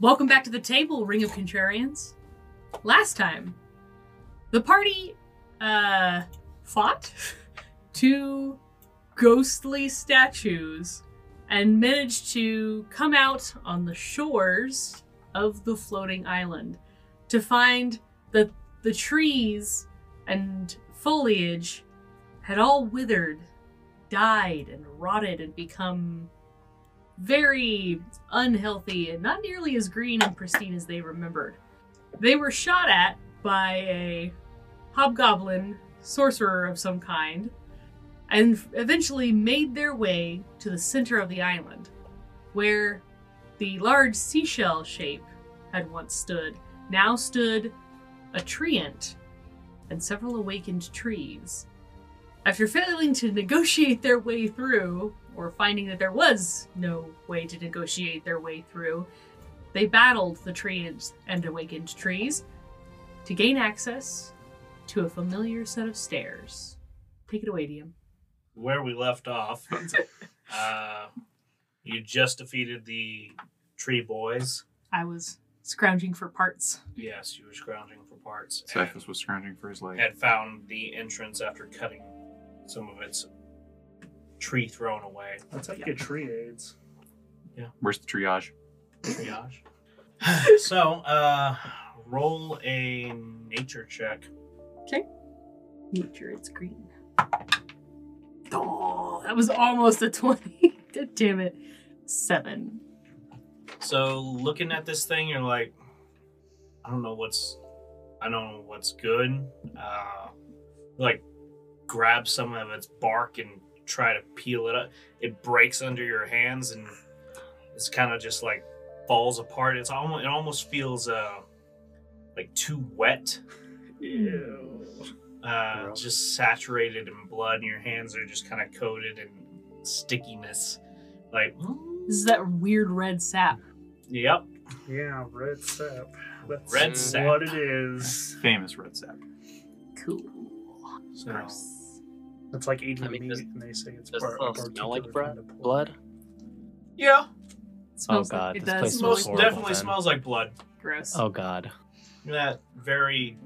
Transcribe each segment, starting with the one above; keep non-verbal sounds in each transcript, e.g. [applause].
Welcome back to the table, Ring of Contrarians. Last time, the party uh, fought [laughs] two ghostly statues and managed to come out on the shores of the floating island to find that the trees and foliage had all withered, died, and rotted and become very unhealthy and not nearly as green and pristine as they remembered. They were shot at by a hobgoblin sorcerer of some kind and f- eventually made their way to the center of the island where the large seashell shape had once stood now stood a treant and several awakened trees after failing to negotiate their way through, or finding that there was no way to negotiate their way through, they battled the trees and awakened trees to gain access to a familiar set of stairs. Take it away, DM. where we left off, uh, you just defeated the tree boys. I was scrounging for parts. Yes, you were scrounging for parts. Cyphus was scrounging for his leg. and had found the entrance after cutting some of its tree thrown away. That's how you get tree aids. Where's the triage? Triage. [laughs] so, uh, roll a nature check. Nature, it's green. Oh, that was almost a [laughs] 20. Damn it. Seven. So, looking at this thing, you're like, I don't know what's, I don't know what's good. Uh, like, grab some of its bark and try to peel it up. It breaks under your hands and it's kind of just like falls apart. It's almost, it almost feels uh, like too wet. Ew. Uh, Gross. just saturated in blood, and your hands are just kind of coated in stickiness. Like, mm, This is that weird red sap. yep, Yeah, red sap. That's Red sap. what it is. Famous red sap. Cool. So- Gross. It's like eating I mean, meat, does- and they say it's Does this bar- all a smell like particular bread, kind of pork. blood? yeah, It smells Oh, God, Like, it this does place smell smells like most horrible, definitely then. smells like blood. gross. Oh god. That very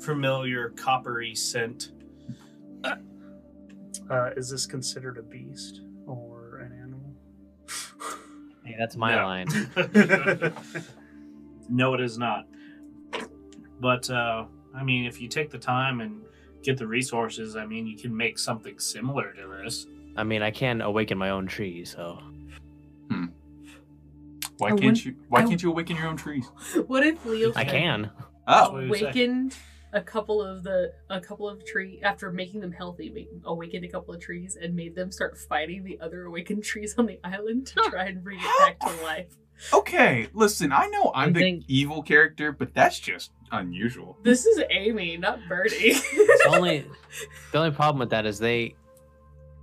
familiar coppery scent. [laughs] Uh, is this considered a beast or an animal? [laughs] Hey, that's my No. line. no, it is not. But uh, I mean, if you take the time and get the resources, I mean, you can make something similar to this. I mean, I can awaken my own tree, so Why I can't wouldn't- you? Why I- can't you awaken your own trees? What if Leo I can. Oh, What do you say? awakened a couple of the a couple of tree after making them healthy, we awakened a couple of trees and made them start fighting the other awakened trees on the island to try and bring it back to life. okay. Listen, I know I'm the The thing- evil character, but that's just unusual. This is Amy, not Birdie. The only the only problem with that is they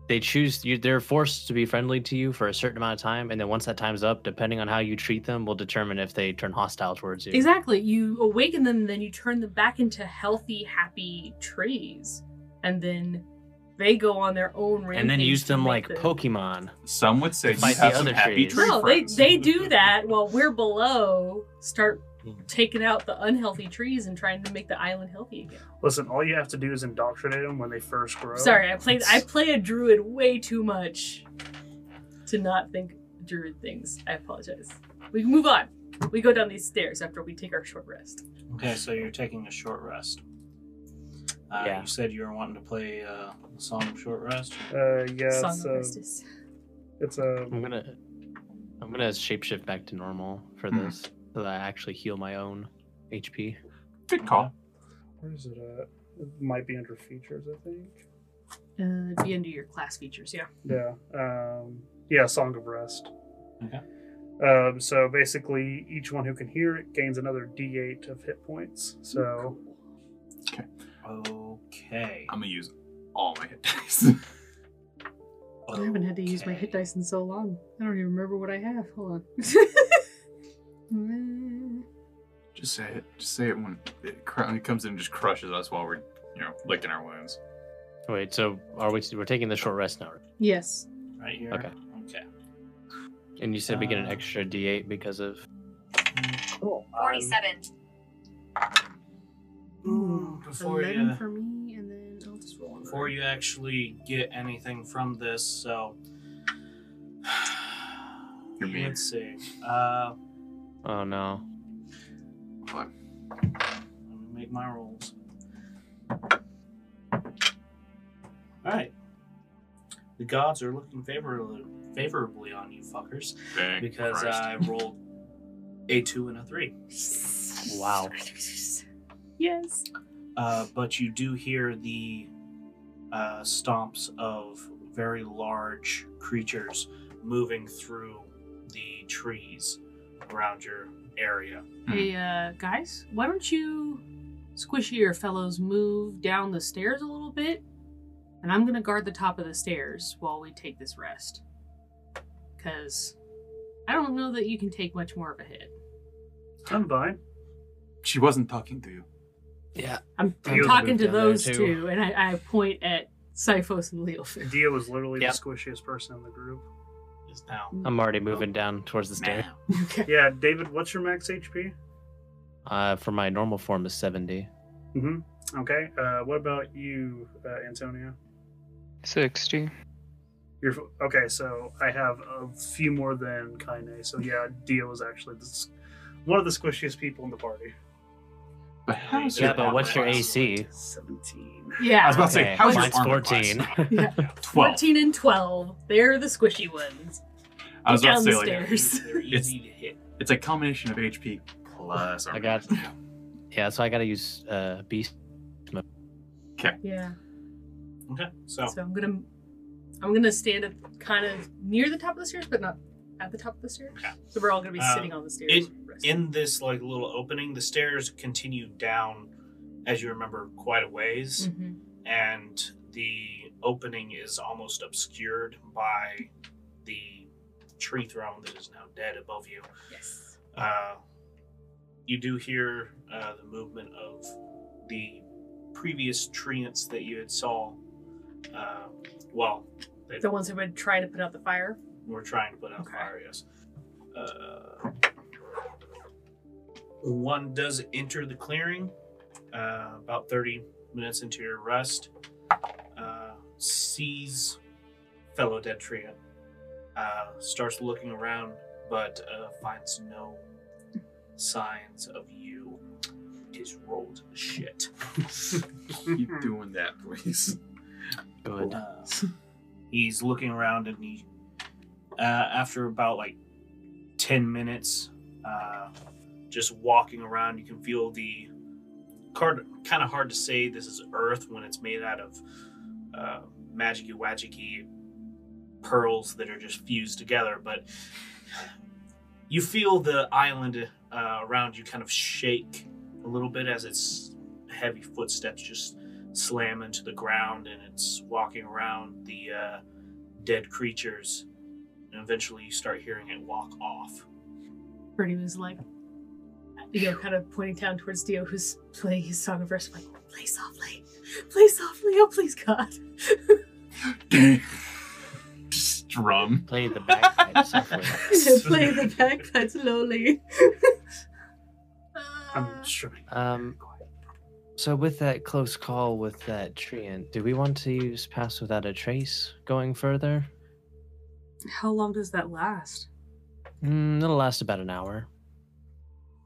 they choose you they're forced to be friendly to you for a certain amount of time and then once that time's up, depending on how you treat them will determine if they turn hostile towards you. [laughs] exactly. You awaken them, then you turn them back into healthy, happy trees, and then they go on their own rampage. And then use to them make like them- Pokemon. Some would say you Despite have the some other happy trees. tree No, they, friends. they do that while we're below start taking out the unhealthy trees and trying to make the island healthy again. Listen, all you have to do is indoctrinate them when they first grow. Sorry, I played I play a druid way too much to not think druid things. I apologize. We can move on. We go down these stairs after we take our short rest. Okay, so you're taking a short rest. Uh, Yeah. You said you were wanting to play uh, the song "Short Rest." Uh, yeah, Song it's of a, Justice. it's a I'm gonna I'm gonna shapeshift back to normal for Hmm. this so that I actually heal my own HP. Good call. Where is it at? It might be under features, I think. Uh, it'd be under your class features, yeah. Yeah. Um, yeah, Song of Rest. Okay. Um, so basically, each one who can hear it gains another D8 of hit points. So Okay. I'm gonna use all my hit dice. [laughs] I haven't had to use my hit Oh, Okay. dice in so long. I don't even remember what I have. [laughs] Hold Mm. on. just say it. Just say it when it, cr- when it comes in and just crushes us while we're, you know, licking our wounds. Wait, so are we we're taking the short rest now? right? yes. Right here. Okay. Okay. And you said we get an Uh, extra D8 because of Mm, Cool. I'm- 47. Ooh, before Hmm, Eleven you, Mm, for me, and then I'll just roll another. before you actually get anything from this, so [sighs] You're mean. let's see. Uh, Oh no. Let me make my rolls. Alright. The gods are looking favorably, favorably on you fuckers Thank because Christ. uh, I rolled a 2 and a 3. Wow. Yes. Uh, but you do hear the uh, stomps of very large creatures moving through the trees around your area. Hmm. Hey, uh, guys, why don't you squishier fellows move down the stairs a little bit? And I'm gonna guard the top of the stairs while we take this rest. Cause I don't know that you can take much more of a hit. I'm fine. she wasn't talking to you. Yeah. I'm, I'm Leo's talking moved to down there, those too. two, and I, I point at Siphos and Leofin. [laughs] Dia was literally Yep. the squishiest person in the group. Is now. I'm already moving down towards the stairs. Now. Okay. Yeah, David, what's your max HP? Uh, for my normal form is 70. Mm-hmm. Okay. Uh, what about you, uh, Antonio? 60. You're okay. So I have a few more than Kaine. So yeah, Dia was actually this, one of the squishiest people in the party. But how's Yeah, Yeah, your but what's your yeah. AC? Seventeen. I Yeah. was about to say, Okay, how's your mine's armor 14. class? [laughs] yeah. 12. 14 and 12. They're the squishy ones. I was about to say, downstairs. like, They're easy, they're easy to hit. it's a combination of HP plus armor. I got- class. Yeah, so I gotta use uh, beast. Yeah. Okay, so So I'm gonna I'm gonna stand up kind of near the top of the stairs, but not at the top of the stairs. Okay. So we're all gonna be Uh, sitting on the stairs. resting. in this like little opening the stairs continue down as you remember quite a ways Mhm. and the opening is almost obscured by the tree throne that is now dead above you Yes. uh, you do hear uh, the movement of the previous treants that you had saw uh, well they The ones who would try to put out the fire. we're trying to put out Okay. fire, yes. Uh, one does enter the clearing uh, about 30 minutes into your rest, uh, sees fellow Detrian, uh, starts looking around, but uh, finds no signs of you. Is rolled to shit. Keep doing that, please. [laughs] Good. Uh, [laughs] he's looking around and he, uh, after about like 10 minutes, uh, just walking around, you can feel the card kind of hard to say this is earth when it's made out of uh, magicy wagicky pearls that are just fused together, but you feel the island uh, around you kind of shake a little bit as its heavy footsteps just slam into the ground and it's walking around the uh, dead creatures. And eventually you start hearing it walk off. Bernie was like you know, kind of pointing down towards Dio who's playing his song of verse like, play softly, play softly, oh please God. [laughs] Just drum. Play the back softly. [laughs] [laughs] play the [laughs] bagpipes slowly. [laughs] I'm Uh, sure. Um, so with that close call with that treant, do we want to use pass without a trace going further? how long does that last? Mm, it'll last about an hour,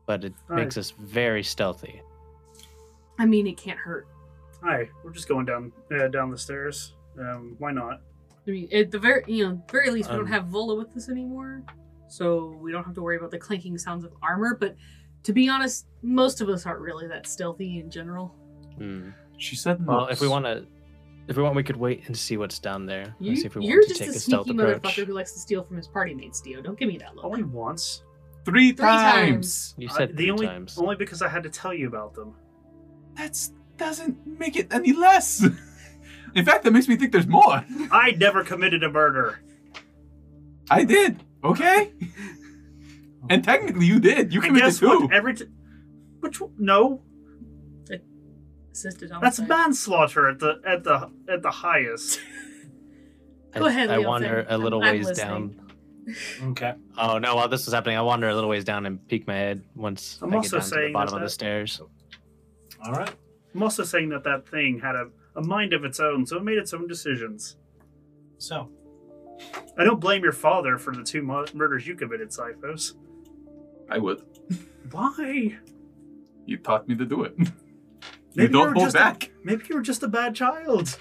but it Alright. makes us very stealthy. I mean it can't hurt. Hi, we're just going down uh, down the stairs. Um, why not? I mean, at the very you know very least, we Um, don't have Vola with us anymore, so we don't have to worry about the clanking sounds of armor. But to be honest, most of us aren't really that stealthy in general. Mm. She said, no. Well, if we want to, if we want, we could wait and see what's down there. and You, see if we you're want to just take a a stealth sneaky approach. motherfucker who likes to steal from his party mates, Dio. Don't give me that look. Only once. three, times. times. You Uh, said three the only times. only because I had to tell you about them. That's doesn't make it any less. [laughs] In fact, that makes me think there's more. I never committed a murder. I did. [laughs] Okay. And technically, you did. You And committed guess two. what? Every t- which one? no, Assisted that's homicide. manslaughter at the at the at the highest. I- Go ahead, I Leo, wander then. a little I'm- I'm ways listening. down Okay. Oh no! While this was happening, I wander a little ways down and peek my head once I'm I get also down to the saying bottom of that- the stairs. All right. I'm also saying that that thing had a, a mind of its own, so it made its own decisions. So, I don't blame your father for the two mu- murders you committed, Siphos. I would. Why? You taught me to do it. [laughs] you Maybe don't were hold just a- back. maybe you were just a bad child.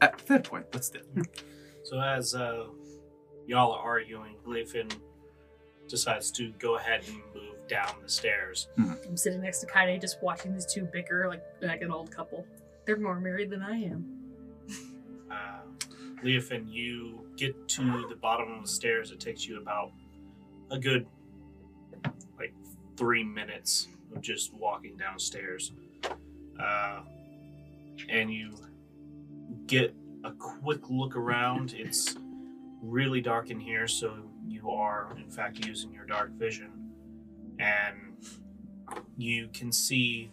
At fair point. That's it. so as uh, y'all are arguing, Leifin decides to go ahead and move down the stairs. I'm sitting next to Kaide just watching these two bicker like like an old couple. They're more married than I am. Uh, Leofin, you get to the bottom of the stairs. It takes you about a good, like, three minutes of just walking downstairs. Uh, and you get a quick look around. It's really dark in here, so you are, in fact, using your dark vision. And you can see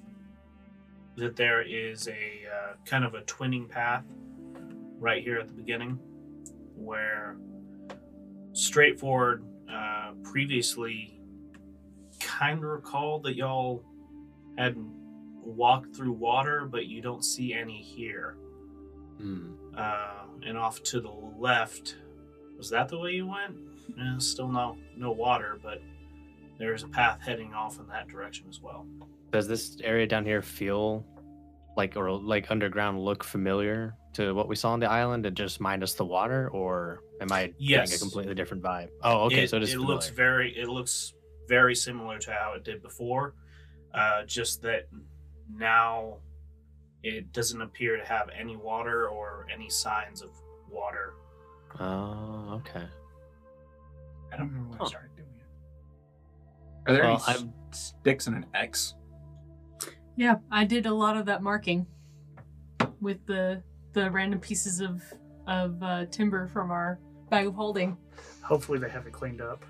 that there is a uh, kind of a twinning path right here at the beginning, where straightforward uh, previously kind of recall that y'all had walked through water, but you don't see any here. Hmm. Uh, and off to the left, was that the way you went? Eh, still no no water, but there is a path heading off in that direction as well. Does this area down here feel like or like underground look familiar to what we saw on the island, and just minus the water, or am I getting Yes. a completely different vibe? Oh, okay, it, so it is. it looks familiar. very it looks very similar to how it did before uh, just that now it doesn't appear to have any water or any signs of water Oh, okay. I don't remember when Huh. started doing it. Are there Well, any s- sticks and an X? Yeah, I did a lot of that marking with the the random pieces of of uh, timber from our bag of holding. Hopefully they have it cleaned up.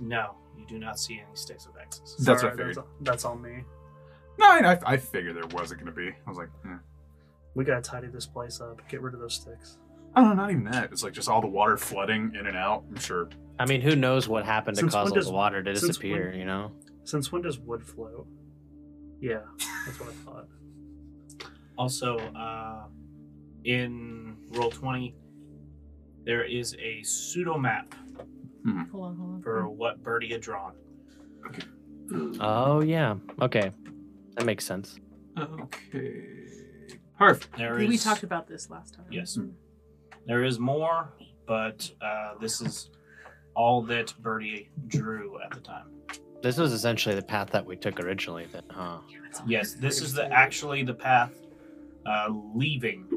no you do not see any sticks of axes That's Sorry, what I figured. That's, that's on me. No, I, I- I figured there wasn't going to be. I was like, eh. We gotta tidy this place up. Get rid of those sticks. I don't know, not even that. It's like just all the water flooding in and out. I'm [clears throat] sure. I mean, who knows what happened to Since cause when all does- the water to since when- disappear? You know. Since when does wood flow? Yeah, that's what I thought. also uh, in roll 20 there is a pseudo map Hold on, hold on. for what birdie had drawn Oh yeah. Okay, that makes sense. Okay. Perfect. There is. we talked about this last time. Yes. There is more, but uh, this is all that Birdie drew at the time. This was essentially the path that we took originally. Then, huh? Yes, this is the actually the path uh, leaving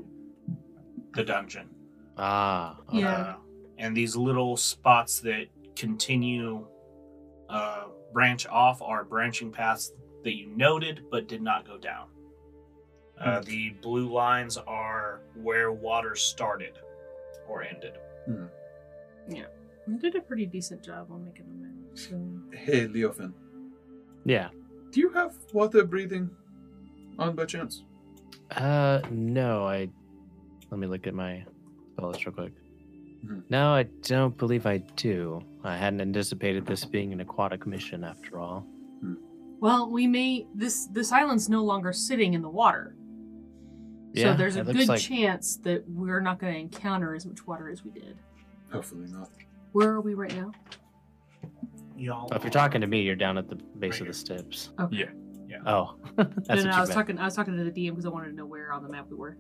the dungeon, Ah. okay. Yeah. uh, and these little spots that continue uh, branch off are branching paths that you noted but did not go down. Uh, the blue lines are where water started or ended. You did a pretty decent job on making the map. So. Hey, Leofin. Yeah. Do you have water breathing on by chance? Uh, no, I. Let me look at my spell list real quick. Mhm. No, I don't believe I do. I hadn't anticipated this being an aquatic mission after all. Well, we may this this island's no longer sitting in the water. Yeah, so there's a it looks good like- chance that we're not going to encounter as much water as we did. Hopefully not. Where are we right now? Y'all, Well, oh, if you're talking to me, you're down at the base Right here. of the steps. Okay. Yeah. Oh, [laughs] that's no, what no, you I was meant. Oh, talking. I was talking to the DM because I wanted to know where on the map we were.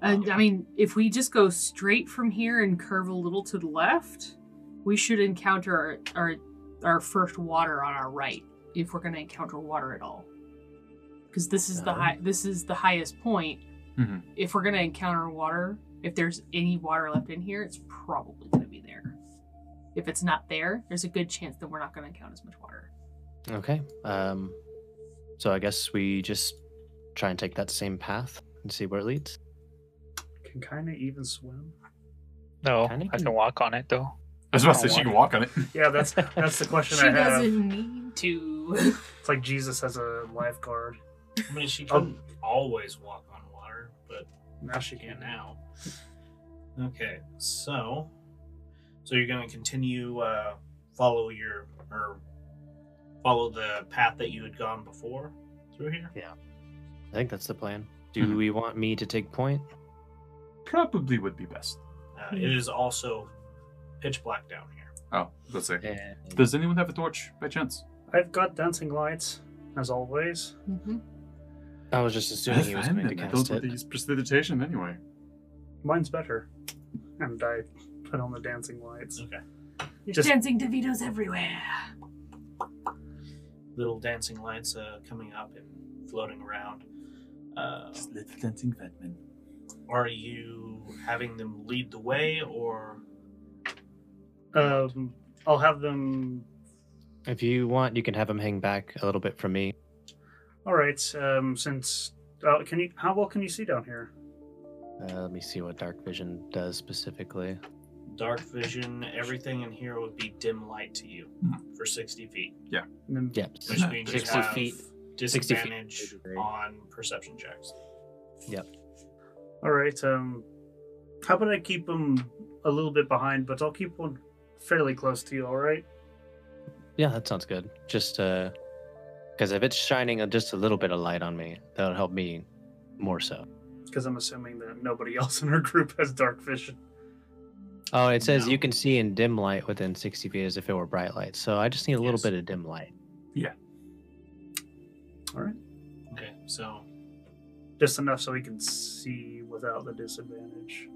And I mean, if we just go straight from here and curve a little to the left, we should encounter our our, our first water on our right if we're going to encounter water at all. Because this is the Oh. Mm-hmm. high. This is the highest point. Mhm. If we're going to encounter water, if there's any water left in here, it's probably going to be there. If it's not there, there's a good chance that we're not going to encounter as much water. Okay. Um, so I guess we just try and take that same path and see where it leads. Can Kaina even swim? Oh, No, Kinda I can- can walk on it though. I was about to say she can walk on it. Yeah, [laughs] that's that's the [laughs] question She I have. Mm-hmm. doesn't need [laughs] to. It's like Jesus has a lifeguard. I mean, she Um, couldn't always walk on water, but Now she she can. can now. Okay, so So you're going to continue uh, follow your or follow the path that you had gone before through here. I think that's the plan. Do Mm-hmm. Mhm. we want me to take point? [laughs] Probably would be best. Uh, it is also pitch black down here. Oh, let's see. Yeah. Does anyone have a torch by chance? I've got dancing lights, as always. I was just assuming he was going to cast it. use prestidigitation anyway. Mine's better. And I put on the dancing lights. Okay. There's Just- dancing DeVitos everywhere. Little dancing lights uh, coming up and floating around. Uh, little dancing Batman. are you having them lead the way or Um, I'll have them. If you want, you can have him hang back a little bit from me. All right. Um, since uh, can you? How well can you see down here? Uh, let me see what dark vision does specifically. dark vision? Everything in here would be dim light to you Hmm. for 60 [laughs] feet, And then Yep. which means 60 you have feet. 60 feet. disadvantage on perception checks. All right. Um, how about I keep them a little bit behind, but I'll keep one fairly close to you. All right. Yeah, that sounds good. Just uh, because if it's shining just a little bit of light on me, that'll help me more so. Because I'm assuming that nobody [laughs] else in our group has dark vision. Oh, it says No. you can see in dim light within 60 feet as if it were bright light. So I just need a little Yes. bit of dim light. Okay, so Just enough so we can see without the disadvantage.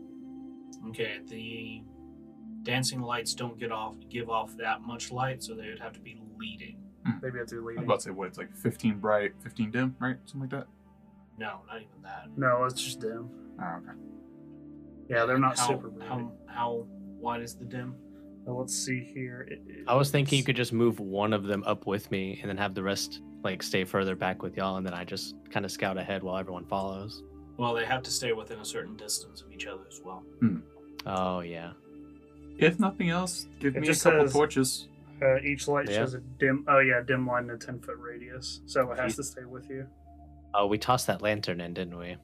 Okay, the dancing lights don't get off give off that much light, so they would have to be leading. Maybe I do I'm leading. about to say what it's like 15 bright, 15 dim, right? Something like that. No, not even that. No, it's just dim. Oh, okay. Yeah, they're not how, super bright. How how wide is the dim? Now, let's see here. It- it- I was thinking you it's- could just move one of them up with me and then have the rest like stay further back with y'all. And then I just kind of scout ahead while everyone follows. Well, they have to stay within a certain distance of each other as well. Oh, yeah. If nothing else, give It me a just couple says- torches. Uh, each light Yeah. shows a dim. Oh yeah, dim line in a ten foot radius, so it has to stay with you. Oh, we tossed that lantern in, didn't we?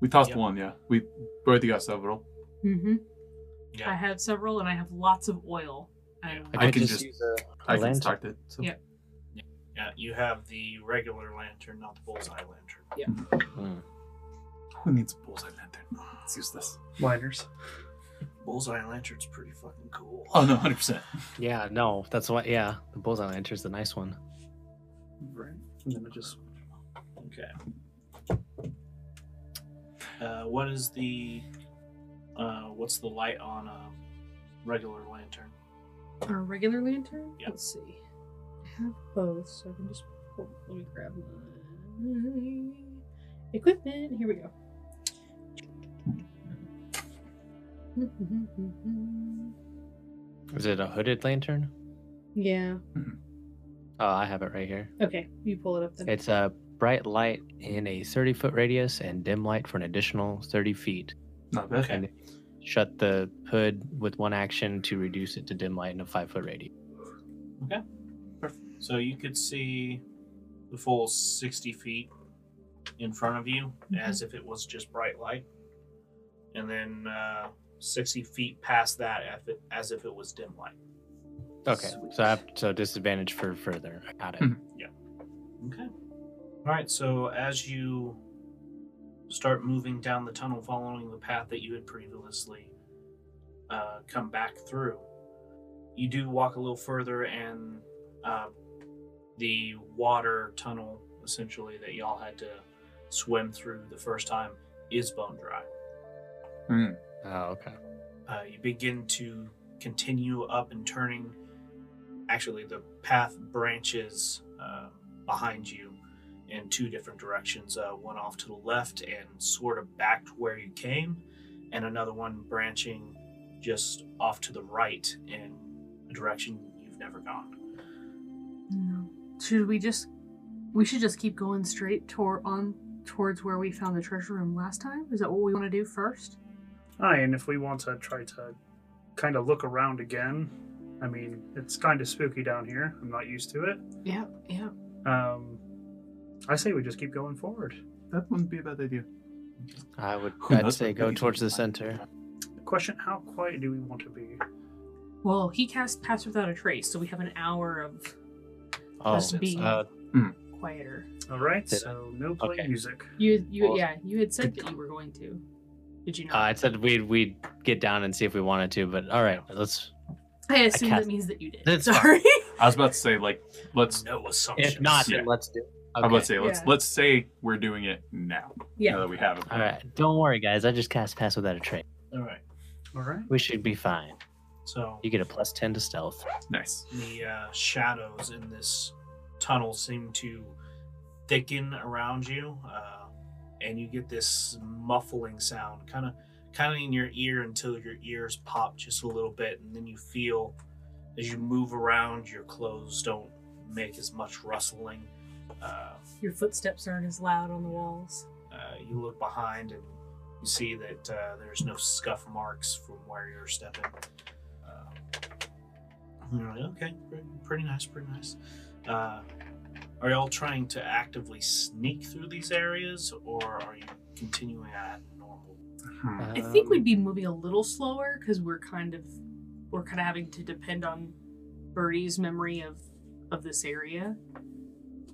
We tossed Yep. one, yeah. We both got several. Mm-hmm. I Yeah. have several, and I have lots of oil. And I, I could can just, just- use a, I a can lantern. start it. So. Yeah. Yeah, you have the regular lantern, not the bullseye lantern. Hmm. Who needs a bullseye lantern? It's useless. Miners. Bullseye lantern's pretty fucking cool. Oh, no, 100%. Yeah, no, that's why. Yeah, the bullseye lantern's the nice one. Right. And then it just Okay. Uh, what is the uh, what's the light on a regular lantern? a regular lantern. Yeah. Let's see. I have both, so I can just pull, let me grab my equipment. Here we go. [laughs] Is it a hooded lantern? yeah. Oh, I have it right here. Okay, you pull it up then. It's a bright light in a 30 foot radius and dim light for an additional 30 feet. Not bad. Okay. And shut the hood with one action to reduce it to dim light in a five foot radius. So you could see the full 60 feet in front of you as if it was just bright light. And then uh, 60 feet past that as if, as if it was dim light. Okay, Sweet. so I have so disadvantage for further. I got it. Hmm. Okay. All right. So as you start moving down the tunnel, following the path that you had previously uh, come back through, you do walk a little further, and uh, the water tunnel, essentially that y'all had to swim through the first time, is bone dry. Mm. Oh, okay. Uh, you begin to continue up and turning. Actually, the path branches uh, behind you in two different directions. Uh, one off to the left and sort of back to where you came, and another one branching just off to the right in a direction you've never gone. No. Should we just? We should just keep going straight toward on towards where we found the treasure room last time. Is that what we want to do first? Aye, and if we want to try to kind of look around again, I mean, it's kind of spooky down here. I'm not used to it. Yeah. Yeah. Um, I say we just keep going forward. That wouldn't be a bad idea. I would Who I'd knows say what go maybe towards the we'll find. center. Question: How quiet do we want to be? Well, he cast Pass Without a Trace, so we have an hour of Oh, That's B. uh, quieter. All right, Did I- so no play Okay. music. You, you, Well- yeah, you had said that you were going to. Did you uh, I not? said we'd we'd get down and see if we wanted to, but all right, let's. I assume cast- that means that you did. That's fine. Sorry. [laughs] I was about to say like let's. No assumptions. If not, Yeah. then let's do. It. I was about to say let's Yeah. let's say we're doing it now. Yeah. Now that we have it. All right, don't worry, guys. I just cast pass without a trace. All right. All right. We should be fine. So You get a plus ten to stealth. Nice. the uh, shadows in this tunnel seem to thicken around you, uh, and you get this muffling sound, kind of, kind of in your ear until your ears pop just a little bit, and then you feel as you move around, your clothes don't make as much rustling. Uh, Your footsteps aren't as loud on the walls. uh, you look behind and you see that uh, there's no scuff marks from where you're stepping. Uh, and you're like, okay, pre- pretty nice, pretty nice. Uh, are y'all trying to actively sneak through these areas, or are you continuing at normal? Hmm. I think Um, we'd be moving a little slower because we're kind of we're kind of having to depend on Birdie's memory of of this area.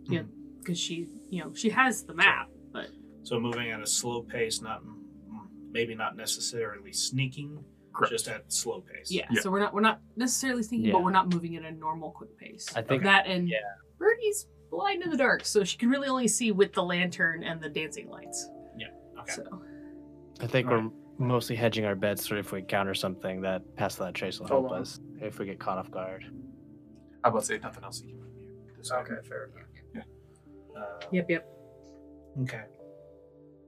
Yeah, Hmm. because she you know she has the map, but So moving at a slow pace, not mm, maybe not necessarily sneaking, Correct. just at slow pace. yeah, Yeah. so we're not we're not necessarily thinking, Yeah. but we're not moving at a normal quick pace. I think- that and yeah. Birdie's blind in the dark, so she can really only see with the lantern and the dancing lights. Yeah, okay. So I think All we're mostly hedging our bets for if we encounter something that pass without a trace will Hold help on. us if we get caught off guard. I was about to say nothing else. You can do this Okay, fair enough. Uh, yep, yep. Okay.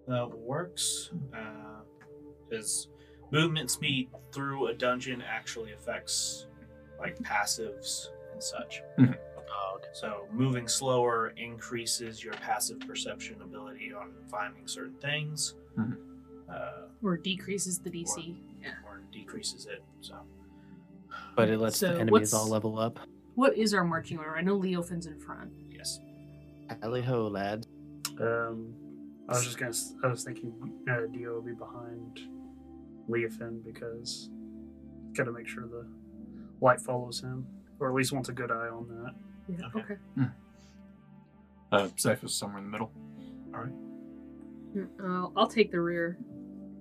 That works. Uh, does movement speed through a dungeon actually affects like passives and such? Mhm. Oh, okay. So moving slower increases your passive perception ability on finding certain things, Mhm. uh, Or decreases the DC. Yeah. or decreases it. So But it lets So the enemies what's- all level up. What is our marching order? I know Leofin's in front. yes. Alley ho, lad. Um, I was just gonna. s- I was thinking uh, Dio will be behind Leofin because gotta make sure the light follows him, or at least wants a good eye on that. Yeah. Okay. okay. Uh, Cypher's somewhere in the middle. Mm, I'll, I'll take the rear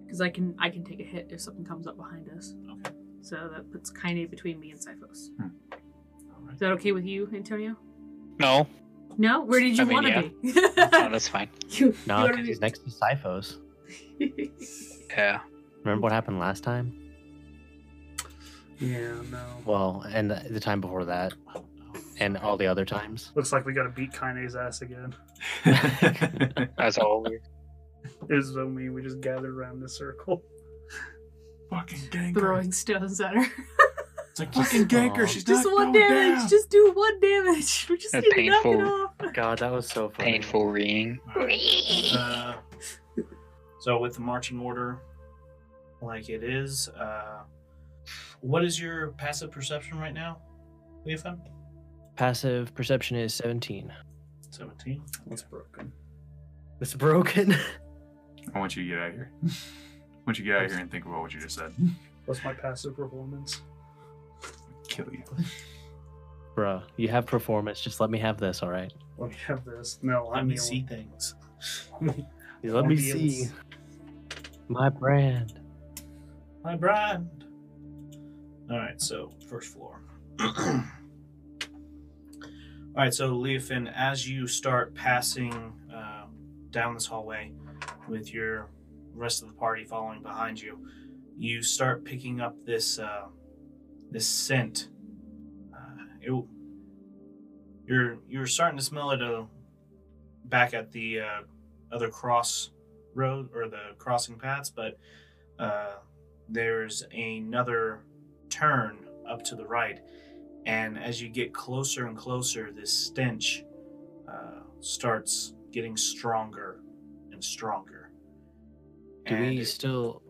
because I can I can take a hit if something comes up behind us. Okay. So that puts Kaine between me and Siphos. All right. Is that okay with you, Antonio? No. No. Where did I you mean, want to yeah. No, be? [laughs] that's fine. you, No, you because he's next to Siphos. next. Yeah. Remember what happened last time? Yeah, no. Well, and the, the time before that, and all the other times. Looks like we gotta beat Kaine's ass again. As always. It was so mean. We just gathered around this circle. fucking ganker. [laughs] Throwing stones at her. [laughs] It's like fucking ganker. Aw. She's just not one going damage. down. Just do one damage. [laughs] We just That's need to knock it painful. off. God, that was so Painful ringing. All right. Uh, so with the marching order, like it is, uh, what is your passive perception right now, Leofin? Passive perception is 17. Seventeen. It's broken. It's broken. I want you to get out of here. I want you to get out of here and think about what you just said. What's my passive performance? Kill [laughs] you. Bruh, you have performance. Just let me have this, all right? Let me have this. No, Let I'm me the see things. one- Let I'll me be able to see. s- My brand. My brand. All right, so first floor. [clears throat] All right, so Leofin, as you start passing um, down this hallway with your rest of the party following behind you, you start picking up this uh, this scent. Uh, it, you're you're starting to smell it uh, back at the uh, other cross road or the crossing paths, but uh, there's another turn up to the right, and as you get closer and closer, this stench uh, starts getting stronger and stronger. Do we it- still.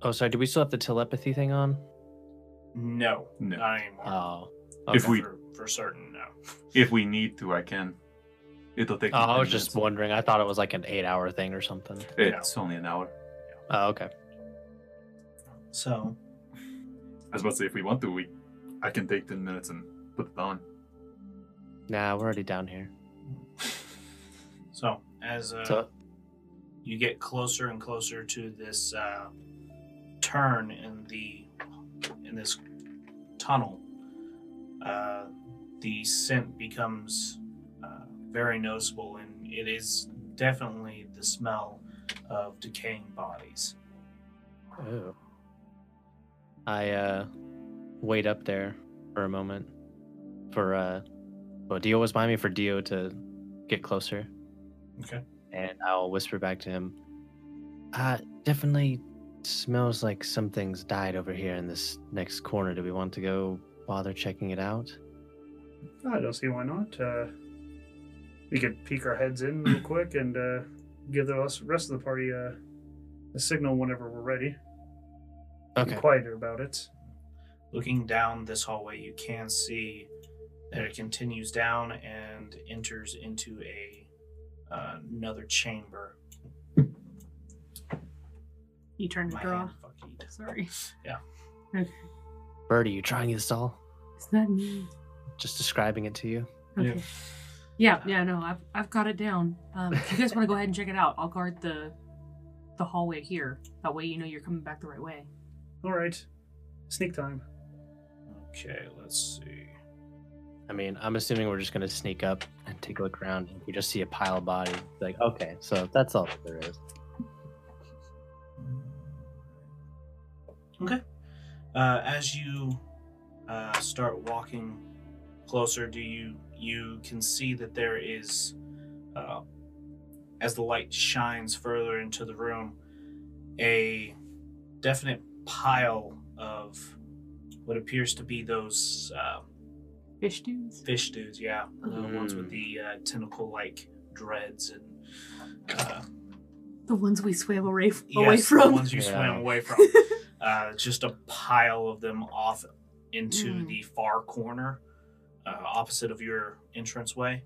Oh, sorry. Do we still have the telepathy thing on? No, No. not anymore. Oh. If okay. we- for, for certain, no. If we need to, I can. It'll take. Oh, me I 10 was minutes. just wondering. I thought it was like an eight hour thing or something. It's only an hour. Oh, okay. So [laughs] I was about to say if we want to, we I can take 10 minutes and put it on. Nah, we're already down here. So as uh, So you get closer and closer to this uh, turn in the in this tunnel, uh, the scent becomes uh, very noticeable, and it is definitely the smell of decaying bodies. Oh. I uh wait up there for a moment for uh well Dio was behind me for Dio to get closer. Okay. And I'll whisper back to him. Uh definitely smells like something's died over here in this next corner. Do we want to go bother checking it out? I don't see why not. Uh, we could peek our heads in real quick and uh, give the rest rest of the party uh, a signal whenever we're ready. Be Okay. quieter about it. Looking down this hallway, you can see that it continues down and enters into a uh, another chamber. You turn to My draw. hand fucking- Sorry. Yeah. Birdie, you trying this all? It's not me. Just describing it to you. Okay. Yeah, yeah, no, I've, I've got it down. Um, if you guys want to go ahead and check it out, I'll guard the the hallway here. That way, you know you're coming back the right way. All right, sneak time. Okay, let's see. I mean, I'm assuming we're just gonna sneak up and take a look around. If we just see a pile of bodies, like, okay, so that's all that there is. Okay. Uh, as you uh, start walking closer, do you you can see that there is, uh, as the light shines further into the room, a definite pile of what appears to be those uh, Fish dudes? fish dudes. Yeah, the ones with Mm. the uh, tentacle like dreads and. Uh, The ones we swam away, f- yes, away the from. ones you [laughs] Yeah. swam away from. [laughs] uh, just a pile of them off into Mm. the far corner, uh, opposite of your entranceway,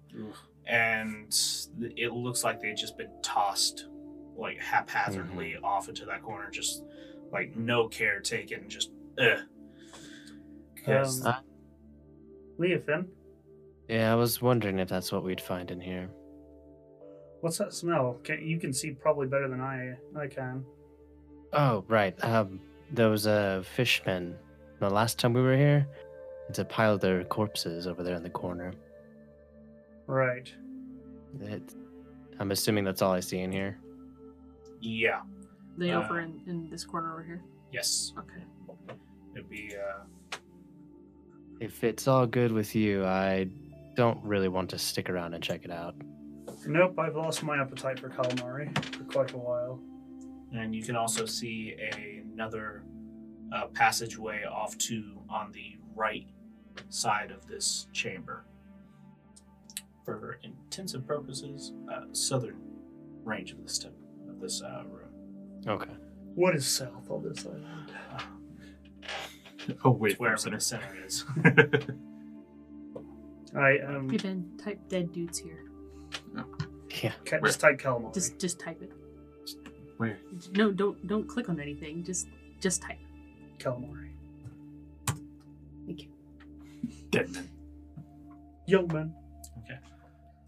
and th- it looks like they've just been tossed like haphazardly off into that corner, just like no care taken, just ugh. Yes. Um, Leofin, Yeah, I was wondering if that's what we'd find in here. what's that smell? Can, you can see probably better than I I can. Oh, right. Um, those uh fishmen. The last time we were here, it's a pile of their corpses over there in the corner. Right. It, I'm assuming that's all I see in here. yeah. they uh, over in, in this corner over here. Yes. Okay. It'd be. Uh, If it's all good with you, I don't really want to stick around and check it out. Nope, I've lost my appetite for calamari for quite a while. and you can also see a- another uh, passageway off to on the right side of this chamber. For intents and purposes, uh, southern range of this tip, of this uh, room. Okay. What is south on this island? Uh, Oh, wait, it's for a wherever the second. center is. [laughs] [laughs] I um, Hey, Ben, type dead dudes here. Yeah. can't just type calamari. Just just type it. Where? No, don't don't click on anything. Just just type. calamari. Thank you. Dead man. Young man.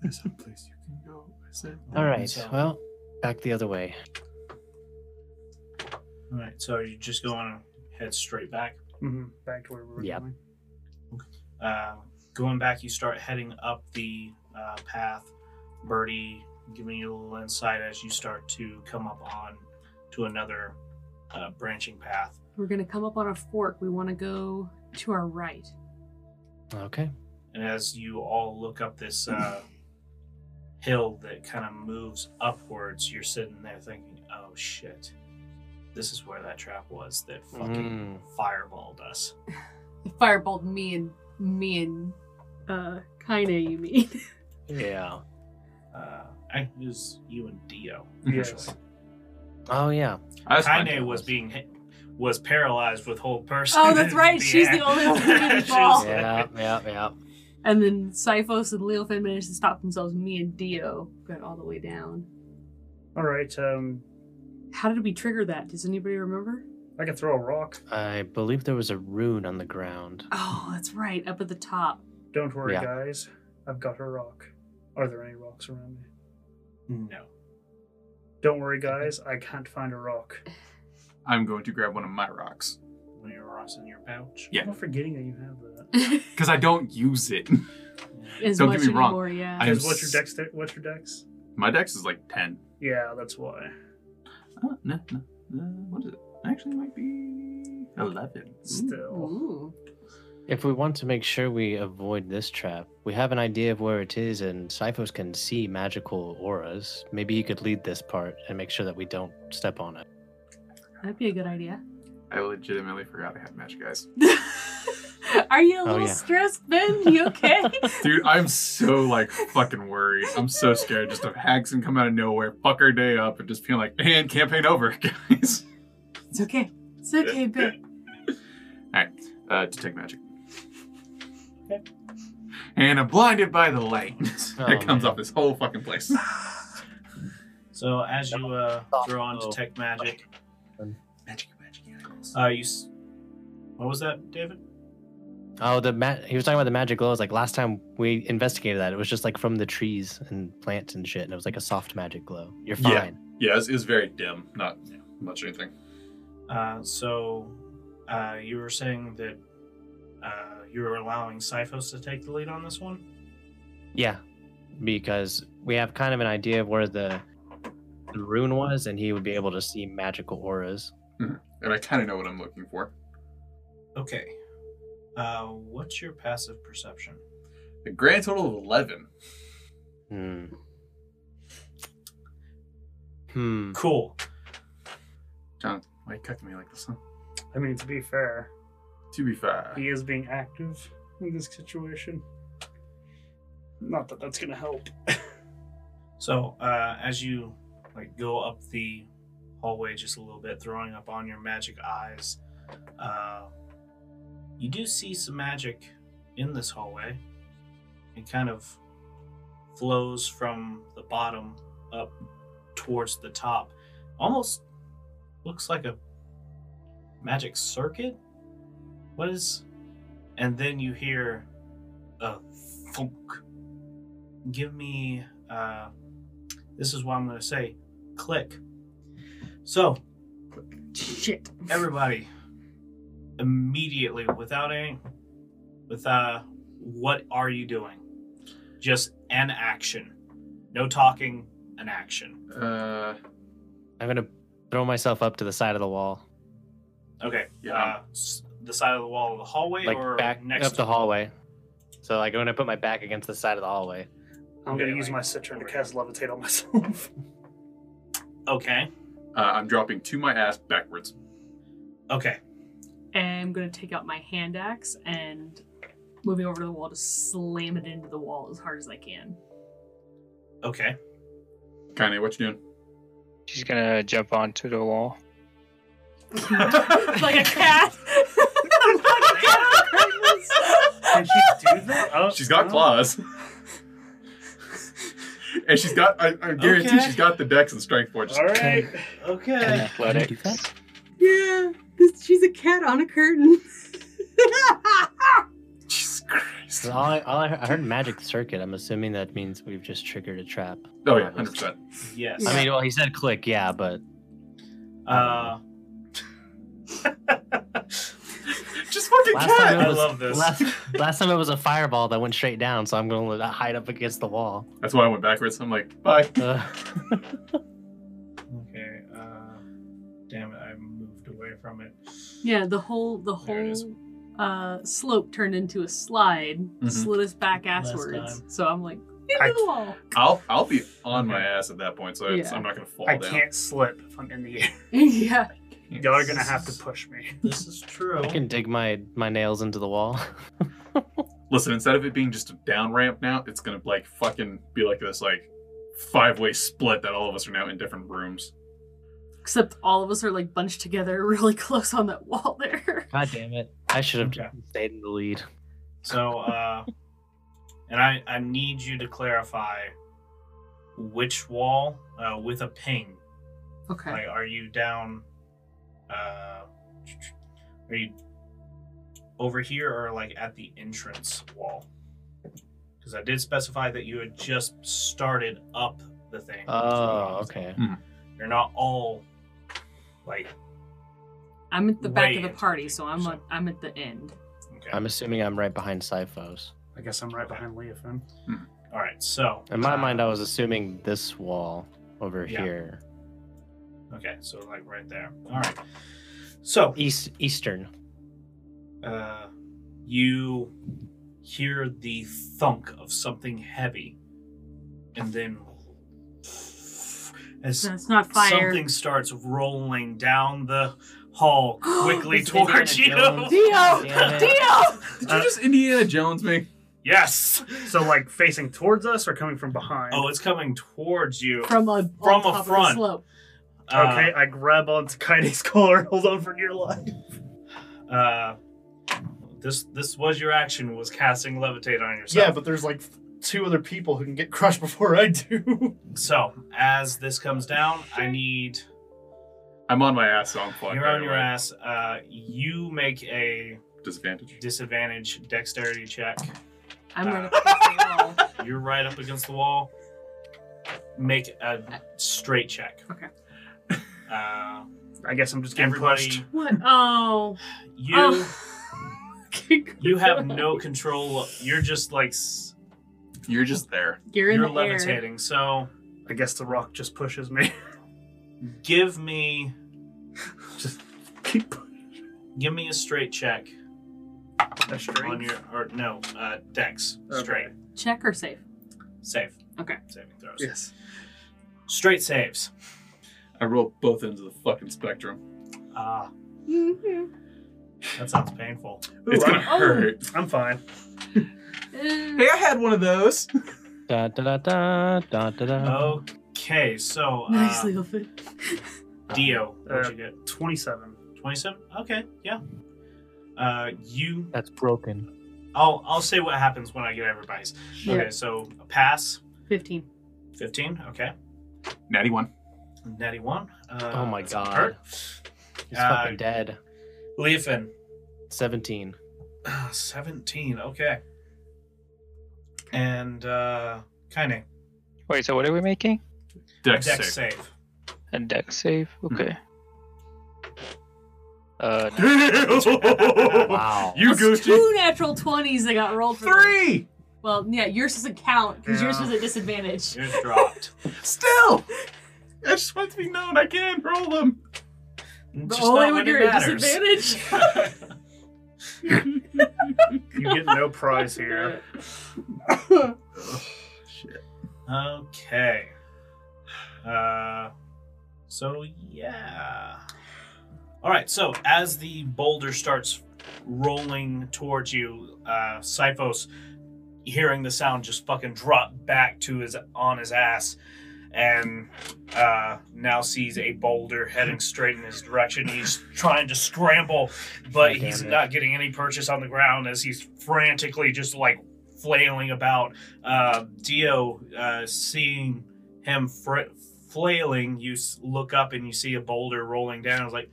There's a place you can go. I said. All right. So- Well, back the other way. all right. So you just go on and head straight back. hmm Back to where we were Yep. going. Uh, going back, you start heading up the uh, path. Birdie giving you a little insight as you start to come up on to another uh, branching path. We're gonna come up on a fork. We want to go to our right. Okay. And as you all look up this uh, hill that kind of moves upwards, you're sitting there thinking, oh shit, this is where that trap was that Mm-hmm. Mm, fucking fireballed us. Fireballed me and me and uh Kaine, you mean? [laughs] Yeah. Uh, I think it was you and Dio. Mm-hmm. Yes. actually. Oh yeah. I was fine. Kaine was being hit, was paralyzed with whole person. Oh, that's [laughs] right. She's the Yeah. only one who [laughs] didn't She was fall. [laughs] Yeah. Yeah. Yeah. And then Siphos and Leofin managed to stop themselves. Me and Dio got all the way down. All right. Um, How did we trigger that? Does anybody remember? I can throw a rock. I believe there was a rune on the ground. Oh, that's right, up at the top. Don't worry, Yeah. guys. I've got a rock. Are there any rocks around me? [laughs] No. Don't worry, guys. I can't find a rock. I'm going to grab one of my rocks One of your rocks in your pouch. Yeah. I'm forgetting that you have [laughs] that. As because I don't use it. [laughs] Don't much get me wrong. anymore, yeah. I- am Because what's your s- dex? What's your dex? my dex is like ten. Yeah, that's why. Oh, no, no, no. What is it? Actually, it might be eleven. Ooh. Still. Mm-hmm. Ooh. If we want to make sure we avoid this trap, we have an idea of where it is, and Siphos can see magical auras. Maybe he could lead this part and make sure that we don't step on it. That'd be a good idea. [laughs] [laughs] I legitimately forgot I had magic eyes. Are you a Oh, little yeah. stressed, Ben? You okay? [laughs] Dude, I'm so like fucking worried. I'm so scared just of hacks and come out of nowhere, fuck our day up, and just being like, and campaign over, [laughs] guys. it's okay. It's okay, Ben. Uh, to take magic. And I'm blinded by the light. [laughs] Oh, it comes man. off this whole fucking place. So as you uh, throw on detect magic, Oh. Magic, magic, animals. uh, you. S- what was that, David? Oh, the ma- he was talking about the magic glows. Like last time we investigated that, it was just like from the trees and plants and shit, and it was like a soft magic glow. You're Yeah. fine. Yeah, it's, it's very dim. Not much anything. Uh, so uh, you were saying that uh, you were allowing Siphos to take the lead on this one. Yeah, because we have kind of an idea of where the, the rune was, and he would be able to see magical auras. And I kind of know what I'm looking for. Okay. Uh, what's your passive perception? A grand total of 11. Hmm. Hmm. Cool. John, why you cooking me like this, huh? I mean, to be fair, To be fair. he is being active in this situation. Not that that's gonna help. So uh, as you like go up the hallway just a little bit, throwing up on your magic eyes, uh, you do see some magic in this hallway. It kind of flows from the bottom up towards the top. Almost looks like a magic circuit. What is? And then you hear a thunk. Give me uh, this is what I'm going to say. Click. So, Shit. everybody, immediately, without any, with uh, what are you doing? Just an action. No talking, an action. Uh, I'm gonna throw myself up to the side of the wall, Okay. Yeah. Uh, s- the side of the wall of the hallway like or back next up the hallway. So like I'm gonna put my back against the side of the hallway. I'm Okay, gonna use like- my citron to cast levitate on myself. Okay. uh, I'm dropping to my ass backwards. Okay. I'm gonna take out my hand axe and moving over to the wall, just slam it into the wall as hard as I [laughs] can. Okay. Kanye, what you doing? She's gonna jump onto the wall. like a cat. I'm not a cat, Can I'm she do that? [laughs] Oh, She's got oh. claws. and she's got, I, I guarantee Okay. she's got the dex and strength for it. Just, All right. And Okay. do athletics. that? Yeah, this, she's a cat on a curtain. Jesus Christ. So all I, all I, heard, I heard magic circuit. I'm assuming that means we've just triggered a trap. Oh, yeah, 100%. Yes. I mean, well, he said click, yeah, but Uh, [laughs] Just fucking Last cat. time I was- love this. last, last time it was a fireball that went straight down, so I'm going to hide up against the wall. That's why I went backwards. I'm like, bye. Uh, Okay. Uh, damn it! I moved away from it. [laughs] yeah, the whole the There it whole is. uh, slope turned into a slide, slid us back Mm-hmm. Last asswards. time. So I'm like, into I- the wall. I'll I'll be on my ass at that point, so it's, Yeah. I'm not gonna fall I down. can't slip if I'm in the air. [laughs] yeah. Y'all are gonna have to push me. This is true. I can dig my, my nails into the wall. Listen, instead of it being just a down ramp now, it's gonna like fucking be like this like five way split that all of us are now in different rooms. Except all of us are like bunched together [laughs] really close on that wall there. God damn it. I should have Okay. stayed in the lead. So, uh, and I, I need you to clarify which wall uh, with a ping. Okay. Like, are you down uh, Are you over here or like at the entrance wall? Because I did specify that you had just started up the thing. Oh, okay. You're not all like I'm at the Way back of the into party, the so I'm so- a, I'm at the end. okay. I'm assuming I'm right behind Siphos. I guess I'm right behind Leofin. all right. So In my uh, mind, I was assuming this wall over Yeah. here, okay. So like right there. All right. So east eastern. uh, you hear the thunk of something heavy, and then as It's not fire. something starts rolling down the [gasps] hall quickly Is it Indiana towards you. [laughs] Jones? Dio! Damn it. Dio! Did Uh, you just Indiana Jones me? Yes. So, like, facing towards us or coming from behind? Oh, it's coming towards you. Uh, From a on From a top of the front. slope. uh, okay. I grab onto Kaide's collar and hold on for dear life. Uh, uh, this this was your action was casting levitate on yourself. Yeah, but there's like two other people who can get crushed before I do. So as this comes down, I need I'm on my ass, so I'm fucked. you're on either your way. ass. Uh, you make a Disadvantage. disadvantage dexterity check. I'm right Uh, up against the wall. You're right up against the wall. Make a straight check. Okay. Uh, I guess I'm just getting pushed. everybody, [laughs] What? Oh. [laughs] you. Oh. You have no control. You're just like s- You're just there. You're in you're the air. levitating. So I guess the rock just pushes me. give me just keep give me a straight check a straight. on your or no uh, dex Okay. straight Check or save. save. Okay. Saving throws. Yes. Straight saves. I roll both ends of the fucking spectrum. Ah, Mm-hmm. that sounds painful. Ooh, it's gonna I'm, hurt. I'm fine. Uh, I had one of those. Da, da, da, da, da, da, da. Oh. Okay, so nice, uh, little foot. [laughs] Dio, what'd Uh, you get? 27. Twenty-seven. Okay, yeah. Uh, you. That's broken. I'll I'll say what happens when I get everybody's. Yeah. Okay, so a pass 15. fifteen. Okay, Natty one. natty one. Uh, Oh my that's gonna God. hurt. He's Uh, fucking dead. [sighs] Leofin, 17. Ah, 17 okay and uh kind of Wait, so what are we making? Dex, deck Dex save A deck save? Hmm. Okay. Uh, [laughs] Wow. you That's goofy. two natural 20s that got rolled for this. Three. Well, yeah, yours doesn't count because yours Yeah. was a disadvantage. you're [laughs] dropped Still. I just want to be known. I can roll them. The Just only not when when you're it at matters. disadvantage. [laughs] You get [laughs] no prize here. okay [sighs] uh so yeah all right so as the boulder starts rolling towards you uh Siphos hearing the sound just fucking drop back to his on his ass and uh, now sees a boulder heading straight in his direction. He's trying to scramble, but God damn he's it. not getting any purchase on the ground as he's frantically just like flailing about. Uh, Dio, uh, seeing him fr- flailing, you s- look up and you see a boulder rolling down. It's like,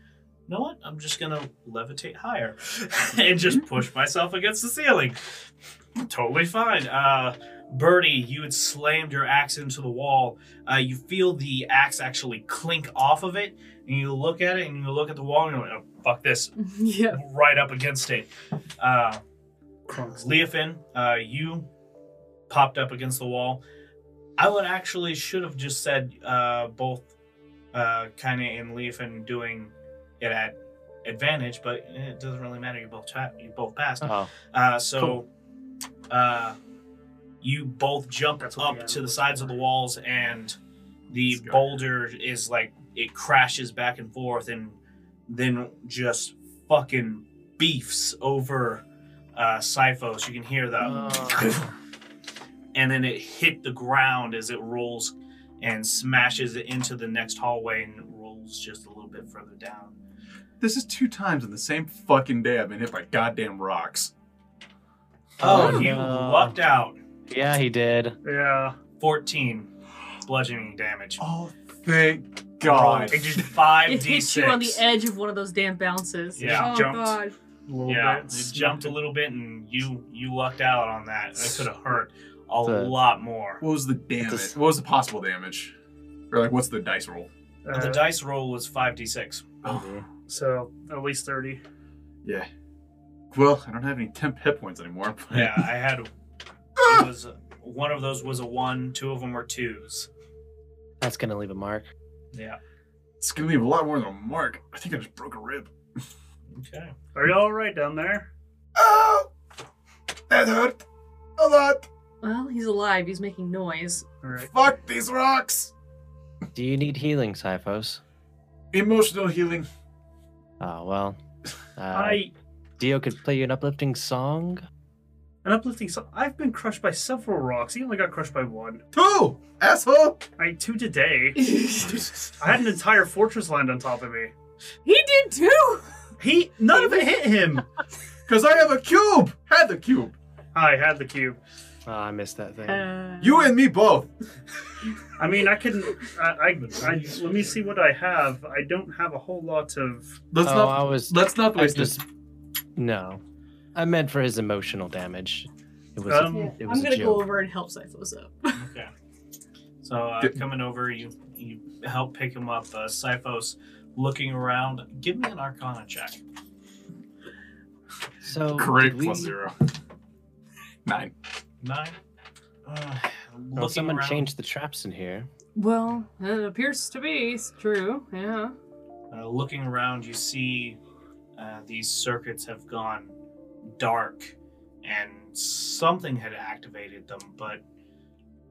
you know what? I'm just gonna levitate higher and just push myself against the ceiling. Totally fine. Uh, Birdie, you had slammed your axe into the wall. Uh, you feel the axe actually clink off of it, and you look at it and you look at the wall and you're like, oh, fuck this. [laughs] yeah. Right up against it. Uh, Crunks. Leofin, uh, you popped up against the wall. I would actually should have just said uh, both uh, Kine and Leofin doing it at advantage, but it doesn't really matter. You both chat. You both passed. Oh. Uh, so, uh, you both jump That's what the up to the animals sides are. of the walls, and the Sky. boulder is like it crashes back and forth, and then just fucking beefs over uh, Siphos. You can hear the, Uh. [laughs] [laughs] and then it hit the ground as it rolls and smashes it into the next hallway and rolls just a little bit further down. This is two times in the same fucking day I've been hit by goddamn rocks. Oh, Oh, you no. lucked out. Yeah, he did. Yeah. Fourteen bludgeoning damage. Oh, thank God. It just [laughs] five It d hits six. you on the edge of one of those damn bounces. Yeah. Oh Jumped. god. A little Yeah, bit. it jumped a little bit, and you you lucked out on that. That could have hurt a The- lot more. What was the damage? What was the possible damage? Or like, what's the dice roll? Uh, the dice roll was five d six. so at least thirty. Oh, Yeah. Well, I don't have any temp hit points anymore. but- Yeah, I had it was one of those was a one, two of them were twos. That's gonna leave a mark. Yeah. It's gonna leave a lot more than a mark. I think I just broke a rib. Okay. Are you all right down there? Oh, that hurt a lot. Well, he's alive. He's making noise. All right. Fuck these rocks. Do you need healing, Siphos? Emotional healing. Oh well. [laughs] Uh, I Dio could play you an uplifting song. an uplifting. So I've been crushed by several rocks. He only got crushed by one. Two asshole. [laughs] I had two today. [laughs] he I had an entire fortress land on top of me. did too. He none of it hit him. Cause I have a cube. Had the cube. I had the cube. Oh, I missed that thing. Uh, You and me both. I mean, I couldn't. I, I, I let me see what I have. I don't have a whole lot of. Let's oh, I not. was. Let's not I waste this. just. No, I meant for his emotional damage. It was. Um, a, Yeah, it was I'm a gonna joke. go over and help Siphos up. Okay. So uh, Did- coming over, you you help pick him up. Uh, Siphos looking around. Give me an Arcana check. So Correct did we- plus zero. Nine. Nine. Uh, Well, looking Oh, someone around, changed the traps in here. Well, it appears to be it's true. Yeah. Uh, looking around, you see uh, these circuits have gone dark, and something had activated them, but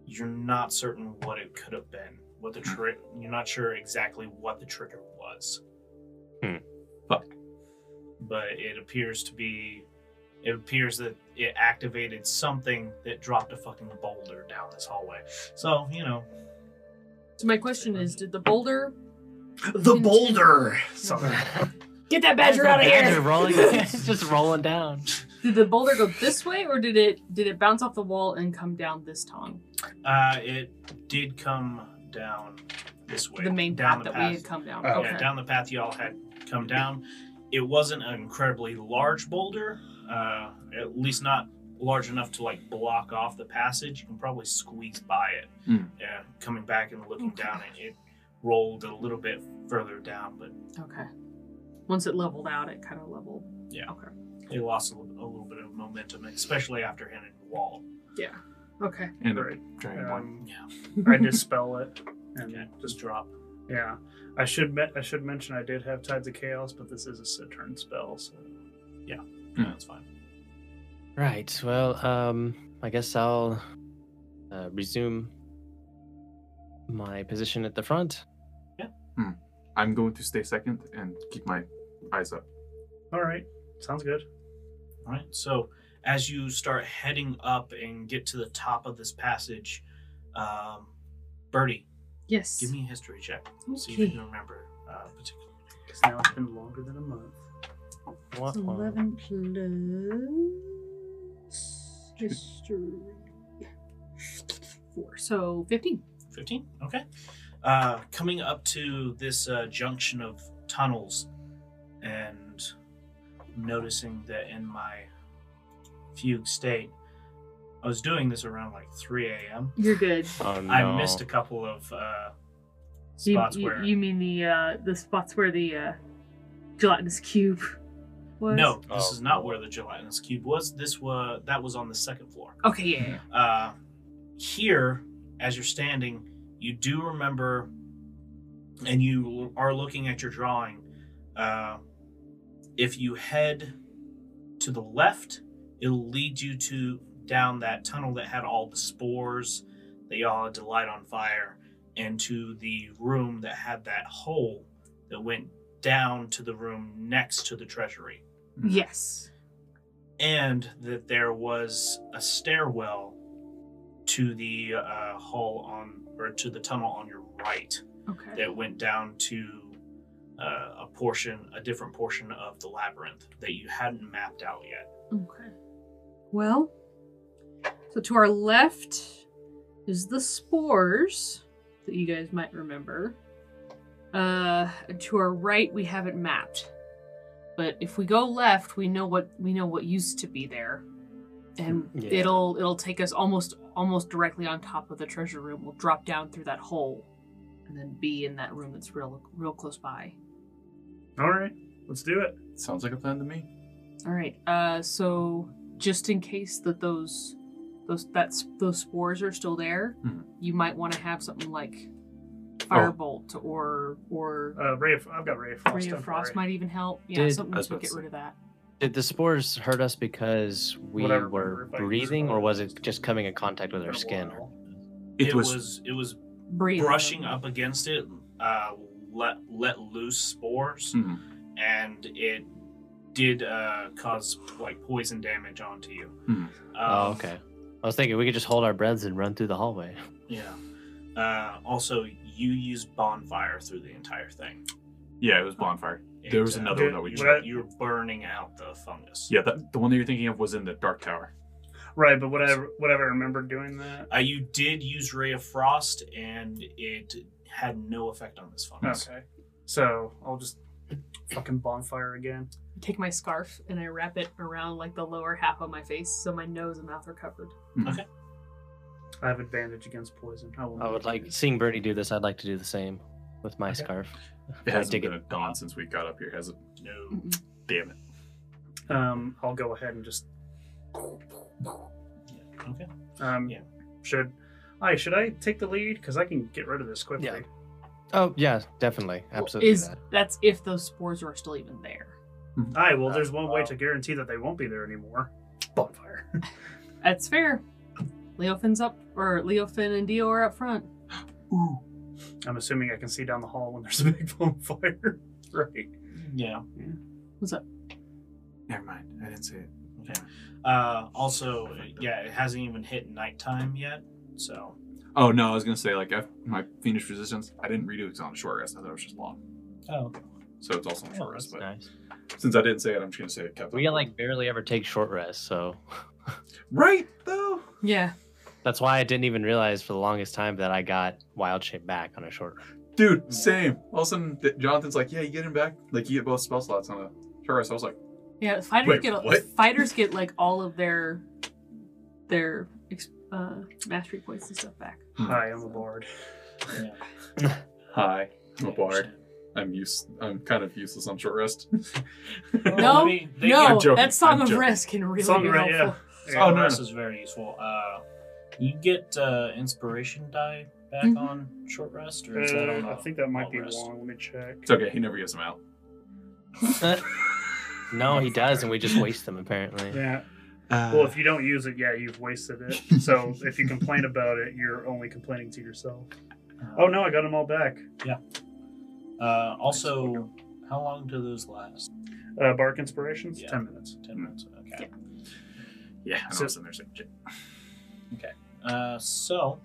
you're not certain what it could have been. What the tri- you're not sure exactly what the trigger was. Hmm. Fuck. But it appears to be. It appears that it activated something that dropped a fucking boulder down this hallway. So you know, So my question is, did the boulder The boulder. [laughs] Sorry. get that badger out of Badger here? [laughs] rolling, it's just rolling down. Did the boulder go this way, or did it did it bounce off the wall and come down this tongue, Uh, it did come down this way. the main down path that we had come down? Oh, okay. Yeah, down the path y'all had come down. It wasn't an incredibly large boulder, uh, at least not large enough to like block off the passage. You can probably squeeze by it. Hmm. Yeah, coming back and looking Okay. down, it, it rolled a little bit further down, but Okay. Once it leveled out, it kind of leveled. Yeah. Okay. it lost a little, a little bit of momentum, especially after hitting the wall. Yeah. Okay. And a Right. dragon one. Um, [laughs] Yeah, I dispel it, and Okay. just just drop. yeah. I should me- I should mention I did have tides of chaos, but this is a Saturn spell, so Hmm. That's fine. Right. Well, um, I guess I'll uh, resume my position at the front. I'm going to stay second and keep my eyes up. all right, sounds good. All right. So as you start heading up and get to the top of this passage, um, Birdie, Yes. give me a history check. See if you Okay. can remember uh, particular. Because now it's been longer than a month. Wah, wah. Eleven plus history four, so fifteen. Fifteen. Okay. Uh, coming up to this uh, junction of tunnels, and noticing that in my fugue state, I was doing this around like 3 a.m. You're good. Oh, no. I missed a couple of uh, You, spots you- where you mean the uh, the spots where the uh, gelatinous cube was? No, this Oh, is not cool. where the gelatinous cube was. This was that was on the second floor. Okay. Yeah. yeah, Uh, here, as you're standing, you do remember, and you are looking at your drawing. Uh, if you head to the left, it'll lead you to down that tunnel that had all the spores that y'all had to light on fire, and to the room that had that hole that went down to the room next to the treasury yeah. Yes. and that there was a stairwell to the uh, hall on or to the tunnel on your right Okay. that went down to uh, a portion, a different portion of the labyrinth that you hadn't mapped out yet. Okay. Well, so to our left is the spores that you guys might remember. Uh, to our right, we have it mapped, but if we go left, we know what we know what used to be there, and Yeah. it'll it'll take us almost almost directly on top of the treasure room. We'll drop down through that hole, and then be in that room that's real real close by. All right, let's do it. Sounds like a plan to me. All right. Uh, so just in case that those those that's those spores are still there, Mhm. you might want to have something like firebolt or or Uh, Ray of, I've got Ray of Frost. ray don't of frost worry. might even help. Yeah, Did- something I was to about to get say. rid of that. Did the spores hurt us because we Whatever, were if I can breathing, recall. or was it just coming in contact with Been our a skin? while. It, was... it was Breathe. brushing up against it, uh, let let loose spores, Hmm. and it did uh, cause like poison damage onto you. Hmm. Um, Oh, okay. I was thinking we could just hold our breaths and run through the hallway. Yeah. Uh, also, you used bonfire through the entire thing. Yeah, it was bonfire. There was uh, another one that we you tried. were- You were burning out the fungus. Yeah, that, the one that you're thinking of was in the dark tower. Right, but what I what I remember doing that. Uh, you did use Ray of Frost, and it had no effect on this fungus. Okay, so I'll just fucking bonfire again. I take my scarf and I wrap it around like the lower half of my face so my nose and mouth are covered. I have advantage against poison. I, will I would like seeing Bernie do this. I'd like to do the same with my Okay. scarf. It I hasn't dig been it. a dawn since we got up here, has it? No. Mm-mm. Damn it. Um, I'll go ahead and just. Okay. Um, Yeah. Should I should I take the lead because I can get rid of this quickly. Yeah. Oh yeah, definitely, Well, absolutely. is that. that's if those spores are still even there. Aye, well, there's Uh, one way well. to guarantee that they won't be there anymore. Bonfire. That's fair. Leofin's up, or Leofin and Dio are up front. Ooh. I'm assuming I can see down the hall when there's a big [laughs] bonfire, right? Yeah. Never mind. I didn't say it. Uh, also, yeah, it hasn't even hit nighttime yet, so Oh no, I was gonna say like i my fiendish resistance. I didn't redo it 'cause it's on short rest. I thought it was just long, Oh, so it's also on short Oh, rest. that's But nice. since I didn't say it, I'm just gonna say it kept. We up. like barely ever take short rests, so right though. Yeah. that's why I didn't even realize for the longest time that I got Wild Shape back on a short. rest. Dude, same. All of a sudden, th- Jonathan's like, "Yeah, you get him back. Like you get both spell slots on a short rest." I was like, Yeah, fighters Wait, get what? fighters get like all of their their ex- uh, mastery points and stuff back. Hmm. Hi, I'm a bard. yeah. "Hi, I'm a bard. I'm use. I'm kind of useless on short rest." [laughs] [laughs] No, They- they- no, joking, that song I'm of joking. rest can really Song be of Rest, [laughs] helpful. Yeah. Oh, no, this is very useful. Uh, you get uh, inspiration die back Mhm. on short rest, or is that on? Uh, a- I think that might long be rest? long. Let me check. It's okay. He never gets them out. No, he does, and we just waste them apparently. Yeah. Uh, Well, if you don't use it, yeah, you've wasted it. So if you complain about it, you're only complaining to yourself. Oh no, I got them all back. Uh, also, how long do those last? Uh, bark inspirations, Yeah. ten minutes. Ten minutes. Okay. yeah, So- so, and there's like, Uh, so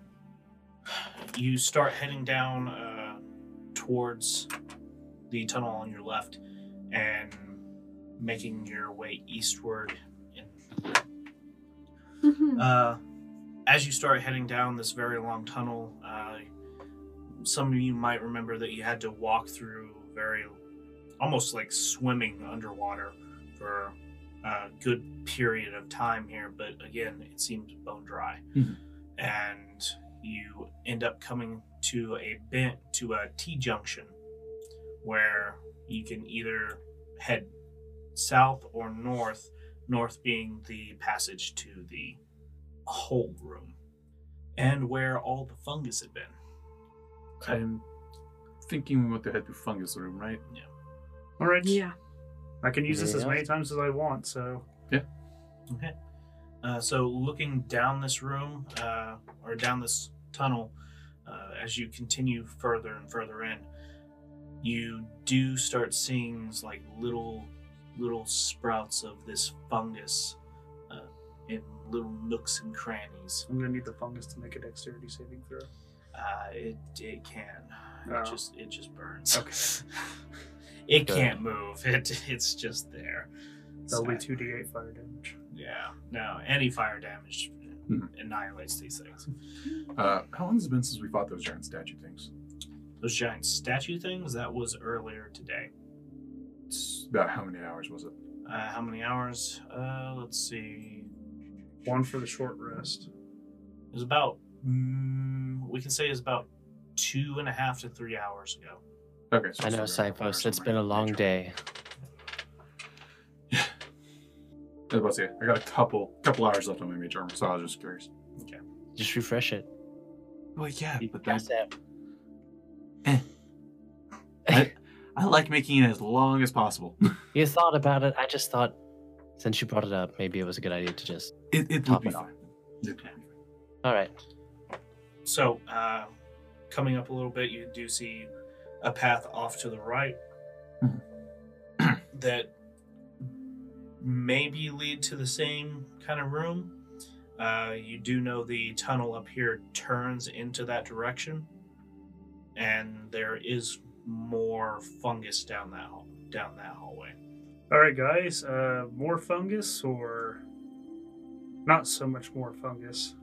you start heading down uh, towards the tunnel on your left and making your way eastward in Mhm. Uh, as you start heading down this very long tunnel, uh, some of you might remember that you had to walk through very, almost like swimming underwater for a good period of time here. But again, it seems bone dry, Mhm. and you end up coming to a bent to a T junction where you can either head south or north. North being the passage to the whole room and where all the fungus had been. I'm thinking we want to head to fungus room, right? All right. yeah. I can use this as Yeah. many times as I want. So Uh, so, looking down this room uh, or down this tunnel, uh, as you continue further and further in, you do start seeing like little, little sprouts of this fungus uh, in little nooks and crannies. I'm gonna need the fungus to make a dexterity saving throw. Uh, it it can. Oh. It just it just burns. Okay. [laughs] It Okay. can't move. It it's just there. That'll be Sad. two d8 fire damage. Yeah. No, any fire damage Hmm. annihilates these things. Uh, how long has it been since we fought those giant statue things? Those Those giant statue things, that was earlier today. It's, About how many hours was it? uh, how many hours? Uh, let's see. One for the short rest. It was about, mm, we can say it's about two and a half to three hours ago. Okay, so I it's know, figuring out a couple Cyphos, hours it's somewhere. been a long Nature. day. I was about to say, I got a couple couple hours left on my mage armor, so I was just curious. Just refresh it. Well, yeah, You but cast that's that. I like making it as long as [laughs] possible. You thought about it. I just thought, since you brought it up, maybe it was a good idea to just. It it would Top be it off. fine. All right. So, uh, coming up a little bit, you do see a path off to the right Mhm. Hmm. that maybe lead to the same kind of room. Uh, you do know the tunnel up here turns into that direction, and there is more fungus down that hall- down that hallway. All right, guys. Uh, more fungus or not so much more fungus?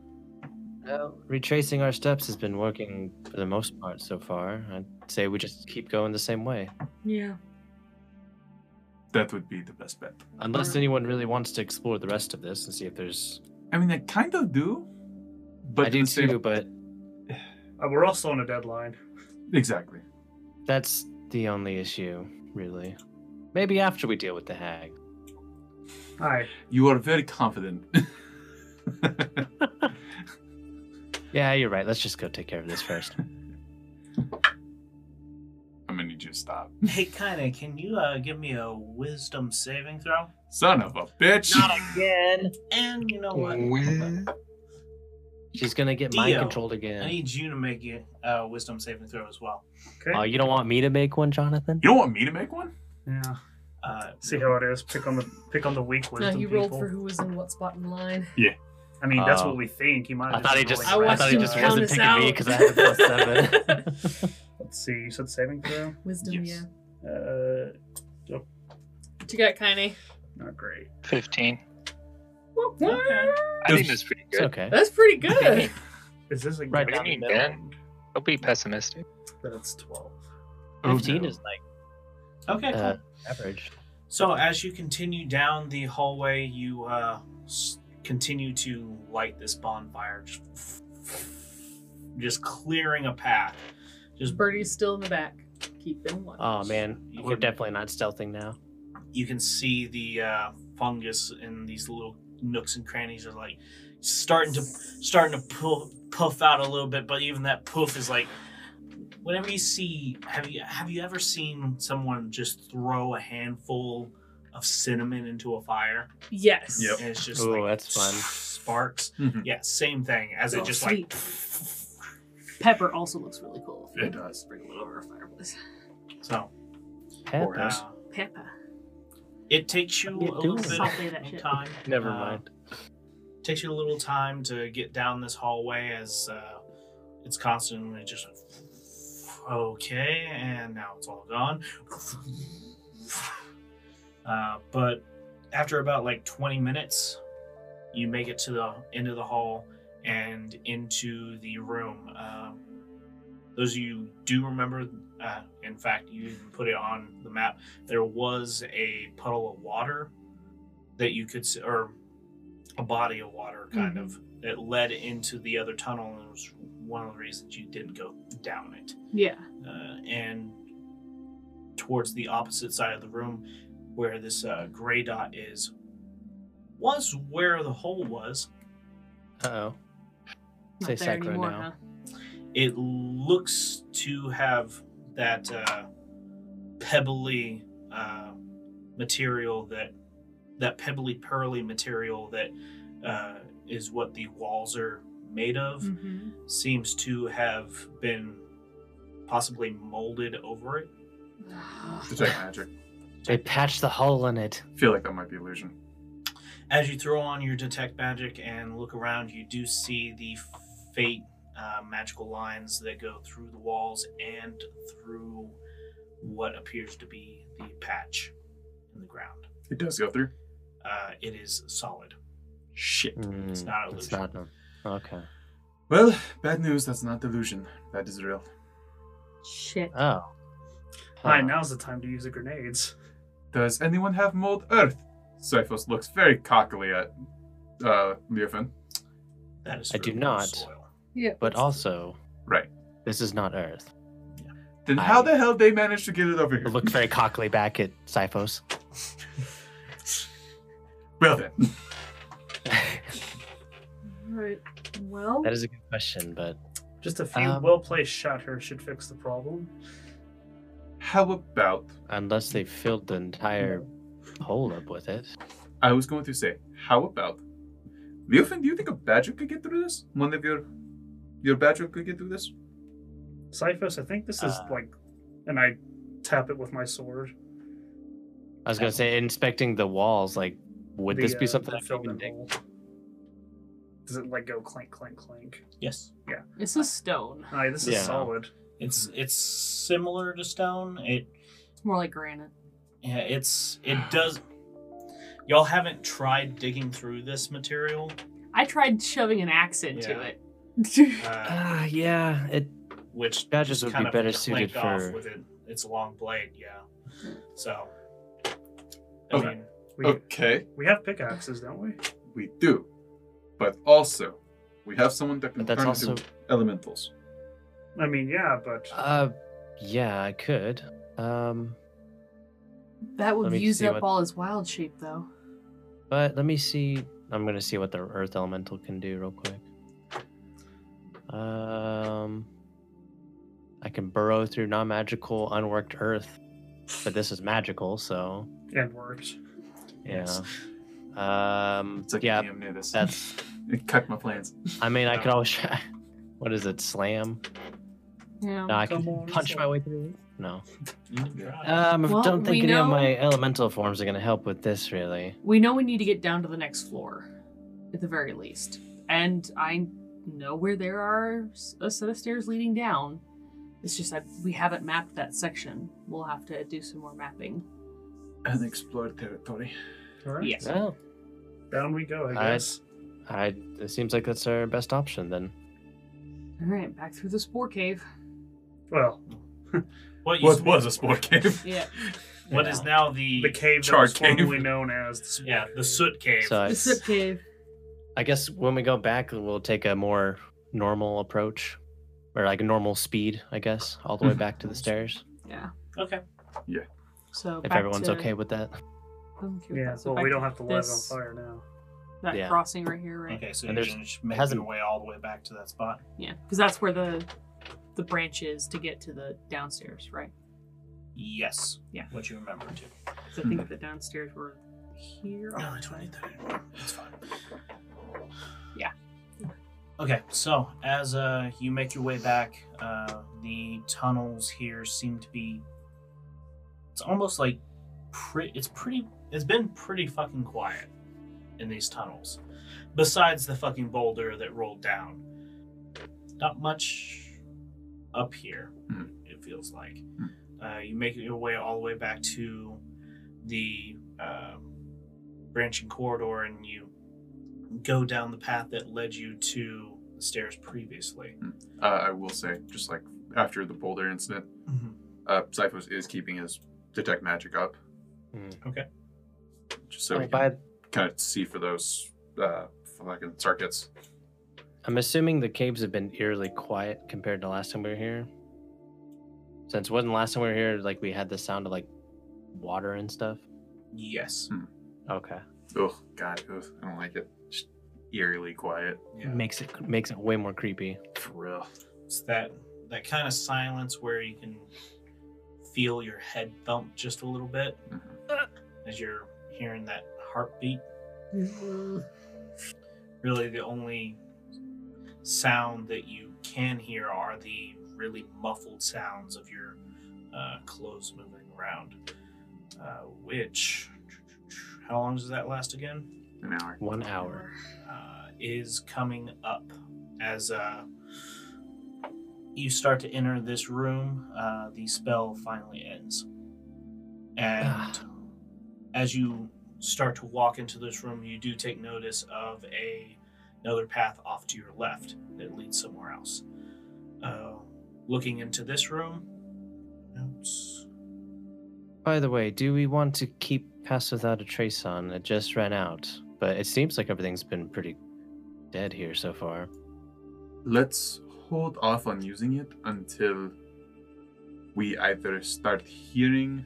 Well, retracing our steps has been working for the most part so far. I'd say we just keep going the same way. Yeah. That would be the best bet. Unless anyone really wants to explore the rest of this and see if there's. I mean, I kind of do, but I at do the same- too, but Uh, we're also on a deadline. Exactly. that's the only issue, really. Maybe after we deal with the hag. Hi. You are very [laughs] confident. Yeah, you're right. Let's just go take care of [laughs] this first. I'm gonna need you to stop. [laughs] Hey, Kina, can you uh, give me a wisdom saving throw? Son of a bitch! Again. And you know what? Win. She's gonna get mind Dio, controlled I again. need you to make a uh, wisdom saving throw as well. Okay. Oh, you don't want me to make one, Jonathan? You don't want me to make one? yeah. Uh, See how it is. Pick on the pick on the weak No, wisdom he people. rolled for who was in what spot in line. I mean, that's Oh. what we think. He might. I have thought he been just. I rolling I watched thought around. he him just count wasn't us picking out. me because I had [laughs] plus seven. [laughs] Let's see. You said saving throw. Wisdom, Yes. Uh, oh, yeah. You got Kaine. not great. 15. Okay. I think that's pretty it's good. okay. That's pretty good. Is this a Right What do you mean, Ben? Don't be pessimistic. That's twelve. Oh, Fifteen no. is like Okay. cool. uh, average. So as you continue down the hallway, you uh, s- continue to light this bonfire, just, just clearing a path. Just Birdie's still in the back. Keep them watch. Oh man, You we're can- definitely not stealthing now. you can see the uh, fungus in these little nooks and crannies are like starting to starting to pull, puff out a little bit, but even that puff is like whenever you see have you have you ever seen someone just throw a handful of cinnamon into a fire? Yes. Yep. And it's just Ooh, like that's fun. Sparks. Mm-hmm. Mhm. Yeah, same thing as Oh, it just like Pepper also looks really cool. It does. Bring a little over a fireplace. so. Pepper. uh, Pepper. it takes you a What are you little doing? bit Salty that of shit. time. Never uh, mind. Takes you a little time to get down this hallway as uh, it's constantly just okay, and now it's all gone. Uh, but after about like 20 minutes, you make it to the end of the hall and into the room. Um, those of you do remember, uh, in fact, you even put it on the map. There was a puddle of water that you could, s- or a body of water, kind of, that led into the other tunnel, and it was one of the reasons you didn't go down it Yeah. uh, and towards the opposite side of the room where this uh, gray dot is was where the hole was Uh oh. Not Say there Cyclo anymore, now. huh? it looks to have that uh, pebbly uh, material that that pebbly pearly material that uh, is what the walls are made of Mhm. seems to have been possibly molded over it Detect magic. They patched the hole in it. feel like that might be illusion. As you throw on your detect magic and look around, you do see the fate uh, magical lines that go through the walls and through what appears to be the patch in the ground. It does go through. Uh, it is solid. Shit. It's Mm, not It's illusion. not. no. Okay. Well, bad news, that's not delusion. That is real. Shit. Oh. Hi, now's the time to use the grenades. Does anyone have mold earth? Siphos looks very cockily at uh, Leofin. That is I do fruitful not. soil. Yeah. But also, Right. this is not Earth. Then how I- the hell they managed to get it over here? Look very cockily back at Siphos. [laughs] Well then, Right. Well, That is a good question, but Just a few Um, well placed shot here should fix the problem. how about unless they filled the entire hole up with it. I was going to say, how about Leofin? Do you think a badger could get through this? One of your your badger could get through this? Siphos, I think this is Uh. like, and I tap it with my sword. I was gonna say inspecting the walls, like would The, this be uh, something the I could filled-in even dig? hole. Does it like go clink, clink, clink? Yes. it's a stone. Aye, this Yeah. is solid. It's it's similar to stone. It It's more like granite. yeah, it's it does. Y'all haven't tried digging through this material. I tried shoving an axe into Yeah. [laughs] it. Uh, Ah, yeah. It which Badges just would be kind of better suited clanked off for- with it. It's a long blade, yeah. So, I Okay. mean, We, Oh. Okay, we have pickaxes, don't we? we do, but also we have someone that can but that's turn also into elementals. I mean, yeah, but uh yeah, I could. Um that Let would me use see up what- all his wild shape, though. but let me see I'm gonna see what the earth elemental can do real quick. Um I can burrow through non magical unworked earth. But this is magical, so it works. yeah. Yes. Um It's like yeah, damn near this. [laughs] that's it cut my plans. I mean I could always try [laughs] what is it, slam? Yeah. No, I Come can on, punch slam. my way through. it. No. you can try. Um, I Well, don't think we any of know- my elemental forms are going to help with this, really. We know we need to get down to the next floor, at the very least. And I know where there are s- a set of stairs leading down. It's just that we haven't mapped that section. We'll have to do some more mapping. Unexplored territory. All right. Yes. Well, Down we go, I Alright. guess. I, it seems like that's our best option then. All right, back through the spore cave. Well, [laughs] what used What to be was the a sport cave? Yeah. What is now the, the cave that Char was cave. formerly known as the Smoke yeah the Cave. soot cave? So I, The sip cave. I guess when we go back, we'll take a more normal approach, or like a normal speed, I guess, all [laughs] the way back to the stairs. Yeah. okay, So If back everyone's to- okay with that. I'm okay with Yeah, that. So well, we back don't to have to light it on this- fire now. That Yeah. crossing right here, right? okay. So And you there's- just make hasn't- your way all the way back to that spot. Yeah, because that's where the the branch is to get to the downstairs, right? Yes. Yeah. What you remember to? 'Cause I Hmm. think the downstairs were here. No, on I the don't side. need that anymore. It's fine. Yeah. Okay, so as uh, you make your way back, uh, the tunnels here seem to be. It's almost like, pre- it's pretty. It's been pretty fucking quiet in these tunnels, besides the fucking boulder that rolled down. Not much up here. Mhm. It feels like. Mhm. Uh, you make your way all the way back to the um, branching corridor and you go down the path that led you to the stairs previously. Uh, I will say, just like after the boulder incident, uh, Siphos is keeping his detect magic up. Mm. Okay. Just so Oh, we by- can kind of see for those uh, fucking circuits. I'm assuming the caves have been eerily quiet compared to last time we were here. Since wasn't last time we were here, like we had the sound of like water and stuff. Yes. Okay. Ugh, God, ugh, I don't like it. Just eerily quiet. Makes it makes it way more creepy. For real. It's that that kind of silence where you can feel your head thump just a little bit Mm-hmm. as you're hearing that heartbeat. Mm-hmm. Really the only sound that you can hear are the really muffled sounds of your uh, clothes moving around. Uh, which how long does that last again? An hour. One hour. uh, is coming up as uh, you start to enter this room. Uh, the spell finally ends, and as you start to walk into this room, you do take notice of a another path off to your left that leads somewhere else. Uh, looking into this room, Notes. By the way, do we want to keep Pass Without a Trace on? It just ran out, but it seems like everything's been pretty dead here so far. Let's hold off on using it until we either start hearing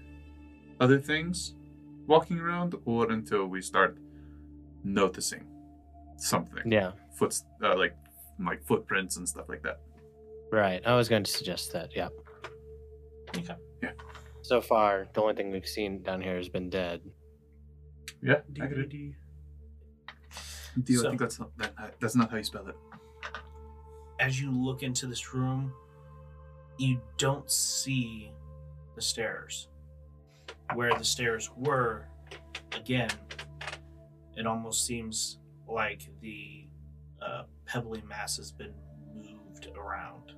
other things walking around or until we start noticing something. Yeah, Foot, uh, like, like footprints and stuff like that. right. I was going to suggest that. Yeah. Okay. Yeah. So far, the only thing we've seen down here has been dead. Yeah, I get it. DVD. Dio, So- I think that's not that, uh, that's not how you spell it. as you look into this room, you don't see the stairs. Where the stairs were, again, it almost seems like the uh, pebbly mass has been moved around.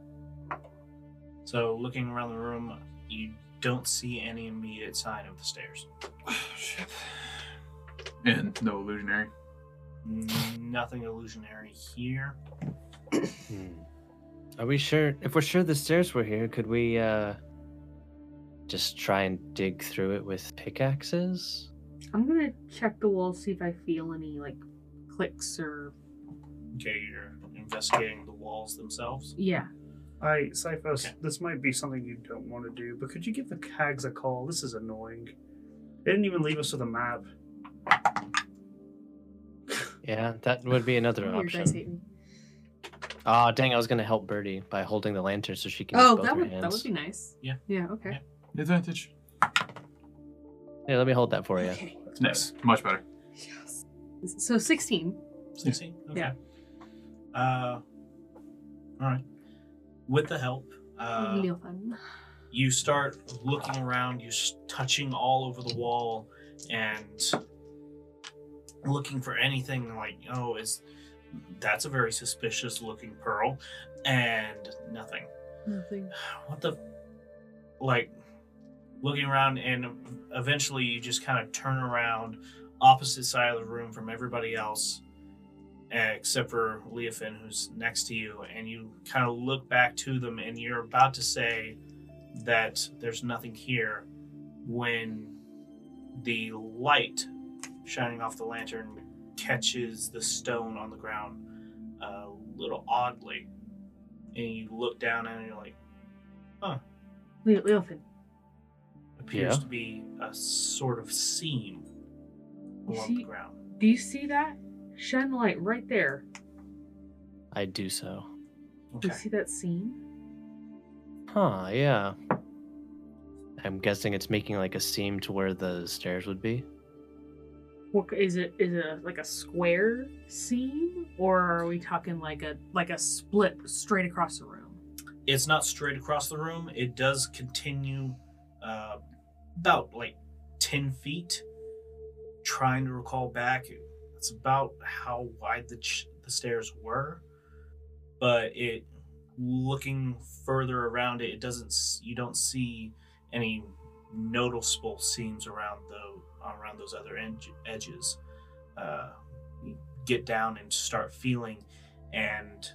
So, looking around the room, you don't see any immediate sign of the stairs. [sighs] Shit. And no illusionary. Nothing illusionary here. Hmm. Are we sure? If we're sure the stairs were here, could we uh just try and dig through it with pickaxes? I'm gonna check the wall, see if I feel any like clicks or Okay, you're investigating the walls themselves. yeah. I, Cyphos, Okay. this might be something you don't want to do, but could you give the CAGs a call? This is annoying. They didn't even leave us with a map. Yeah, that would be another You guys option. hate me. Ah, dang! I was gonna help Birdie by holding the lantern so she can. use Oh, both that her would hands. that would be nice. Yeah. Yeah. Okay. Advantage. Here, let me hold that for you. Okay. Nice. Much better. Yes. So 16. 16? Okay. Yeah. Uh, all right. With the help, uh, Real fun. you start looking around, you s- touching all over the wall and looking for anything like, oh, is that's a very suspicious looking pearl and nothing. Nothing. What the like looking around and eventually you just kind of turn around opposite side of the room from everybody else eh, except for Leofin who's next to you and you kind of look back to them and you're about to say that there's nothing here when the light shining off the lantern catches the stone on the ground a little oddly and you look down and you're like Leo, Leofin. appears Yeah. to be a sort of seam You along the see- ground. Do you see that? Shine the light right there. I do so. Do Okay. you see that seam? Huh? Yeah. I'm guessing it's making like a seam to where the stairs would be. What is it? Is it a, like a square seam, or are we talking like a like a split straight across the room? It's not straight across the room. It does continue uh, about like 10 feet. Trying to recall back, it's about how wide the, ch- the stairs were. But it, looking further around it, it doesn't, s- you don't see any noticeable seams around the around those other edge, edges. Uh, you get down and start feeling, and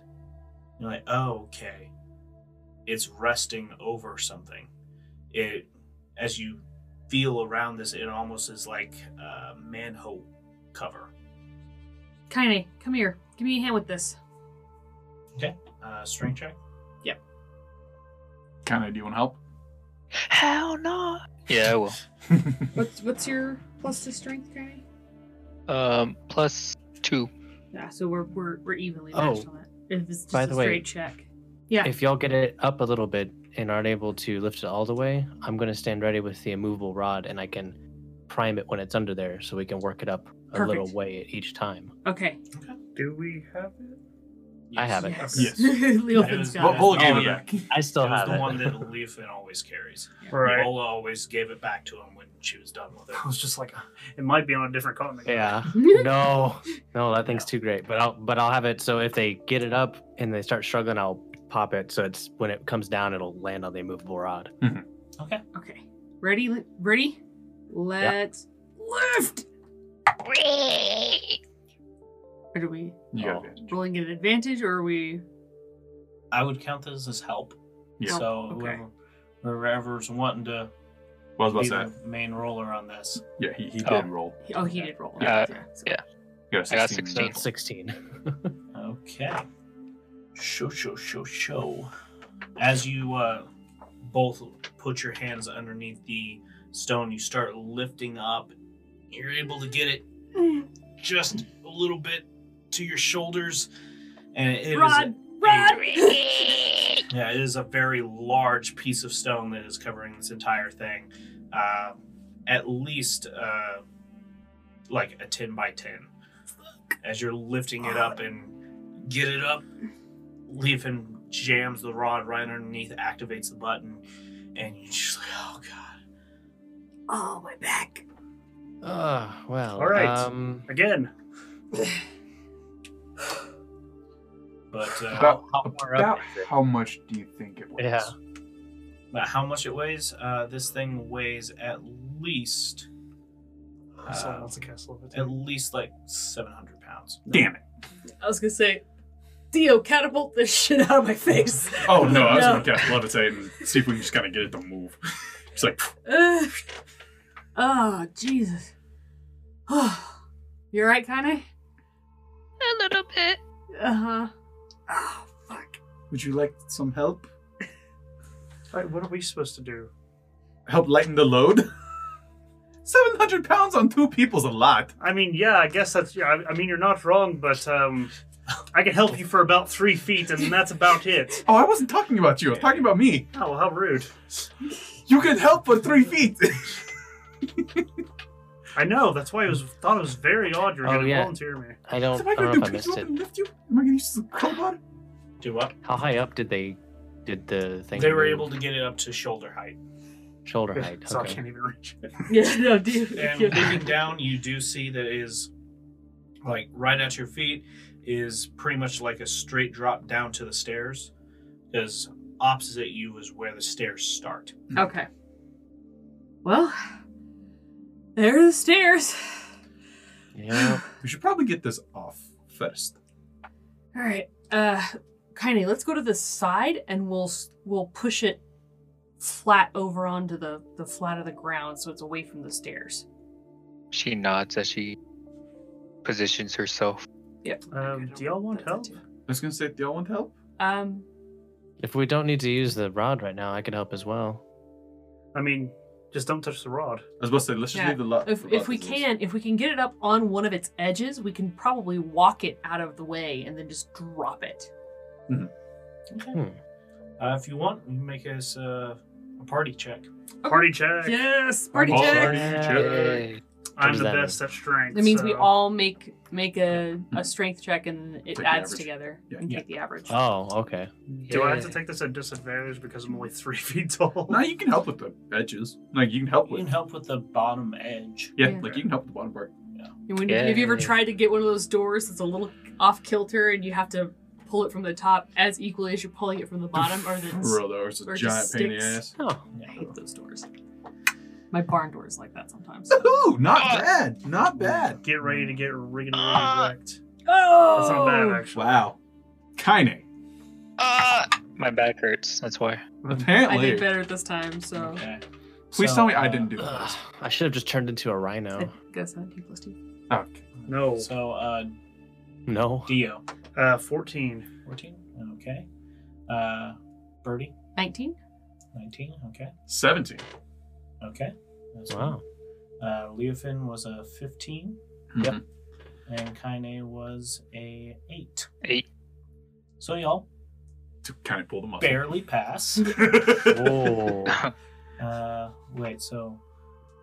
you're like, oh, okay, it's resting over something. It as you feel around this, it almost is like a manhole cover. Kaine, come here. Give me a hand with this. Uh, string check. Kind of. Do you want [laughs] help? Hell no. Yeah, well, What's what's your plus to strength, Kaine? um, plus two. Yeah, so we're we're, we're evenly Oh, matched on that. If it's just by a the way- straight check. Yeah. If y'all get it up a little bit and aren't able to lift it all the way, I'm gonna stand ready with the immovable rod and I can prime it when it's under there so we can work it up a little Perfect. way at each time. okay. Do we have it? I have it. Yes. [laughs] Yes. Leofin's Yes. got Well, it. well- Bola gave Oh, it yeah. back. I still It was have the it. one that Leafin always carries. [laughs] Right. Yola always gave it back to him when she was done with it. I was just like, [laughs] it might be on a different [laughs] continent. [laughs] yeah. No, no, that thing's too great. But I'll but I'll have it so if they get it up and they start struggling, I'll pop it so it's when it comes down it'll land on the immovable rod. Okay. Okay. Ready? Le- Ready? Let's lift. Or do we You got Oh. advantage. rolling at an advantage, or are we? I would count this as help. Yeah. So Okay. whoever whoever's wanting to What was be about to the say? main roller on this. Yeah, he, he Oh. did roll. He- Oh, he did roll. Yeah. so- yeah. He I got 16. So 16. it's 16. Okay. Show, show, show, show. As you uh, both put your hands underneath the stone, you start lifting up. You're able to get it just a little bit to your shoulders, and it is Rod, Rod. yeah, it is a very large piece of stone that is covering this entire thing. Uh, at least uh, like a 10 by 10. As you're lifting it up and get it up, Leafin jams the rod right underneath, activates the button, and you're just like, oh god. [laughs] oh, my back. uh, well, All right. um, Again, But uh, About, how far up about is it? how much do you think it weighs? Yeah. about how much it weighs? Uh, this thing weighs at least someone uh, wants to cast at levitate. least like 700 pounds. Damn it. I was gonna say, Dio, catapult this shit out of my face. Oh no, I was No. gonna cast levitate and see if we can just kind of get it to move. [laughs] It's like Ugh. [laughs] oh, Jesus. [sighs] Oh, you alright, Kane? A little bit. Uh huh. Oh, fuck. Would you like some help? Wait, what are we supposed to do? Help lighten the [laughs] load? 700 pounds on two people's a lot. I mean, yeah, I guess that's. Yeah, I, I mean, you're not wrong, but um, I can help you for about three feet, and that's [laughs] about it. Oh, I wasn't talking about you. I was talking about me. Oh, well, how rude! You can help for three [laughs] feet. I know. That's why I was thought it was very odd you were Oh, going to yeah. volunteer me. I don't, Am I I going don't to know if I pick you missed up it. and lift you? Am I going to use the crowbar? Do what? How high up did they, did the thing? They were move? able to get it up to shoulder [laughs] height. Shoulder [laughs] height. so I okay. can't even reach it. [laughs] Yeah, no, Dio. And Dio- looking down, you do see that it is like right at your feet is pretty much like a straight drop down to the stairs. Because opposite you is where the stairs start. Okay. Well, there are the stairs. Yeah. we should probably get this off first. All right, uh, Kaine, let's go to the side and we'll s- we'll push it flat over onto the the flat of the ground so it's away from the stairs. She nods as she positions herself. Yep. Um, do y'all want help? That's it, too. I was gonna say, do y'all want help? Um, If we don't need to use the rod right now, I could help as well. I mean, just don't touch the rod. I was about to say, let's just Yeah. leave the lot. if the if lot we as is. can, if we can get it up on one of its edges, we can probably walk it out of the way and then just drop it. Hmm. Uh, if you want, you can make us uh, a party check. Party check. Yes, party Oh, check. sorry. Yay. I'm does the that best at strength. That means we so- all make make a, a strength check and it Take the adds average. together Yeah. and take the average. Oh, okay. Do I have to Yeah. take this at disadvantage because I'm only three [laughs] feet tall? No, you can help with the edges. Like you can help You with. can help with the bottom edge. Yeah, Yeah. like you can help with the bottom part. And when- Have you ever Yay. tried to get one of those doors that's a little off kilter and you have to pull it from the top as equally as you're pulling it from the bottom? [laughs] Or For the real though, it's a or giant just pain in the ass. sticks. Oh, I hate those doors. My barn door is like that [laughs] sometimes. Ooh, not bad. Not bad. Get ready to get rigged Ah. wrecked. oh, That's not bad, actually. Wow. Kine. Ah! My back hurts. That's why. I did Apparently. better this time, so Okay. Please So, tell me I uh, didn't do that. ugh. I should have just turned into a I [laughs] rhino. guess I'm two plus two. Okay. No. So, uh, No. Dio, Uh, 14. 14. Okay. Uh, Birdie, Nineteen. 19. Okay. Seventeen. Okay. That's Wow. Uh, Leofin was a 15. Yep. And Kaine was a 8. Eight. So y'all To kind of pull the muscle. barely [laughs] pass. Whoa. Uh, wait, so.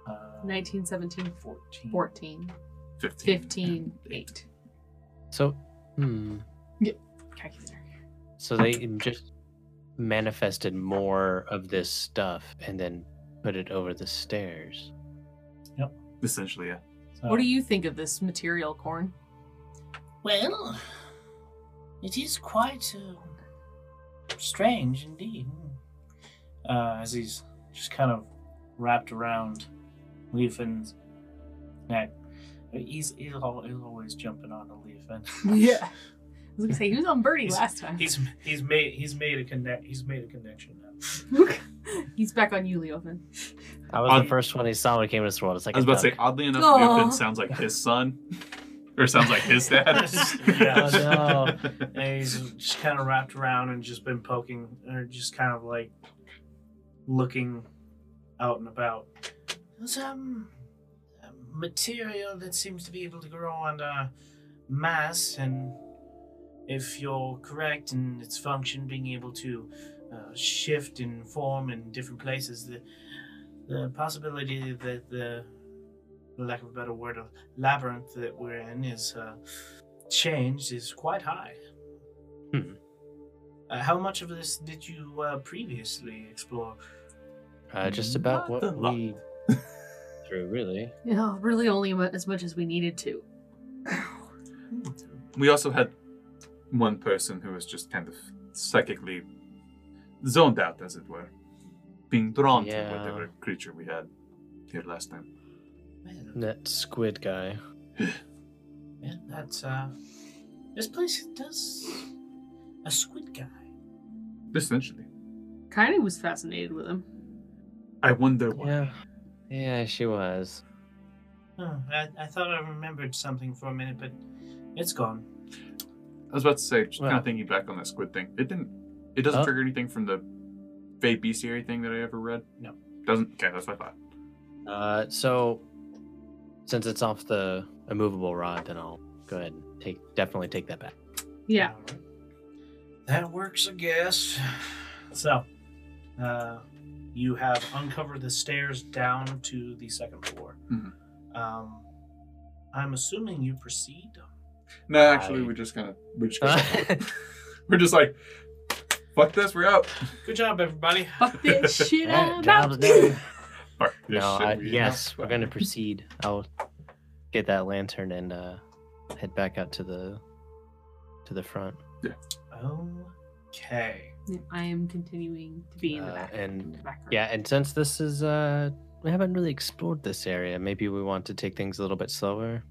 Uh, 19, 17, 14. 14, Fifteen. 15, 8. so, hmm. Calculator. So they just manifested more of this stuff and then put it over the stairs. Essentially, yeah. So- What do you think of this material, Corn? Well, it is quite uh, strange indeed. Uh, as he's just kind of wrapped around Leofin's [laughs] neck. He's, he's, al- he's always jumping on to Leofin. Yeah. was gonna say he was on birdie He's- last time. He's he's made he's made a connect he's made a connection now. [laughs] He's back on you, Leofen. I was On- the first one he saw when he came to this world. It's like I was a about to say, duck. oddly enough, Aw. Leofin sounds like his son, or sounds like his dad. [laughs] Yeah. Oh, And he's just kind of wrapped around and just been poking, or just kind of like looking out and about. There's um, a material that seems to be able to grow on uh, mass, and if you're correct in its function, being able to uh, shift in form in different places, the, the possibility that the, for lack of a better word, of labyrinth that we're in is uh, changed is quite high. Hmm. Uh, how much of this did you uh, previously explore? Uh, just about Not a what lot. we through, really. Yeah, really only mu- as much as we needed to. [laughs] we also had one person who was just kind of psychically zoned out, as it were, being drawn to Yeah. whatever creature we had here last time. Well, That squid guy. yeah, that's uh, this place does a squid guy. Essentially, Kind of was fascinated with him. I wonder why. Yeah. Yeah, she was. Oh, I, I thought I remembered something for a minute, but it's gone. I was about to say, just kind Well- of thinking back on that squid thing. It didn't. It doesn't Huh? trigger anything from the Fey Bestiary thing that I ever read. No. doesn't. Okay, that's what I thought. Uh, so since it's off the immovable rod, then I'll go ahead and take definitely take that back. [laughs] Yeah. All right. That works, I guess. So, uh, you have uncovered the stairs down to the second floor. Mhm. Um, I'm assuming you proceed. No, actually, I- we're just gonna. We're [laughs] just. Gonna, we're just like, fuck this. We're out. Good job, everybody. Fuck this shit Yeah, out. [laughs] job's [laughs] done. Fuck this no, shit, I, we out. yes, we're gonna proceed. I'll get that lantern and uh, head back out to the to the front. Okay. I am continuing to be in the Uh, back. and- in the back room. Yeah, and since this is uh we haven't really explored this area, maybe we want to take things a little bit slower.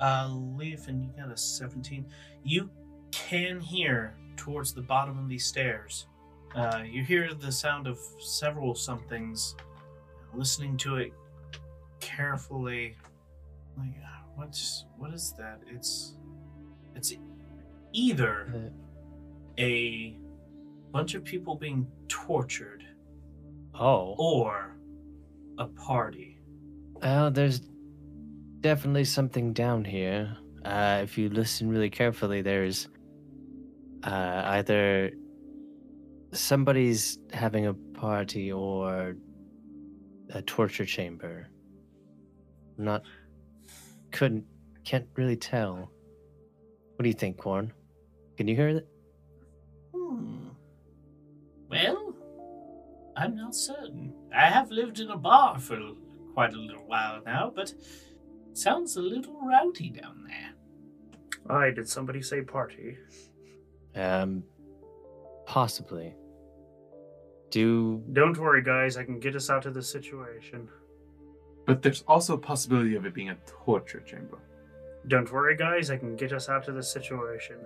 Uh, Leaf, and you got a 17. You can hear towards the bottom of these stairs. Uh, you hear the sound of several somethings. Listening to it carefully, like uh, what's what is that? It's it's either Uh, a bunch of people being tortured oh, or a party. well, there's definitely something down here. Uh, if you listen really carefully, there's uh, either somebody's having a party or a torture chamber. I'm not couldn't can't really tell. What do you think, Corn? Can you hear it? Hmm. Well, I'm not certain. I have lived in a bar for l- quite a little while now, but sounds a little rowdy down there. I did somebody say party? Um, possibly. Do Don't worry, guys. I can get us out of this situation. But there's also a possibility of it being a torture chamber. Don't worry, guys. I can get us out of this situation.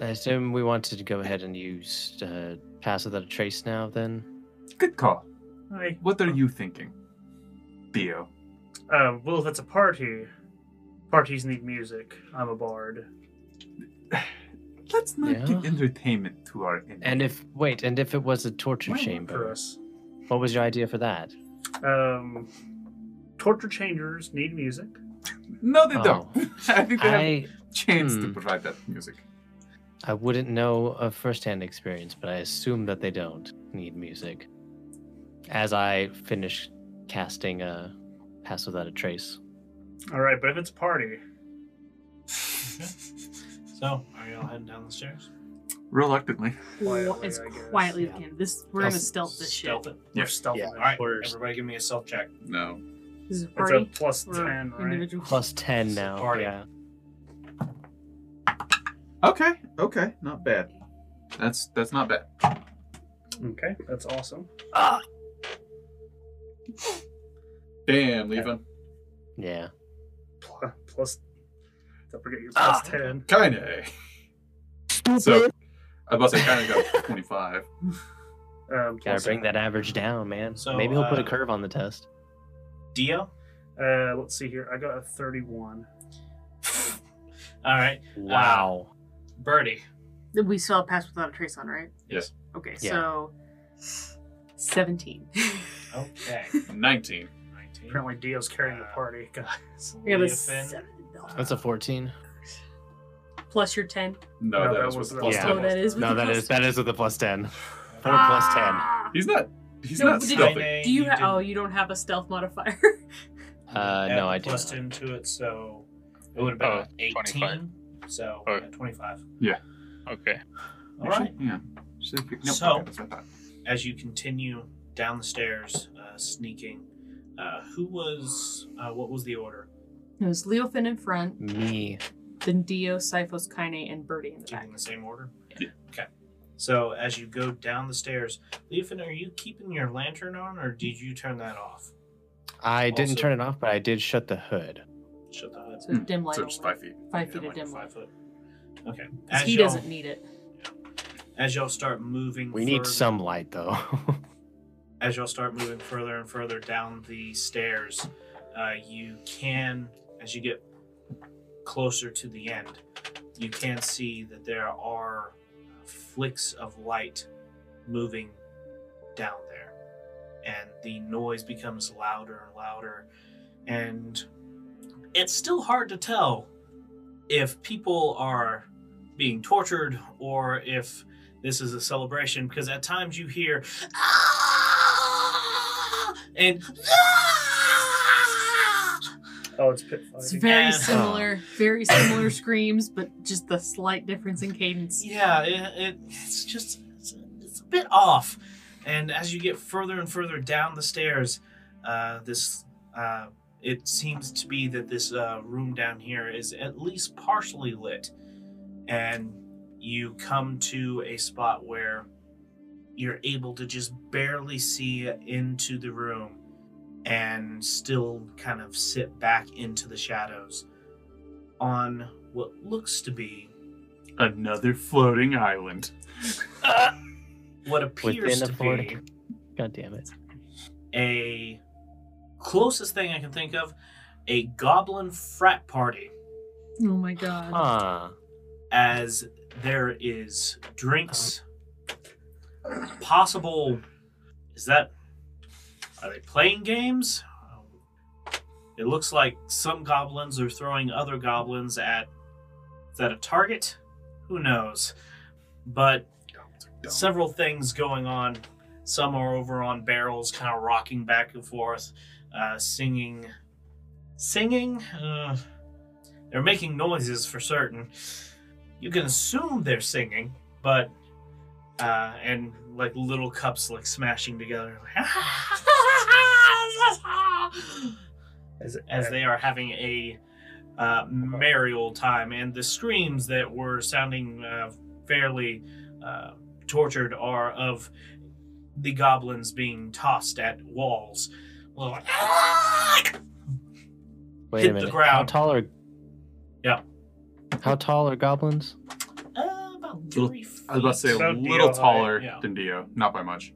I assume we wanted to go ahead and use uh, pass without a trace now? Then Good call. I, What are you thinking, Theo? uh, well, if it's a party, parties need music. I'm a bard. Let's not Yeah. give entertainment to our enemy. and if wait, and if it was a torture Might work for chamber, us. what was your idea for that? Um, torture changers need music. no, they Oh. don't. [laughs] I think they have I a chance to hmm. provide that music. I wouldn't know of firsthand experience, but I assume that they don't need music. As I finish casting a pass without a trace, All right, but if it's a party, so, are y'all heading down the stairs? Reluctantly. Well, as Quietly, I guess. quietly as we Yeah. can. This we're gonna stealth this shit. Stealth it. we're Yeah. stealthy. Yeah. All right, We're- everybody, give me a self check. No. This is a It's a party. plus We're ten, right? individual. plus ten It's a now. party. Yeah, Okay. Okay. Not bad. That's that's not bad. Okay, that's awesome. Damn, Levin. yeah. Pl- Plus, Don't forget your Ah. plus Um, 10. Kinda. So, I was about to say kinda got [laughs] 25. Um, Gotta plus bring nine. that average down, man. So, Maybe he'll put a uh, curve on the test. Dio. [laughs] Uh, let's see here. I got a 31. All right, Wow. Birdie. We still have Pass Without a Trace on, right? Yes. Okay, Yeah. so [laughs] 17. Okay. 19. 19. Apparently, Dio's carrying the Uh, party, guys. I got a Leofin. seven. That's a 14. Plus your 10. No, No, that, was that with was- the plus yeah. 10. Oh, that is with No, the that plus is that is with a [sighs] plus 10. 4 plus [laughs] Ah! He's not. He's No, not did you- stealthy. Dine, Do you, have? didn't Oh, you don't have a stealth modifier. [laughs] Uh, add no, the I do Plus not. 10 to it, so it would have been Oh, an 18. 25. So Oh. yeah, 25. Okay. All right. Yeah. So, So- As you continue down the stairs, uh, sneaking, uh, who was? Uh, what was the order? it was Leofin in front, Me. then Dio, Siphos, Kaine, and Birdie in the Do you back. think the same order? Yeah. Okay. So as you go down the stairs, Leofin, are you keeping your lantern on, or did you turn that off? I didn't Also- turn it off, but I did shut the hood. Shut the hood. So it's dim light. Hmm. So just only. five feet. Five Yeah, feet of like dim light. Five foot. Okay. 'Cause he y'all- doesn't need it. As y'all start moving, We need further- some light, though. [laughs] as y'all start moving further and further down the stairs, uh, you can, as you get closer to the end, you can see that there are flicks of light moving down there. And the noise becomes louder and louder. And it's still hard to tell if people are being tortured or if this is a celebration because at times you hear "Ah!" and "Ah!" Oh, it's pit It's fighting. very And- [laughs] similar, very similar screams, but just the slight difference in cadence. yeah it, it, it's just it's, it's a bit off and as you get further and further down the stairs uh, this uh, it seems to be that this uh, room down here is at least partially lit and you come to a spot where you're able to just barely see into the room and still kind of sit back into the shadows on what looks to be Another floating island. what appears Within a to be forty- God damn it. a closest thing I can think of a goblin frat party Oh my god. Huh. as there is drinks possible is that are they playing games Um, it looks like some goblins are throwing other goblins at is that a target who knows but several things going on. Some are over on barrels, kind of rocking back and forth, uh, singing, singing. Uh, they're making noises for certain. You can assume they're singing, but uh, and like little cups like smashing together As, [laughs] as they are having a uh, merry old time, and the screams that were sounding uh, fairly uh, tortured are of the goblins being tossed at walls. [laughs] ah, Well, Wait Hit a the minute. How ground. tall are. Yeah. How tall are goblins? uh, about Little- three feet. I was about to say a So little Dio, taller yeah. than Dio. Not by much.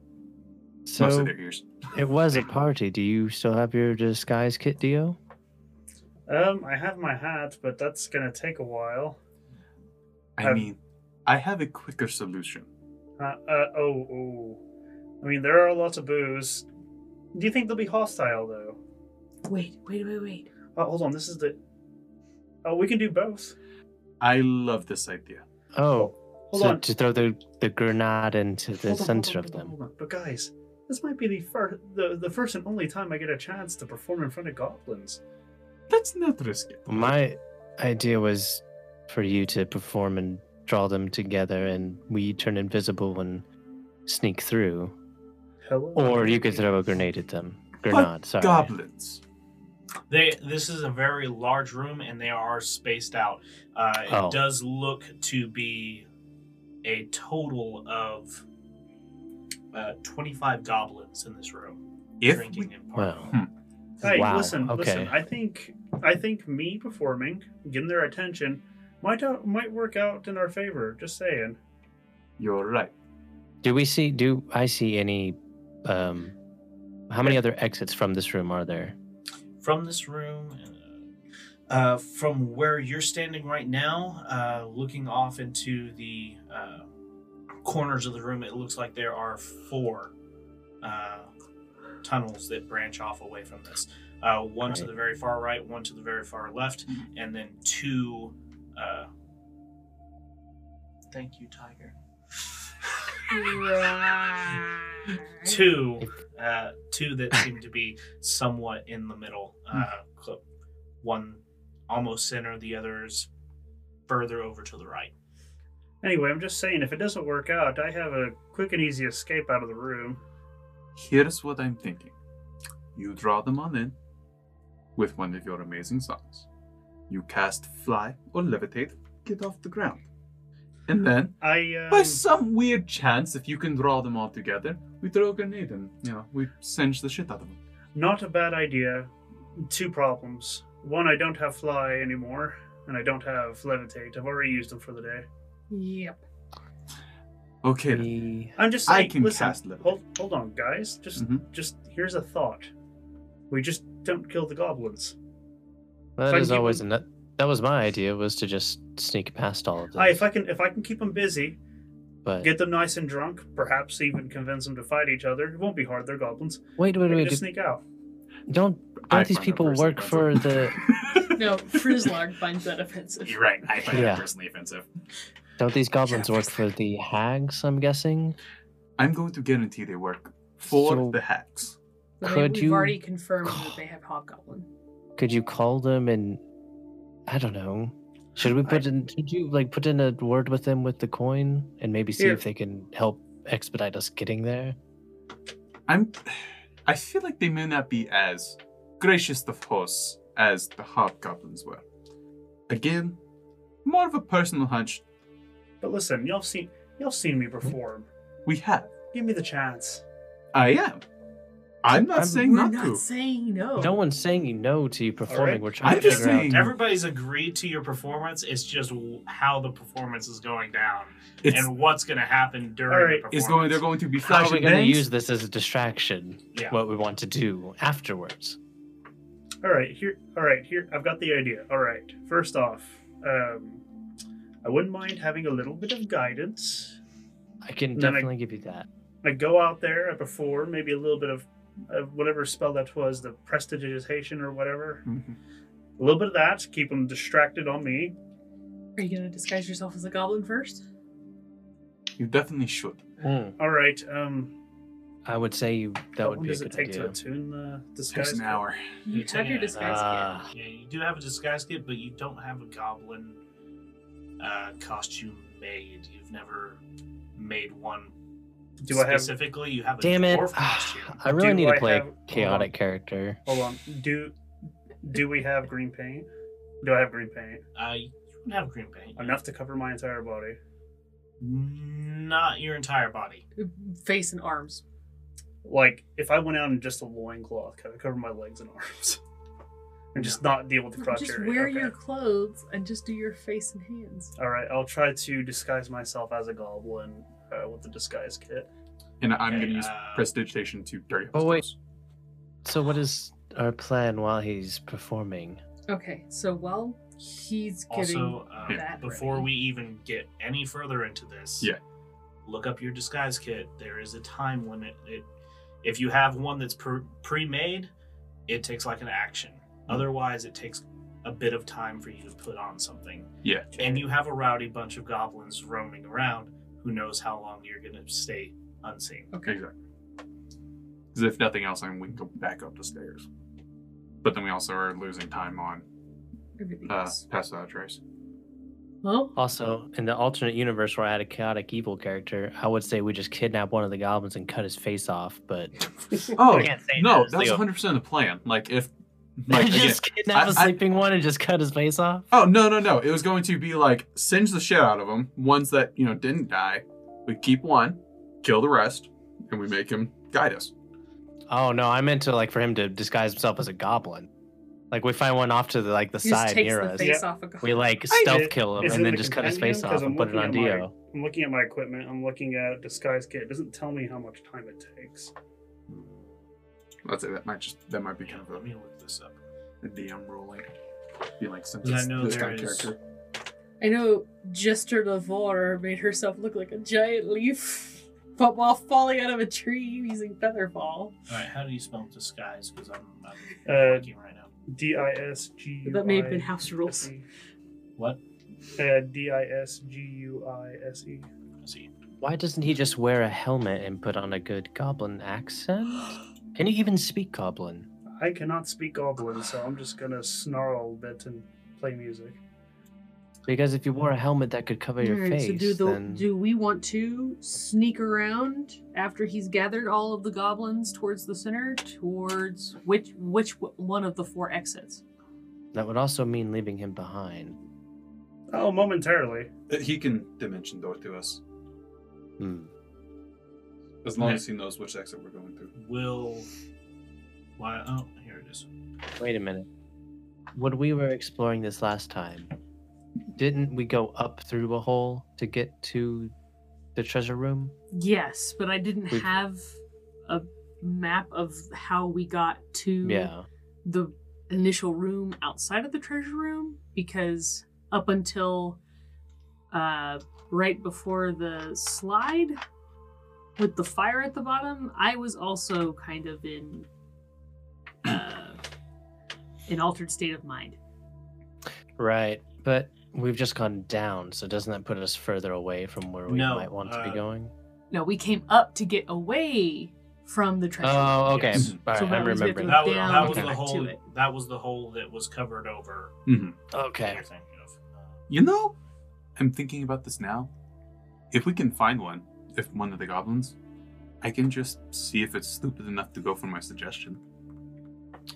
Mostly So their ears. it was a party. Do you still have your disguise kit, Dio? um, I have my hat, but that's going to take a while. I Have- mean, I have a quicker solution. Uh, uh, oh, oh. I mean, there are lots of boos. Do you think they'll be hostile, though? Wait, wait, wait, wait. [laughs] Oh, hold on. This is the. Oh, we can do both. I love this idea. Oh, Hold so on. to throw the, the grenade into the Hold on, center hold of on, them. hold on, hold on. But guys, this might be the first, the, the first and only time I get a chance to perform in front of goblins. Let's not risk it. My idea was for you to perform and draw them together, and we turn invisible and sneak through. Hello. Or you could throw a grenade at them. Grenade, sorry. Goblins. They, this is a very large room, and they are spaced out. Uh, it Oh. does look to be a total of uh, 25 goblins in this room. If drinking and partying. Well, Hey, Wow, listen, okay. listen. I think I think me performing, getting their attention, might out, might work out in our favor. Just saying. You're right. Do we see? Do I see any? Um, how many other exits from this room are there? from this room, uh, uh, from where you're standing right now, uh, looking off into the uh, corners of the room, it looks like there are four uh, tunnels that branch off away from this. Uh, one to Right. the very far right, one to the very far left, and then two. Uh, thank you, Tiger. two uh, two that seem to be somewhat in the middle Hmm. uh, cl- one almost center the others further over to the right Anyway, I'm just saying if it doesn't work out, I have a quick and easy escape out of the room. Here's what I'm thinking. You draw them on in with one of your amazing songs. You cast fly or levitate, get off the ground. And then, I um, by some weird chance, if you can draw them all together, we throw a grenade and, you know, we singe the shit out of them. not a bad idea. Two problems. One, I don't have fly anymore, and I don't have levitate. I've already used them for the day. Yep. Okay, then. We- I'm just I saying, can listen, cast levitate. Hold, hold on, guys. Just, Mhm. just here's a thought. We just don't kill the goblins. Well, I that is give always an, that was my idea was to just sneak past all of this. I, if I can, if I can keep them busy, but get them nice and drunk, perhaps even convince them to fight each other. It won't be hard. They're goblins. wait, wait, They wait! just did- sneak out. Don't I don't find these that people personally work for the? [laughs] offensive. No, Frizzlarg finds that offensive. You're right. I find Yeah. that personally offensive. Don't these goblins work for the hags? I'm guessing. I'm going to guarantee they work for So- the hacks. But they- Could We've you- already confirmed that they have hobgoblin. Could you call them and I don't know? Should we put in? Should you like put in a word with them with the coin and maybe see Here. if they can help expedite us getting there? I'm. [sighs] I feel like they may not be as gracious of hosts as the hobgoblins were. Again, more of a personal hunch. But listen, y'all seen, y'all seen Hmm? me perform. We have. Give me the chance. I am. I'm not I'm- saying We're not, not, to. saying no. No one's saying you no to you performing. Oh. right. We're trying I'm to just figure saying- out. everybody's agreed to your performance it's just w- how the performance is going down it's and what's going to happen during All the right. performance it's going. They're going to be How are we flashing going to bangs. use this as a distraction? Yeah. What we want to do afterwards? All right, here. All right, here. I've got the idea. All right. First off, um, I wouldn't mind having a little bit of guidance. I can Then I- definitely give you that. I go out there. I perform. Maybe a little bit of, of whatever spell that was, the prestidigitation or whatever. Mhm. A little bit of that. Keep them distracted on me. Are you gonna disguise yourself as a goblin first? You definitely should. All right. Um, I would say you, that Hmm. How would long be a does good it take to idea. attune the disguise? Takes an hour. You It's have your an- disguise Ah. yeah you do have a disguise kit but you don't have a goblin uh, costume made you've never made one Do I have? specifically you have a Damn it! dwarf [sighs] costume I really Do need I to play have- hold on. a chaotic character. Hold on. Do do we have green paint? Do I have green paint Uh, you don't have green paint. enough to cover my entire body? Not your entire body. kit. Face and arms. Like if I went out in just a loincloth, could I cover my legs and arms, [laughs] and just not deal with the crotch Just area? wear Okay. your clothes and just do your face and hands. All right, I'll try to disguise myself as a goblin uh, with the disguise kit. And I'm Okay, going to use uh, prestidigitation to dirty. Oh, wait. hospitals. So, what is our plan while he's performing? Okay, so while he's getting Also, um, that before ready. we even get any further into this, Yeah. look up your disguise kit. There is a time limit. It, if you have one that's per, pre-made, it takes like an action. Hmm. Otherwise, it takes a bit of time for you to put on something. Yeah. And you have a rowdy bunch of goblins roaming around. Who knows how long you're going to stay unseen? Okay. Exactly. Because if nothing else, I mean, we can go back up the stairs. But then we also are losing time on everything uh, else. passage race. Well, Also, in the alternate universe where I had a chaotic evil character, I would say we just kidnap one of the goblins and cut his face off. But [laughs] Oh, I can't say No, that. It's that's legal. 100% the plan. Like, if. Like, again, just kidnap I- a I- sleeping one and just cut his face off. oh, no, no, no. It was going to be like singe the shit out of them. Ones that, you know, didn't die. We keep one, kill the rest, and we make him guide us. Oh no, I meant to like for him to disguise himself as a goblin. Like we find one off to the like the He just side takes near the us. face off a guy. We like I stealth did. kill him Is and it then the just cut his companion? face 'Cause off I'm and put it on looking at my- Dio. I'm looking at my equipment. I'm looking at disguise kit. It doesn't tell me how much time it takes. Let's say that might just that might be Yeah, kind let of me look this up. a DM ruling. Be like since Because I it's know this there kind of is- character. I know Jester Lavore made herself look like a giant leaf, but while falling out of a tree using feather fall. All right, how do you spell disguise? Because I'm, I'm Uh, looking right now. D I S E. G. That may have been house rules. What? Uh, D I S G U I S E. Let's see. Why doesn't he just wear a helmet and put on a good goblin accent? Can he even speak goblin? I cannot speak Goblin, so I'm just gonna snarl a bit and play music. Because if you wore a helmet that could cover your Alright, face, so do, the, then do we want to sneak around after he's gathered all of the goblins towards the center, towards which which w- one of the four exits? that would also mean leaving him behind. Oh, momentarily. Uh, He can dimension door to us Hmm. as long Okay. as he knows which exit we're going through. Will. Why? Oh, here it is. Wait a minute. When we were exploring this last time, didn't we go up through a hole to get to the treasure room? Yes, but I didn't We've- have a map of how we got to Yeah. the initial room outside of the treasure room because up until uh, right before the slide with the fire at the bottom, I was also kind of in uh, an altered state of mind. Right. But we've just gone down, so doesn't that put us further away from where we No, might want to uh, be going? No, we came up to get away from the treasure. room. Oh, okay. yes. All right, So that I'm means we have remembering. to That was, Down, that was okay. the back to hole. it. That was the hole that was covered over. Okay. You're thinking of. Uh, You know, I'm thinking about this now. If we can find one, if one of the goblins, I can just see if it's stupid enough to go for my suggestion.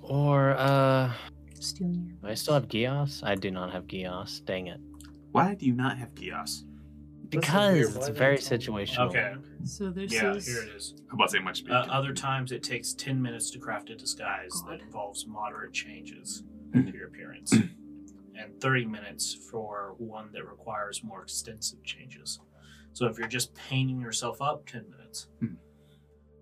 Or uh Stealing your do I still have Gios? I do not have Gios. Dang it. Why do you not have chaos? Because why it's did very I tell you? situational. Okay. So this yeah, is here it is. I'm about to say much. Uh, other times, it takes 10 minutes to craft a disguise God. that involves moderate changes Mhm. to your appearance, and 30 minutes for one that requires more extensive changes. So if you're just painting yourself up, 10 minutes. Mhm.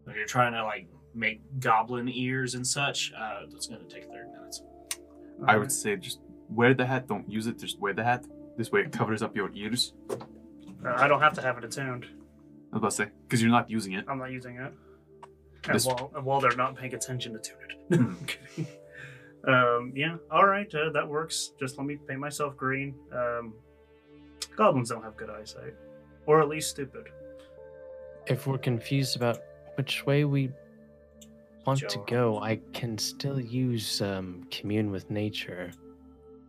If you're trying to like make goblin ears and such, uh, that's going to take 30 minutes. Uh, I would say just wear the hat. Don't use it. Just wear the hat. This way, it covers up your ears. Uh, I don't have to have it attuned. I was about to say because you're not using it. I'm not using it. And This- while, and while they're not paying attention to tune it. [laughs] I'm kidding. Um, yeah, all right, uh, that works. Just let me paint myself green. Um, goblins don't have good eyesight, or at least stupid. If we're confused about which way we want to Joe. go, I can still use um commune with nature.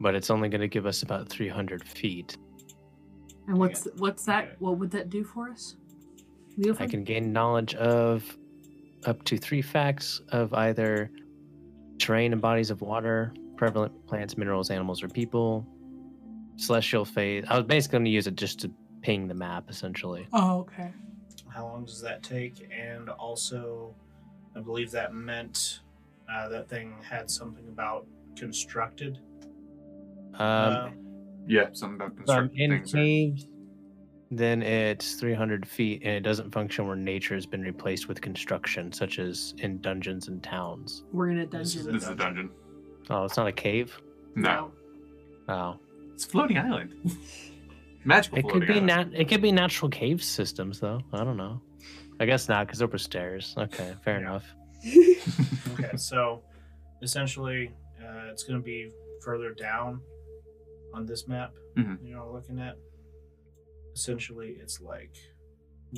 But it's only gonna give us about three hundred feet. and what's what's that? Okay. What would that do for us? I Leofen? can gain knowledge of up to three facts of either terrain and bodies of water, prevalent plants, minerals, animals, or people, celestial phase. I was basically going to use it just to ping the map, essentially. Oh, okay. How long does that take? And also, I believe that meant uh, that thing had something about constructed. Um, Uh, Yeah, something about if I'm constructing in things. Or, caves, then it's 300 feet, and it doesn't function where nature has been replaced with construction, such as in dungeons and towns. We're in a This is dungeon. this is a dungeon. Oh, it's not a cave. No, Oh, it's a floating island. Magical. It could floating be island. nat- it could be natural cave systems though. I don't know. I guess not because over stairs. Okay, fair enough. Okay, so essentially, uh, it's going to be further down on this map. Mhm. You know, looking at. Essentially, it's like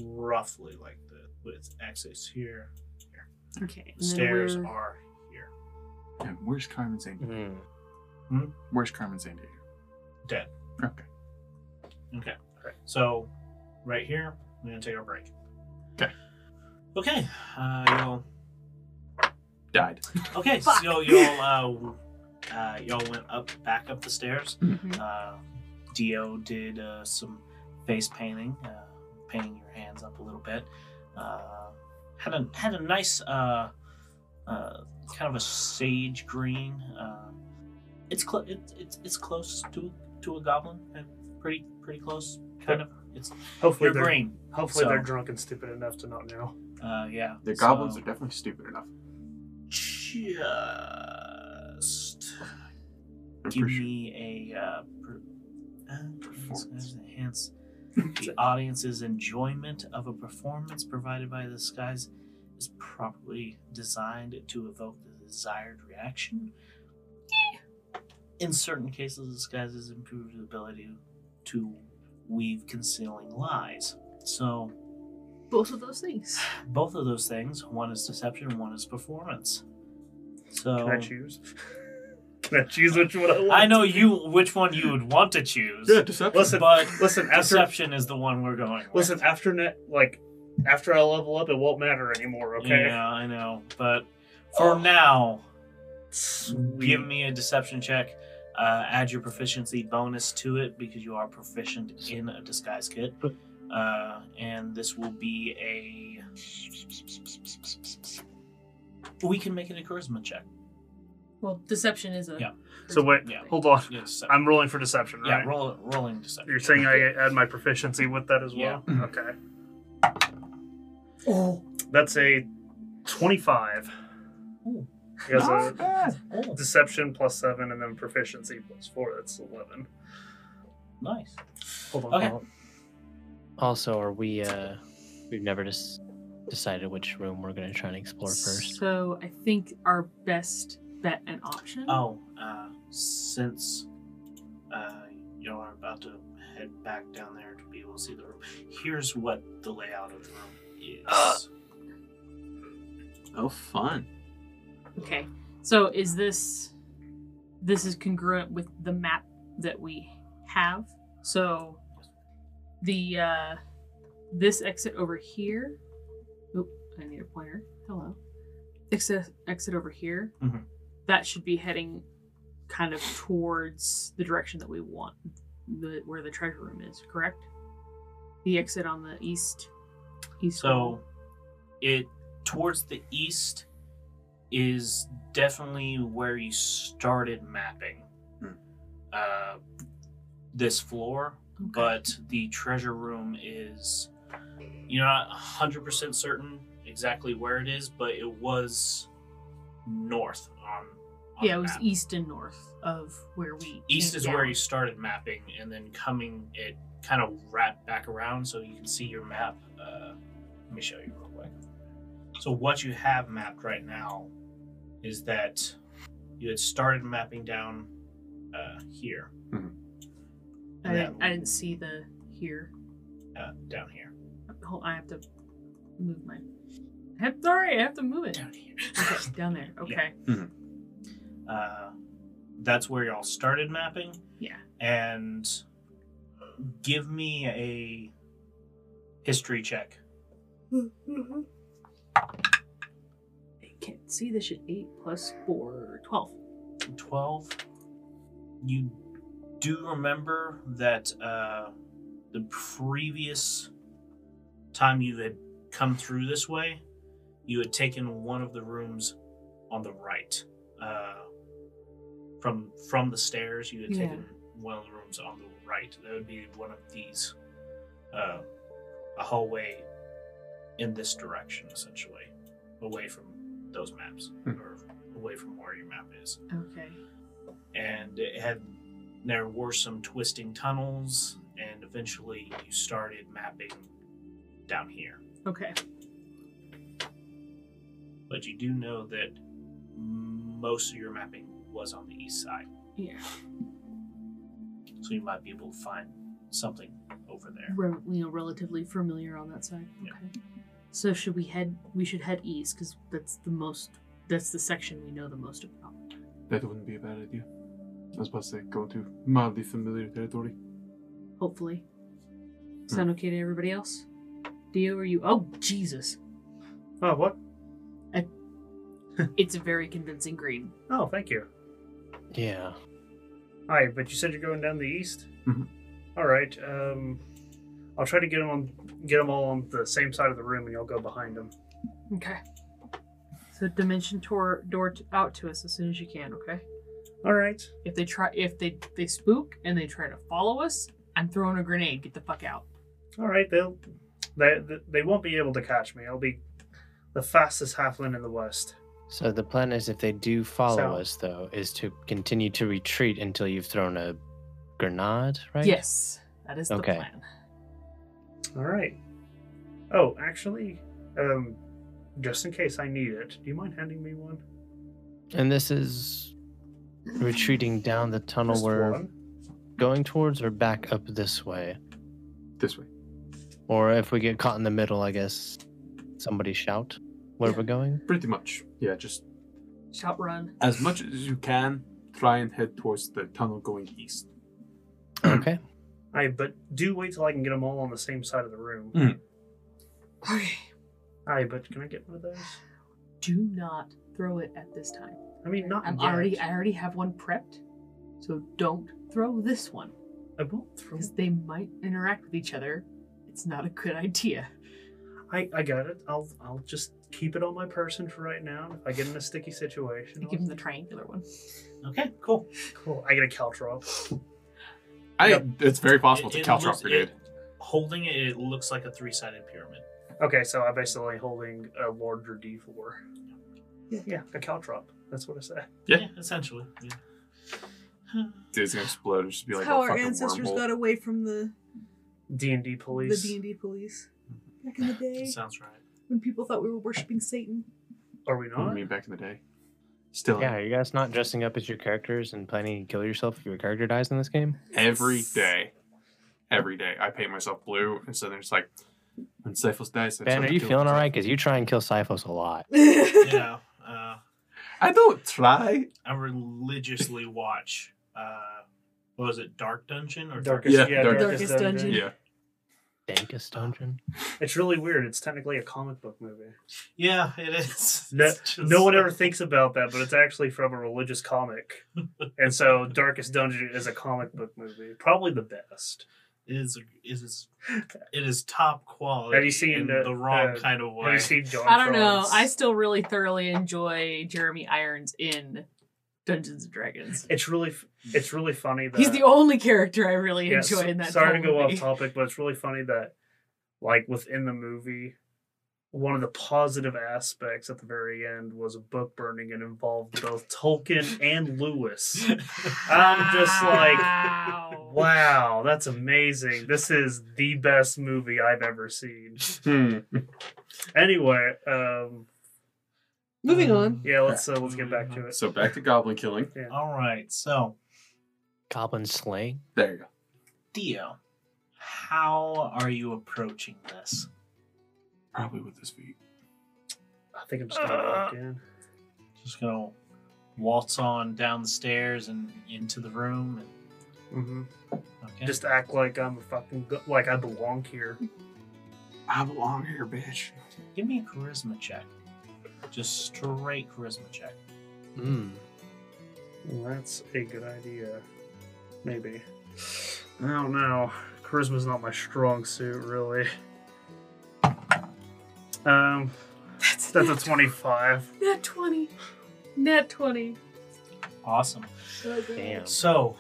roughly like the with access here. Okay. and then Stairs we're- are here. [laughs] Yeah, where's Carmen Saint? Mm-hmm. Where's Carmen Saint? Dead. Okay. Okay. So, right here, we're going to take our break. Okay. Okay. Uh, y'all. Died. Okay. Fuck. So y'all, uh, w- uh, y'all went up back up the stairs. Mhm. Uh, Dio did uh, some face painting, uh, painting your hands up a little bit. Uh, had a had a nice uh, uh, kind of a sage green, uh, It's clo- it, it's it's close to to a goblin. and Pretty pretty close. Kind of. It's Hopefully your they're brain. hopefully so- they're drunk and stupid enough to not know. Uh, yeah. The goblins so- are definitely stupid enough. just I'm give pretty sure. me a uh, per, uh, enhance the audience's enjoyment of a performance provided by the skies is properly designed to evoke the desired reaction. In certain cases, disguises improve the ability to weave concealing lies. So, Both of those things. both of those things one is deception, one is performance. So, Can I choose? [laughs] Can I choose which one I want? I know you which one you would want to choose. Yeah, deception. Listen, But listen, after deception is the one we're going. With. listen, after net like after I level up it won't matter anymore, okay? Oh. Yeah, I know. But for now, Sweet. give me a deception check. Uh, add your proficiency bonus to it because you are proficient in a disguise kit. Uh, and this will be a. We can make it a charisma check. Well, deception is a. Yeah. So wait, Yeah. Oh. hold on. Yeah, decept- I'm rolling for deception, yeah, right? roll, rolling deception. You're saying I add my proficiency with that as well? Yeah. Okay. Oh, That's a 25. Ooh. Because of bad. Oh, deception plus 7 and then proficiency plus 4. That's 11. nice. Hold on. Okay. hold on. Also, are we? uh We've never just decided which room we're gonna try and explore first. So I think our best bet and option. Oh, uh, since uh, y'all are about to head back down there to be able to see the room, here's what the layout of the room is. Uh. Oh, [gasps] fun. Okay. So is this this is congruent with the map that we have? So the uh this exit over here. Oop, I need a pointer. Hello. Exit exit over here. Mhm. That should be heading kind of towards the direction that we want, the where the treasure room is, correct? The exit on the east east so, wall. it towards the east is definitely where you started mapping Hmm. uh, this floor, Okay. but the treasure room is you're not 100% certain exactly where it is but it was north on, on yeah, the it was map. east and north of where we east came is where down. you started mapping and then coming it kind of wrapped back around so you can see your map uh, let me show you real quick so what you have mapped right now is that you had started mapping down uh, here I, didn't, I Yeah. didn't see the here. uh, down here Hold, I have to move my. I have, sorry, I have to move it. down here Okay, down there. Okay. uh, that's where y'all started mapping Yeah. and give me a history check. I can't see this shit. Eight plus four, twelve. 12. You do remember that uh, the previous time you had come through this way, you had taken one of the rooms on the right. Uh, from from the stairs, you had Yeah. taken one of the rooms on the right. That would be one of these, uh, a hallway in this direction, essentially, away from those maps or away from where your map is Okay. and it had there were some twisting tunnels and eventually you started mapping down here Okay. but you do know that most of your mapping was on the east side Yeah. so you might be able to find something over there Re- you know, relatively familiar on that side. Yeah. Okay. So should we head? We should head east because that's the most. That's the section we know the most about. That wouldn't be a bad idea. I was about to say, go into mildly familiar territory. Hopefully. Hmm. Sound okay to everybody else? Dio, are you? Oh Jesus! Oh, what? It's a very convincing green. Oh, thank you. Yeah. Hi, but you said you're going down the east? Mhm. Mm-hmm. All right. Um, I'll try to get them, on, get 'em all on the same side of the room and y'all go behind them. Okay. So dimension tor- door t- out to us as soon as you can, okay? All right. If they try, if they they spook and they try to follow us, I'm throwing a grenade. Get the fuck out. All right. They'll they they won't be able to catch me. I'll be the fastest halfling in the west. So the plan is, if they do follow So- us, though, is to continue to retreat until you've thrown a grenade, right? Yes, that is the Okay. [laughs] plan. All right. Oh, actually, um, just in case I need it, do you mind handing me one? And this is retreating down the tunnel Just we're one? going towards, or back up this way, This way. or if we get caught in the middle, I guess somebody shout where Yeah. we're going. [clears throat] Pretty much. Yeah, just Shout run. as much as you can, try and head towards the tunnel going east. okay. I but do wait till I can get them all on the same side of the room. Mm. Okay. Aye, but can I get one of those? Do not throw it at this time. I mean, not I'm yet. already I already have one prepped, so don't throw this one I won't throw. because they might interact with each other. It's not a good idea. I I got it. I'll I'll just keep it on my person for right now. If I get in a sticky situation, You I'll- give them the triangular one. Okay, cool. cool. I get a caltrop. I. Yep. It's very possible It- to it catch looks- up grenade. it- holding it, it looks like a three-sided pyramid. Okay, so I'm basically holding a larger D4. Yeah, yeah, a caltrop. That's what I said. Yeah. essentially. Yeah. It's gonna explode. It'll just be like That's how a our fucking ancestors wormhole. got away from the D and D police. the D and D police back [laughs] in the day Sounds right. [laughs] when people thought we were worshiping Satan. [laughs] Are we I not? mean, back in the day. Still, Yeah, are you guys not dressing up as your characters and planning to kill yourself if your character dies in this game? every day, every day, I paint myself blue, and so then it's like, when Cyphos dies, I Ben, try are to you kill feeling all myself. right? Because you try and kill Siphos a lot. Yeah. Uh, I don't try. I religiously watch. Uh, what was it? Dark Dungeon or Darkest, Yeah, yeah, dark- darkest, Darkest dungeon. Dungeon. Yeah, Dankest dungeon. It's really weird. It's technically a comic book movie. Yeah, it is. [laughs] No, It's just- no [laughs] one ever thinks about that, but it's actually from a religious comic. and so Darkest Dungeon is a comic book movie. Probably the best. It is. It is. It is top quality. Have you seen, in uh, the wrong uh, kind of Have way? you seen John [laughs] I don't know. Frost's- I still really thoroughly enjoy Jeremy Irons in Dungeons and Dragons. It's really, f- it's really funny that He's the only character I really Yeah, enjoy so- in that. Sorry to whole go movie. [laughs] off topic, but it's really funny that, like, within the movie, one of the positive aspects at the very end was a book burning and involved both Tolkien and [laughs] Lewis. I'm just like, Wow. wow, that's amazing. This is the best movie I've ever seen. Hmm. Anyway, um, Moving Um, on. yeah, let's uh, let's get back to it. So back to goblin killing. All right. So, Goblin slaying. There you go. Theo, how are you approaching this? Probably with his feet. I think I'm just gonna walk Uh. in. Just gonna waltz on down the stairs and into the room. hmm And, okay. Just act like I'm a fucking go- like I belong here. I belong here, bitch. give me a charisma check. Just straight charisma check. Mm. That's a good idea. Maybe. I don't know. Charisma's not my strong suit, really. Um, That's, that's a nat, 25. nat 20. Nat 20. Awesome. So good. Damn. So,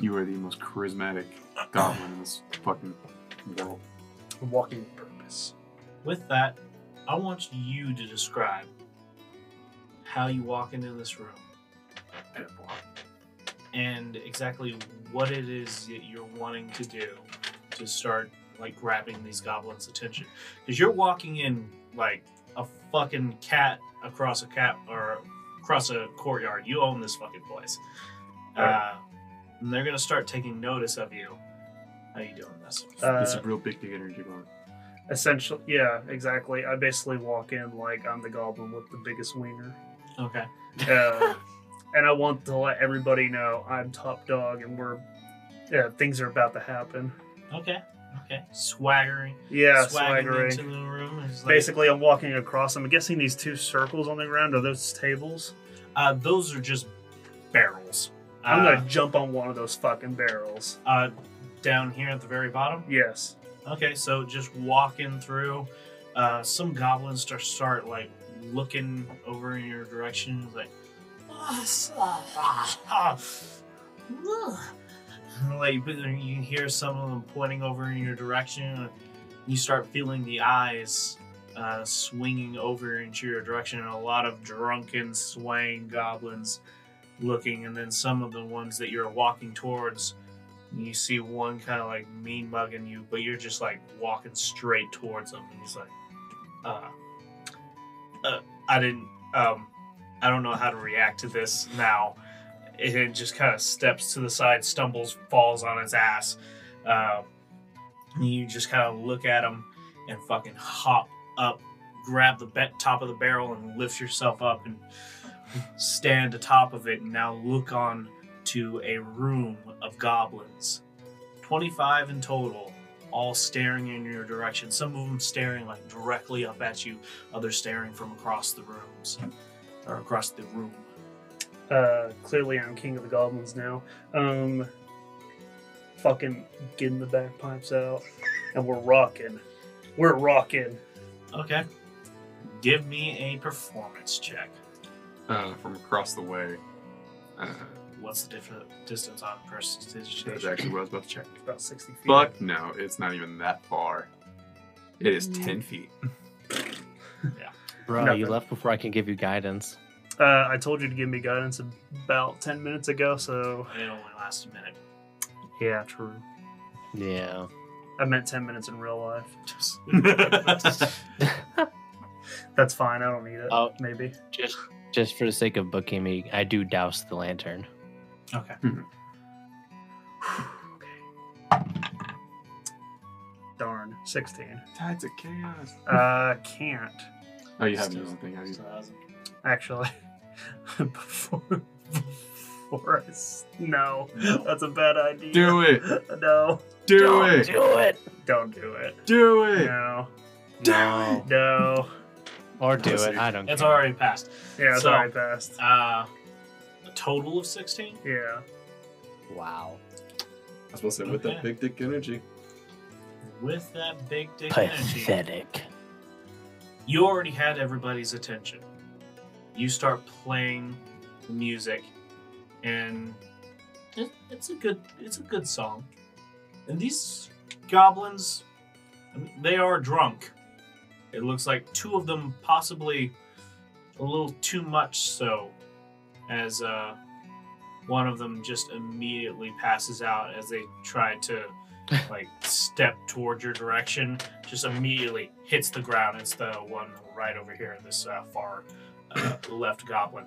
You are the most charismatic goblin in this fucking world. Walking with purpose. with that, I want you to describe how you walk into this room Uh, and exactly what it is that you're wanting to do to start like grabbing these goblins' attention. Because you're walking in like a fucking cat across a cat or across a courtyard. You own this fucking place, uh, and they're gonna start taking notice of you. How you doing this? This Uh, is real big dick energy going. essentially, yeah, exactly. I basically walk in like I'm the goblin with the biggest wiener. Okay. [laughs] Uh, and I want to let everybody know I'm top dog and we're, yeah, things are about to happen. Okay. Okay. Swaggering. Yeah, swaggering, swaggering. into the room. It's like- Basically, I'm walking across. I'm guessing these two circles on the ground are those tables. uh, those are just barrels. I'm uh, gonna jump on one of those fucking barrels. uh, down here at the very bottom. Yes. Okay, so just walking through, uh, some goblins start start like [laughs] looking over in your direction, like, like but then you can hear some of them pointing over in your direction. and You start feeling the eyes uh, swinging over into your direction. and A lot of drunken, swaying goblins looking, and then some of the ones that you're walking towards. You see one kind of like mean mugging you, but you're just like walking straight towards him, and he's like, uh, uh, "I didn't. Um, I don't know how to react to this now." it just kind of steps to the side, stumbles, falls on its ass. Uh, you just kind of look at him and fucking hop up, grab the be- top of the barrel, and lift yourself up and stand atop of it. And now look on to a room of goblins, 25 in total, all staring in your direction. Some of them staring like directly up at you, others staring from across the rooms or across the room. Uh, clearly, I'm king of the goblins now. Um, fucking getting the bagpipes out, and we're rocking. We're rocking. Okay. Give me a performance check. uh, from across the way. Uh, What's the different distance on that's prestidigitation? actually what I was about to check. About sixty feet. Fuck no, it's not even that far. It is 10 feet. Bro, you Nothing. left before I can give you guidance. Uh, I told you to give me guidance about ten minutes ago, so It only lasts a [laughs] minute. yeah, true. Yeah. I meant ten minutes in real life. Just- That's fine. I don't need it. Oh. Maybe. Just just for the sake of bookkeeping, I do douse the lantern. okay. Hmm, Darn. Sixteen. Tides of chaos. Uh, can't Oh, you haven't used the thing, have you? Still hasn't. actually. [laughs] before, before I s- no, No. that's a bad idea. Do it! [laughs] No, Do it! do it. don't do it. Do it! No, No. no. Or do Pussy. it. I don't It's care. already passed. Yeah, it's So- already passed. Uh, a total of 16? Yeah. Wow. I was supposed to say, with that Okay. big dick energy. With that big dick energy, Pathetic. you already had everybody's attention. You start playing the music, and it, it's a good it's a good song. And these goblins, I mean, they are drunk. It looks like two of them possibly a little too much so, as uh, one of them just immediately passes out as they try to like step toward your direction. Just immediately hits the ground. It's the one right over here, this uh, far uh, left goblin.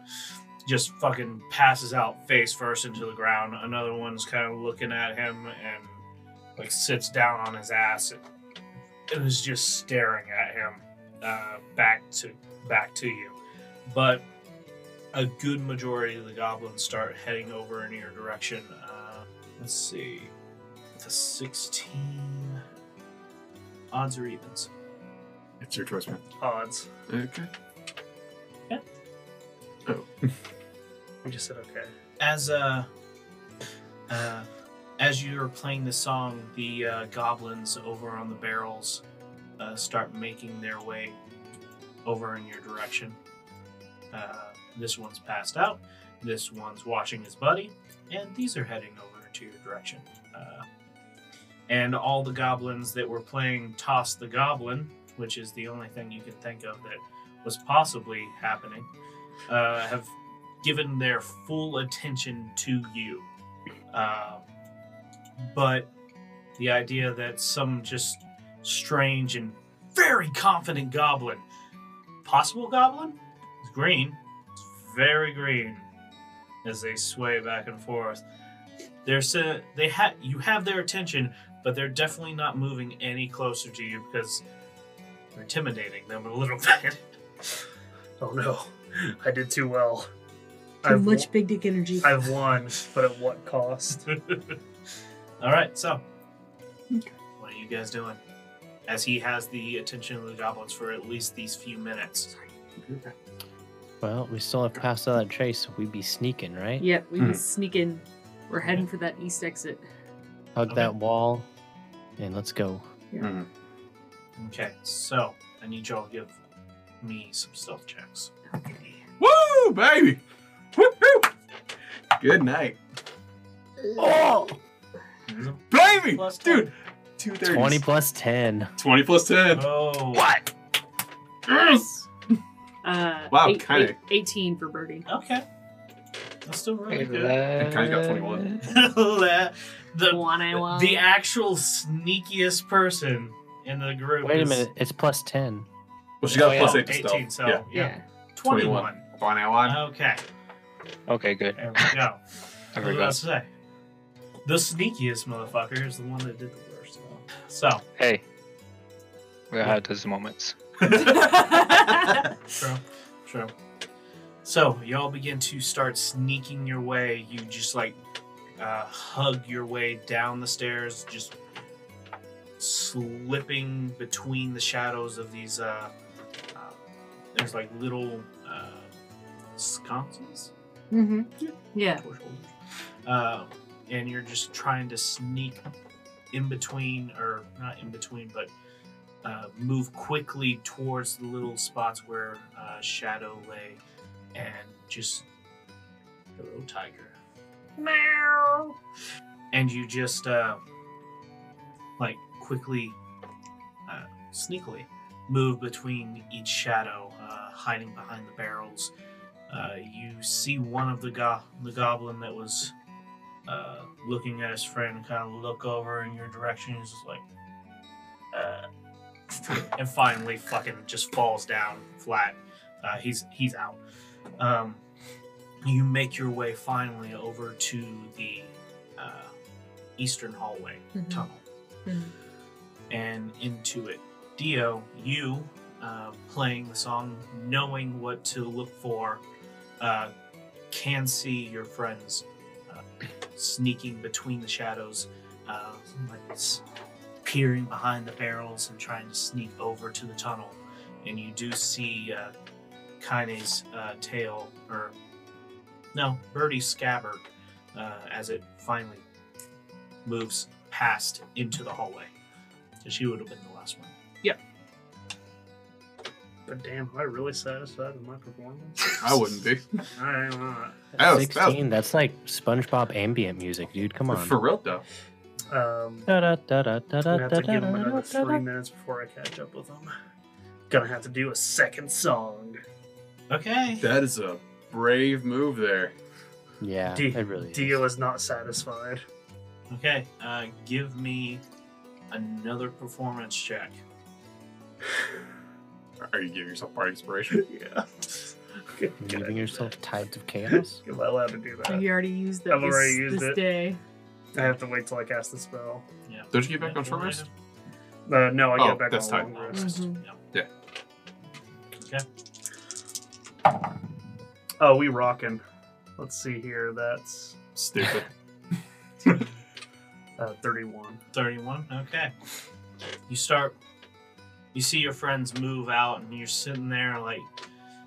Just fucking passes out face first into the ground. Another one's kind of looking at him and like sits down on his ass and, and is just staring at him uh, back to back to you. But a good majority of the goblins start heading over in your direction. Uh, let's see, the sixteen odds or evens. It's your choice, man. Odds. Okay. I just said okay. as uh, uh, as you're playing the song, the uh, goblins over on the barrels uh, start making their way over in your direction. Uh, this one's passed out. This one's watching his buddy, and these are heading over to your direction. Uh, and all the goblins that were playing toss the goblin, which is the only thing you can think of that was possibly happening, uh, have given their full attention to you. Uh, but the idea that some just strange and very confident goblin, possible goblin, it's green, it's very green, as they sway back and forth. They're se- they ha- you have their attention, but they're definitely not moving any closer to you because you're intimidating them a little [laughs] bit. Oh no, I did too well. Too I've, much big dick energy. I've won, but at what cost? All right, so what are you guys doing? As he has the attention of the goblins for at least these few minutes. Well, we still have passed out that trace. so We'd be sneaking, right? Yep, we Hmm. can Mhm. sneak in. We're heading for that east exit. Hug Okay. that wall, and let's go. Okay, so I need y'all to give me some stealth checks. Okay. Woo, baby! Woo! Good night. Oh! Uh, Baby! Plus Dude! Two thirty. 20 plus 10. 20 plus 10. Oh. What? Yes! Uh, Wow, eight- kinda. eight- 18 for Birdie. Okay. That's still really good. Eleven. Kai's got 21. [laughs] the, the One I want. the actual sneakiest person in the group. Wait a is minute. It's plus 10. Well, she got Oh, a yeah. plus 8 to 18, stealth. so Yeah. yeah. yeah. 21. 21. Okay. Okay, good. There we go. I What was forgot. I about to say? The sneakiest motherfucker is the one that did the worst. So, Hey, we all have those moments. [laughs] [laughs] Uh, [laughs] true, true. So, y'all begin to start sneaking your way. You just like uh, hug your way down the stairs, just slipping between the shadows of these. Uh, uh, there's like little uh, sconces. Mm-hmm. yeah. Uh, and you're just trying to sneak in between, or not in between, but uh, move quickly towards the little spots where uh, Shadow lay, and just hello, tiger. Meow. And you just uh, like quickly, uh, sneakily move between each shadow, uh, hiding behind the barrels. Uh, you see one of the go- the goblin that was uh, looking at his friend kind of look over in your direction. He's just like, uh, and finally, fucking just falls down flat. Uh, he's he's out. Um, you make your way finally over to the uh, eastern hallway Mhm. tunnel Mhm. and into it. Dio, you uh, playing the song, knowing what to look for, uh, can see your friends uh, sneaking between the shadows, uh, like s- peering behind the barrels and trying to sneak over to the tunnel. And you do see uh, Kaine's uh, tail, or no, Birdie's scabbard, uh, as it finally moves past into the hallway. Because she would have been the last one. But damn, am I really satisfied with my [laughs] performance? I wouldn't be. I am not. That was, that 16. That's like SpongeBob ambient music, dude. Come was on. for real, though. Um, Da, da, da, da, I da, have da, to give them da, another da, da. three minutes before I catch up with them. Gonna have to do a second song. Okay. That is a brave move there. Yeah, D- it really Dio is. is not satisfied. Okay. Uh, give me another performance check. Are you giving yourself part inspiration? Yeah. [laughs] Good, good. You're Giving yourself tides of [laughs] chaos. Am I allowed to do Have that? you already used that I've this, already used this it. day? I have to wait till I cast the spell. Yeah. Don't you get back on short rest? Uh, no, I Oh, get back that's on tight. long Long rest. rest. Mhm. Yeah. Yeah. Okay. Oh, we rocking. Let's see here. That's [laughs] Stupid. uh, 31. 31. Okay. You start. You see your friends move out, and you're sitting there like,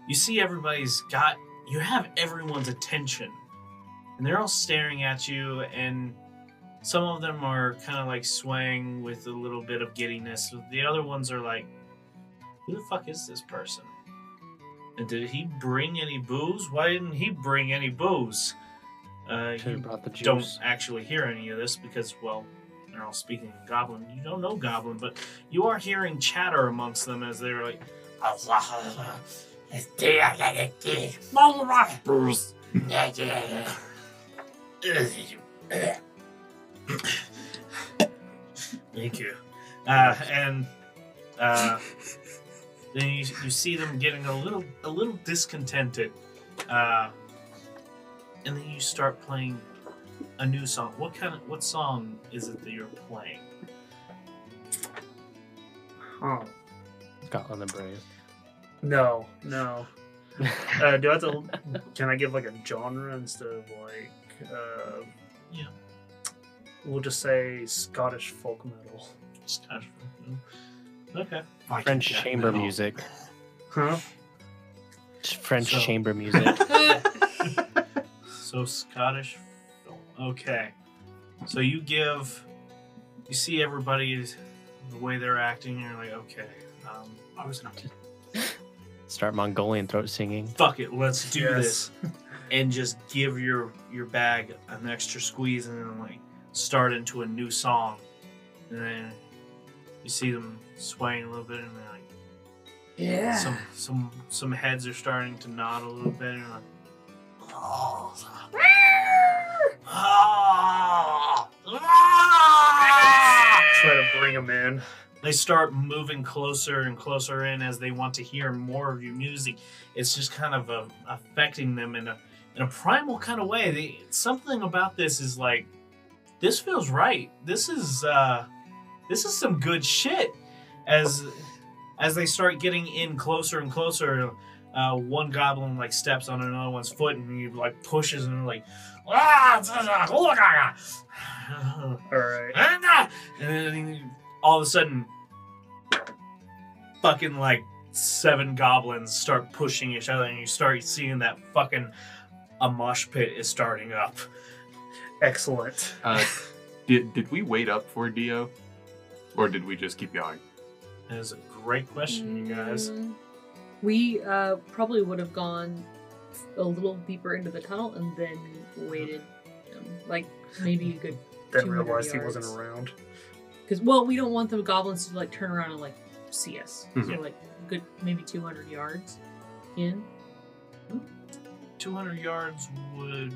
you see everybody's got. You have everyone's attention, and they're all staring at you, and some of them are kind of like swaying with a little bit of giddiness. The other ones are like, "Who the fuck is this person? And did he bring any booze? Why didn't he bring any booze?" Uh, Should've you brought the juice. don't actually hear any of this because, well, they're all speaking in Goblin. You don't know Goblin, but you are hearing chatter amongst them as they're like, Thank you. Uh, and uh, then you, you see them getting a little a little discontented, uh, and then you start playing a new song. What kind of what song is it that you're playing? Huh. Scotland the Brave. No, no. Uh, do I have [laughs] to? Can I give like a genre instead of like? Uh, Yeah. We'll just say Scottish folk metal. Just kind of- okay. French chamber metal. music. Huh? French So- chamber music. So Scottish film. Okay. So you give, you see everybody's the way they're acting. You're like, okay, um, I was not. Start Mongolian throat singing. Fuck it, let's do Yes. this. and just give your your bag an extra squeeze and then like start into a new song and then you see them swaying a little bit and they're like Yeah. some some some heads are starting to nod a little bit and you're like oh, ah, ah." Try to bring him in. they start moving closer and closer in as they want to hear more of your music. It's just kind of uh affecting them in a in a primal kind of way. They, something about this is like, this feels right. This is uh, this is some good shit. As as they start getting in closer and closer, uh, one goblin like steps on another one's foot and he like pushes and they're like, [sighs] ah, All right. and, uh, and then he- all of a sudden, fucking like seven goblins start pushing each other, and you start seeing that fucking a mosh pit is starting up. Excellent. [laughs] Uh, did did we wait up for Dio, or did we just keep going? That is a great [laughs] question, you guys. Mm, We uh, probably would have gone a little deeper into the tunnel and then waited, um, like maybe a good Then 200 realized he yards. wasn't around. because well, we don't want the goblins to like turn around and like see us. So Mhm. Mm-hmm. like good maybe 200 yards in. 200 yards would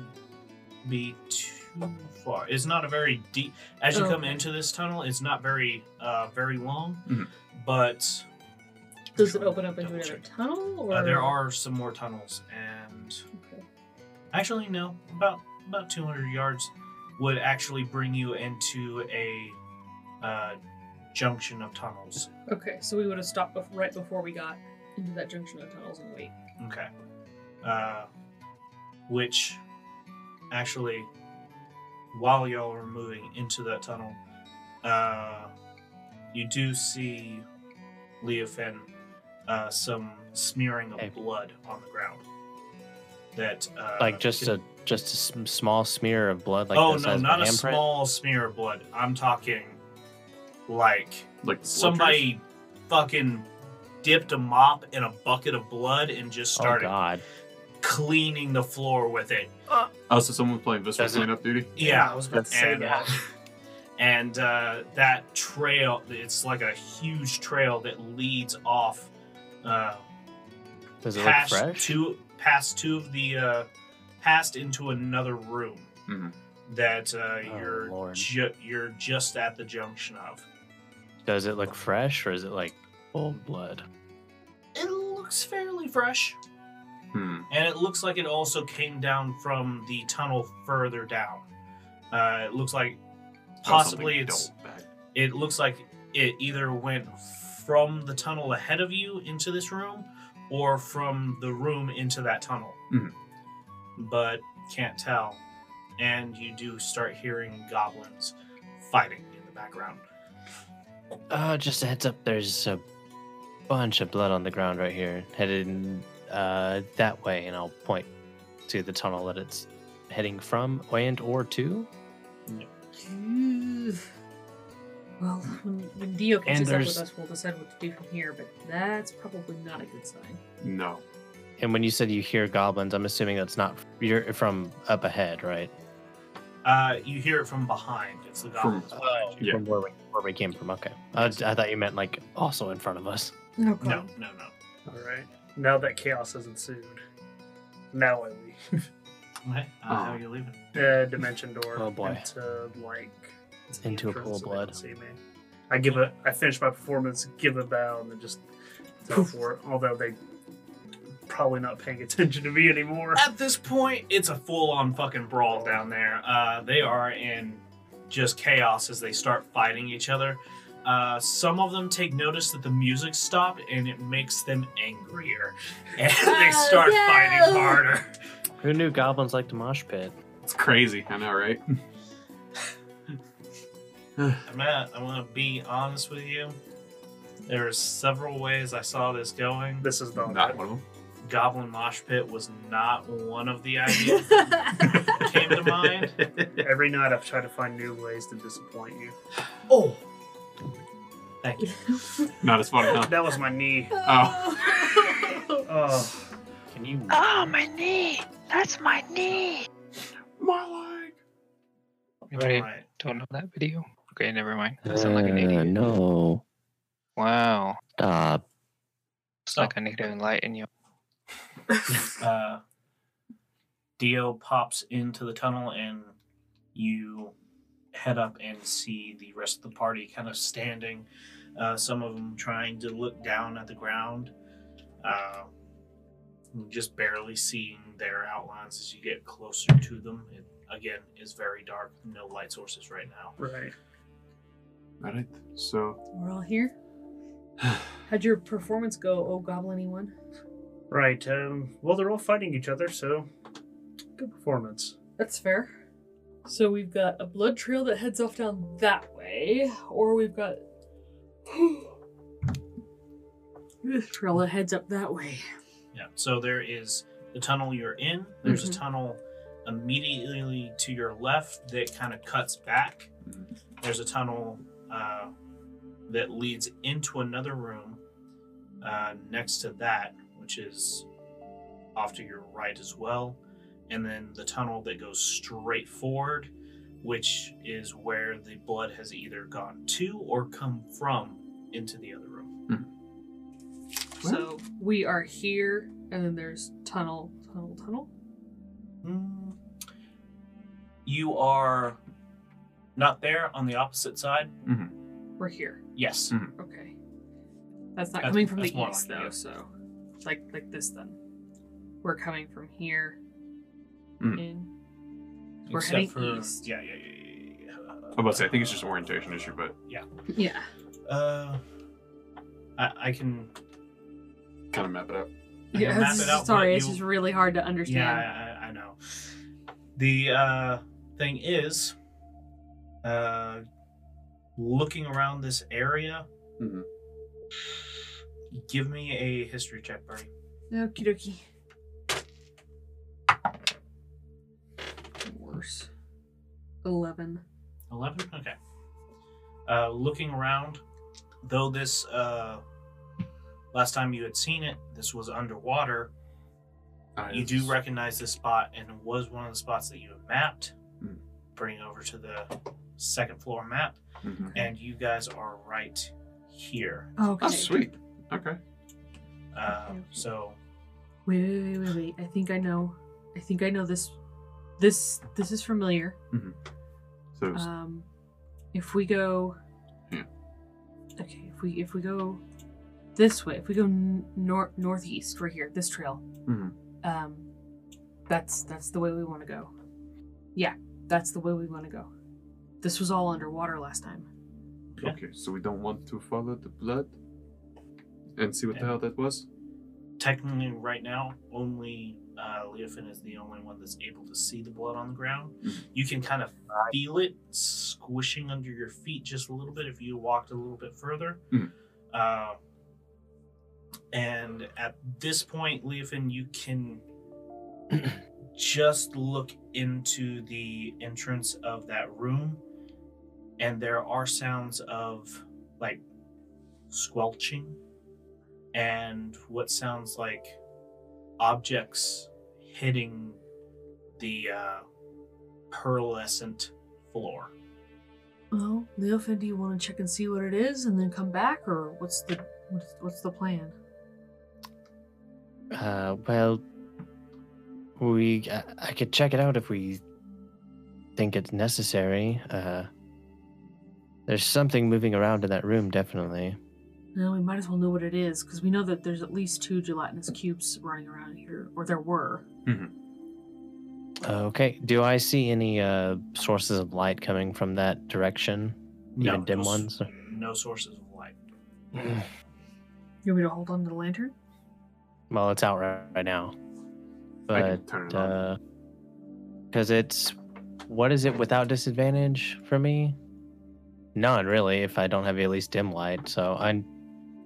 be too far. It's not a very deep. As you Oh, come okay. into this tunnel, it's not very uh, very long, Mhm. but Does it open up into Double another check. tunnel? Or Uh, there are some more tunnels, and Okay. actually, no, about about 200 yards would actually bring you into a uh, junction of tunnels. Okay, so we would have stopped bef- right before we got into that junction of tunnels and wait. Okay, uh, which actually, while y'all are moving into that tunnel, uh, you do see Leofen uh, some smearing of Hey. blood on the ground. That uh, Like just a just a sm- small smear of blood, like oh no, the size not a of a handprint. small smear of blood. I'm talking like Like somebody fucking dipped a mop in a bucket of blood and just oh started god! cleaning the floor with it. Oh, Also, someone playing this was Does it- cleanup duty. Yeah, I was about to say and, uh, that. and uh, that trail, it's like a huge trail that leads off uh, Does it look past fresh? two past two of the uh, past into another room Mhm. Mm-hmm. that uh, Oh, you're Lord. ju- you're just at the junction of. Does it look fresh or is it like old blood? It looks fairly fresh, Oh, Hmm. and it looks like it also came down from the tunnel further down. Uh, it looks like possibly Something it's dull bad. it looks like it either went from the tunnel ahead of you into this room or from the room into that tunnel Mhm. but can't tell and you do start hearing goblins fighting in the background Uh, just a heads up, there's a bunch of blood on the ground right here, headed in, uh, that way, and I'll point to the tunnel that it's heading from and or to. Well, [laughs] when, when Dio catches up with there's- us, we'll decide what to do from here, but that's probably not a good sign. No. And when you said you hear goblins, I'm assuming that's not you're from up ahead, right? uh, you hear it from behind it's the From- goblins behind you. Yeah. From where we, where we came from. Okay. I, I thought you meant like also in front of us. No, no [laughs] no no All right. Now that chaos has ensued, now I leave. okay uh, how Oh. are you leaving Uh, dimension door. Oh, boy. Into like the Into a entrance pool of so they blood. don't See me. I give a. I finish my performance, give a bow, and then just teleport. although they probably not paying attention to me anymore. at this point, it's a full-on fucking brawl down there. Uh, they are in just chaos as they start fighting each other. Uh, some of them take notice that the music stopped and it makes them angrier, [laughs] and they Oh, start no. fighting harder. Who knew goblins like to mosh pit? It's crazy. I know, right? I'm gonna, I'm gonna be honest with you. There are several ways I saw this going. This is the Not one of them. Goblin mosh pit was not one of the ideas that came to mind. Every night I've tried to find new ways to disappoint you. Oh, thank you. Not as [laughs] funny, huh? [laughs] That was my knee. Oh. Oh, Can you Oh, Ah, my knee! That's my knee. My leg. Anybody Alright. don't know that video? Okay, never mind. I sound like an Uh, idiot. no. Wow. Stop. It's Oh. like I need to enlighten you. uh, Dio pops into the tunnel, and you head up and see the rest of the party kind of standing. Uh, some of them trying to look down at the ground, uh, just barely seeing their outlines as you get closer to them. It again is very dark, no light sources right now. Right. All right. So [sighs] We're all here. How'd your performance go, oh goblin one? Right. Um, well, they're all fighting each other, so good performance. That's fair. So we've got a blood trail that heads off down that way, or we've got [gasps] this trail that heads up that way. Yeah. So there is the tunnel you're in. There's Mhm. a tunnel immediately to your left that kind of cuts back. There's a tunnel uh, that leads into another room uh, next to that, which is off to your right as well. And then the tunnel that goes straight forward, which is where the blood has either gone to or come from into the other room. So we are here, and then there's tunnel, tunnel, tunnel. Mm. You are not there on the opposite side. We're here. Yes. Mm. Okay. That's not That's- coming from that's the more east like though, it. so like like this then. We're coming from here. Mm. In. We're heading east. Yeah, yeah, yeah, yeah, yeah. yeah. I'm about to say I think it's just an orientation issue, but Yeah. Uh, I, I can. kind of map it out. I can Yeah. map it's it just- out, sorry, but it's you- just really hard to understand. Yeah, I, I, I know. The uh, thing is, uh, looking around this area. Mhm. Give me a history check, Bernie. Okie dokie. Worse. Eleven. 11 okay uh, looking around though this uh, last time you had seen it this was underwater I you do just- recognize this spot and it was one of the spots that you had mapped Hmm. bring over to the second floor map Mhm. and you guys are right here Okay. Oh, sweet. Okay. uh, Okay, okay. so Wait, wait, wait, wait, wait. I think I know. I think I know this. This this is familiar. So Uh, it was- Um, if we go, Yeah. okay. If we if we go this way, if we go n- nor- northeast, right here, this trail. Mhm. Um, that's that's the way we want to go. Yeah, that's the way we want to go. This was all underwater last time. yeah. okay. So we don't want to follow the blood and see what the Yeah. hell that was. technically right now only uh, Leofin is the only one that's able to see the blood on the ground. Mhm. You can kind of feel it squishing under your feet just a little bit if you walked a little bit further. Mhm. Uh, and at this point, Leofin, you can just look into the entrance of that room, and there are sounds of like squelching and what sounds like objects hitting the uh, pearlescent floor. Well, Leofin, do you want to check and see what it is, and then come back, or what's the what's, what's the plan? Uh, well, we I, I could check it out if we think it's necessary. Uh, there's something moving around in that room, definitely. No, we might as well know what it is, because we know that there's at least two gelatinous cubes running around here, or there were. Okay. Do I see any uh sources of light coming from that direction? Even dim s- ones? No sources of light. You want me to hold on to the lantern? [sighs] well, it's out right, right now. I can But turn it Um, on. uh cuz it's what is it without disadvantage for me? None really if I don't have at least dim light. So I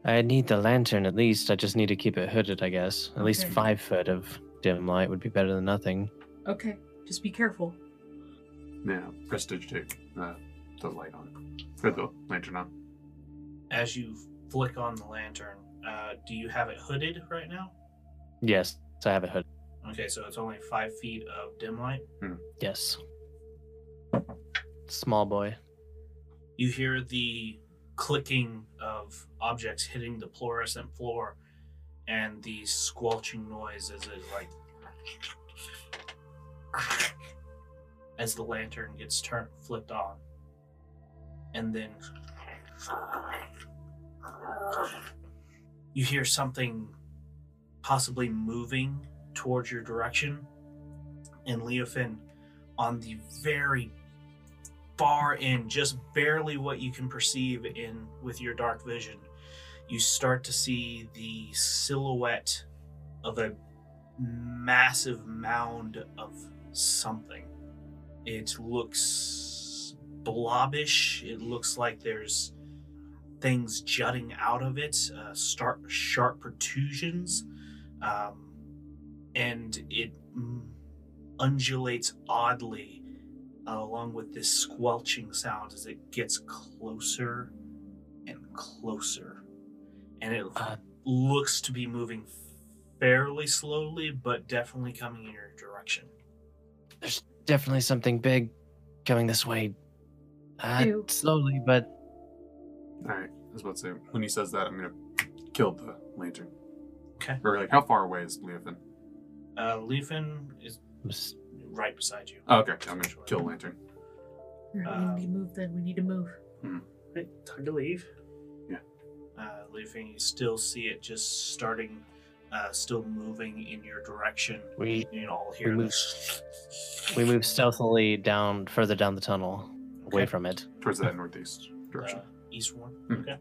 I need the lantern at least. I just need to keep it hooded, I guess. At least Okay. 5 foot of dim light would be better than nothing. Okay, just be careful. Yeah. Prestige take uh, the light on. Or the lantern on. As you flick on the lantern, uh, do you have it hooded right now? Yes, I have it hooded. Okay, so it's only five feet of dim light. Yes. Small boy. You hear the clicking of objects hitting the fluorescent floor and the squelching noise as it like as the lantern gets turned flipped on. And then you hear something possibly moving towards your direction. And Leofin on the very far in, just barely what you can perceive in with your dark vision, you start to see the silhouette of a massive mound of something. It looks blobbish. It looks like there's things jutting out of it, uh, start sharp protrusions, um, and it mm, undulates oddly uh, along with this squelching sound as it gets closer and closer. And it Uh, looks to be moving fairly slowly, but definitely coming in your direction. There's definitely something big coming this way. Uh, Ew. slowly, but Alright, I was about to say, when he says that, I'm gonna kill the lantern. Okay. Or, like, how far away is Leofin? Uh, Leafin is s- right beside you. Oh, okay, I'm gonna kill the lantern. Um, we need to move then. We need to move. Hey, time to leave. Uh, Leafin, you still see it just starting, uh, still moving in your direction. we You can all hear move- this. we move stealthily down further down the tunnel, away Okay. from it. Towards that northeast direction. uh, eastward. Mhm. Okay.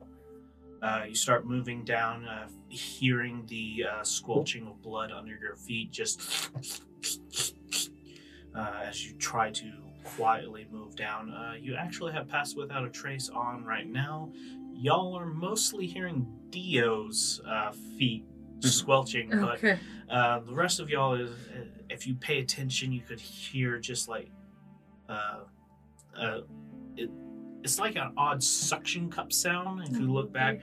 Uh, you start moving down, uh, hearing the uh, squelching of blood under your feet, just uh, as you try to quietly move down. Uh, you actually have passed without a trace on right now. Y'all are mostly hearing Dio's uh, feet squelching, but Okay. uh, the rest of y'all is, if you pay attention, you could hear just like, uh, uh, it, it's like an odd suction cup sound. If you look back,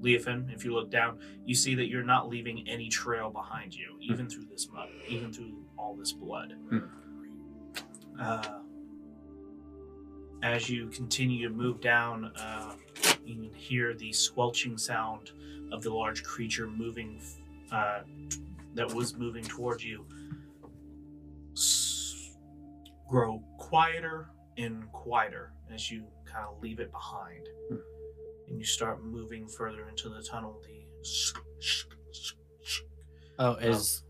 Leofin, if you look down, you see that you're not leaving any trail behind you, even through this mud, even through all this blood. Uh, as you continue to move down, uh, you can hear the squelching sound of the large creature moving uh, that was moving towards you s- grow quieter and quieter as you kind of leave it behind Hmm. and you start moving further into the tunnel the sk- sk- sk- sk- Oh, of is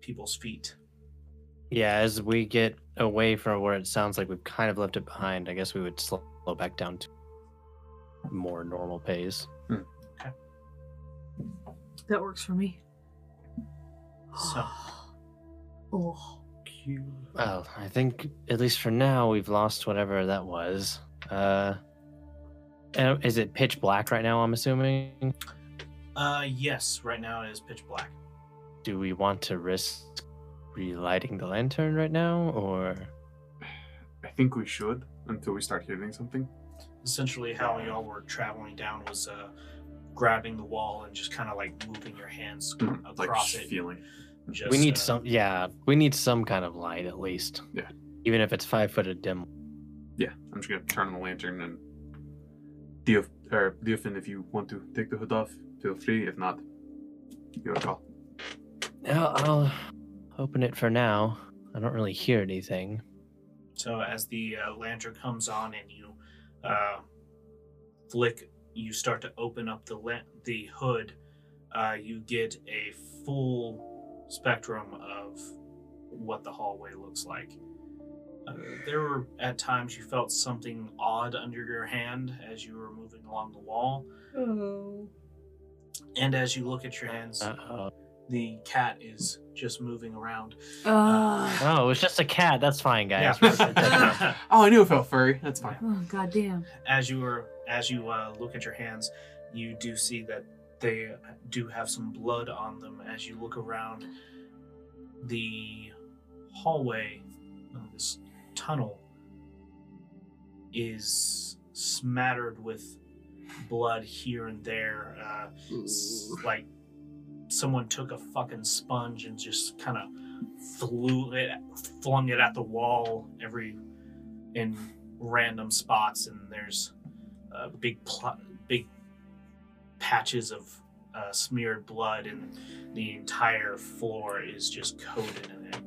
people's feet yeah, as we get away from where it sounds like we've kind of left it behind, I guess we would slow back down to more normal pace. That works for me. so [sighs] Oh. Cue. Well, I think at least for now we've lost whatever that was. Uh, and is it pitch black right now? I'm assuming. uh yes right now it is pitch black Do we want to risk relighting the lantern right now, or I think we should until we start hearing something. essentially how y'all were traveling down was uh grabbing the wall and just kind of like moving your hands Hmm. Mm, Like, across it feeling. just, we need uh, some? Yeah, we need some kind of light at least. Yeah. Even if it's five foot of dim. Yeah, I'm just gonna turn on the lantern and. Diof, or Diofin, if you want to take the hood off, feel free. If not, your call. [laughs] Yeah, I'll open it for now. I don't really hear anything. So as the uh, lantern comes on and you uh, flick, you start to open up the la- the hood. Uh, you get a full spectrum of what the hallway looks like. Uh, there were at times you felt something odd under your hand as you were moving along the wall, Oh. and as you look at your hands, Uh-oh. the cat is just moving around. Uh, Oh, it's just a cat. That's fine, guys. [laughs] Oh, I knew it felt furry. That's fine. oh goddamn. as you are as you uh, look at your hands, you do see that they do have some blood on them. As you look around the hallway, uh, this tunnel is smattered with blood here and there, uh, s- like someone took a fucking sponge and just kind of flew it, flung it at the wall every in random spots, and there's uh, big pl- big patches of uh, smeared blood, and the entire floor is just coated in it.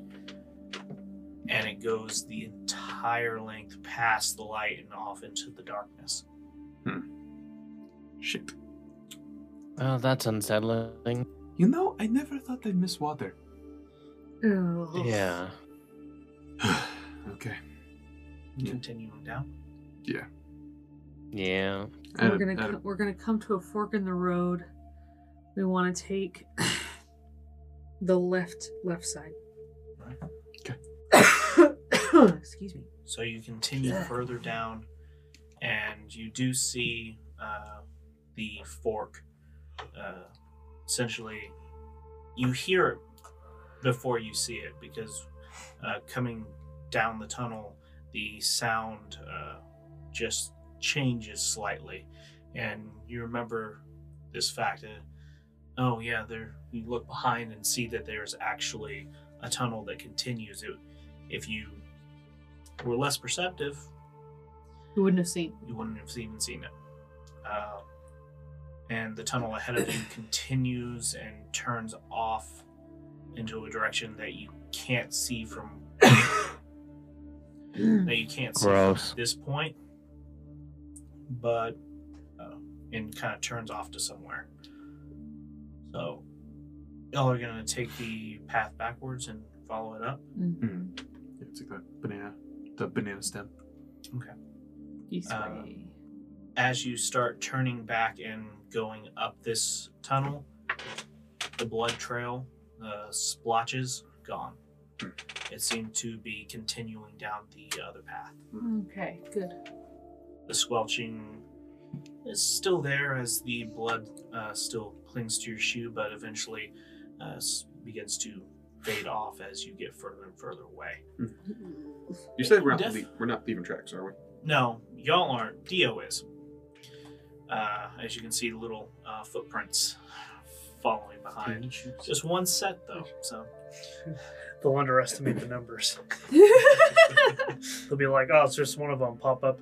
And it goes the entire length past the light and off into the darkness. Shit. Oh, that's unsettling. You know, I never thought I'd miss [sighs] water. Yeah. okay. Continuing down. Yeah. Adam, we're gonna Adam, co- we're gonna come to a fork in the road. We want to take [coughs] the left left side. [coughs] Excuse me. So you continue further down, and you do see uh, the fork. Uh, essentially, you hear it before you see it because uh, coming down the tunnel, the sound uh, just changes slightly, and you remember this fact that oh yeah, there you look behind and see that there's actually a tunnel that continues. It, if you were less perceptive, You wouldn't have seen. you wouldn't have even seen it. Uh, and the tunnel ahead of you continues and turns off into a direction that you can't see from that you can't see Gross. from this point, but uh, and kind of turns off to somewhere. So y'all are gonna take the path backwards and follow it up. Hmm. Mm. Yeah, it's like the banana, the banana stem. East Uh, way. as you start turning back and going up this tunnel, the blood trail, the splotches, gone. It seemed to be continuing down the other path. Okay, good. The squelching is still there as the blood uh, still clings to your shoe, but eventually uh, s- begins to fade off as you get further and further away. You said we're not Death. le- we're not leaving tracks, are we? No, y'all aren't. Dio is. Uh, as you can see, little uh, footprints following behind. Just one set, though. So They'll underestimate the numbers. [laughs] They'll be like, oh, it's just one of them pop up.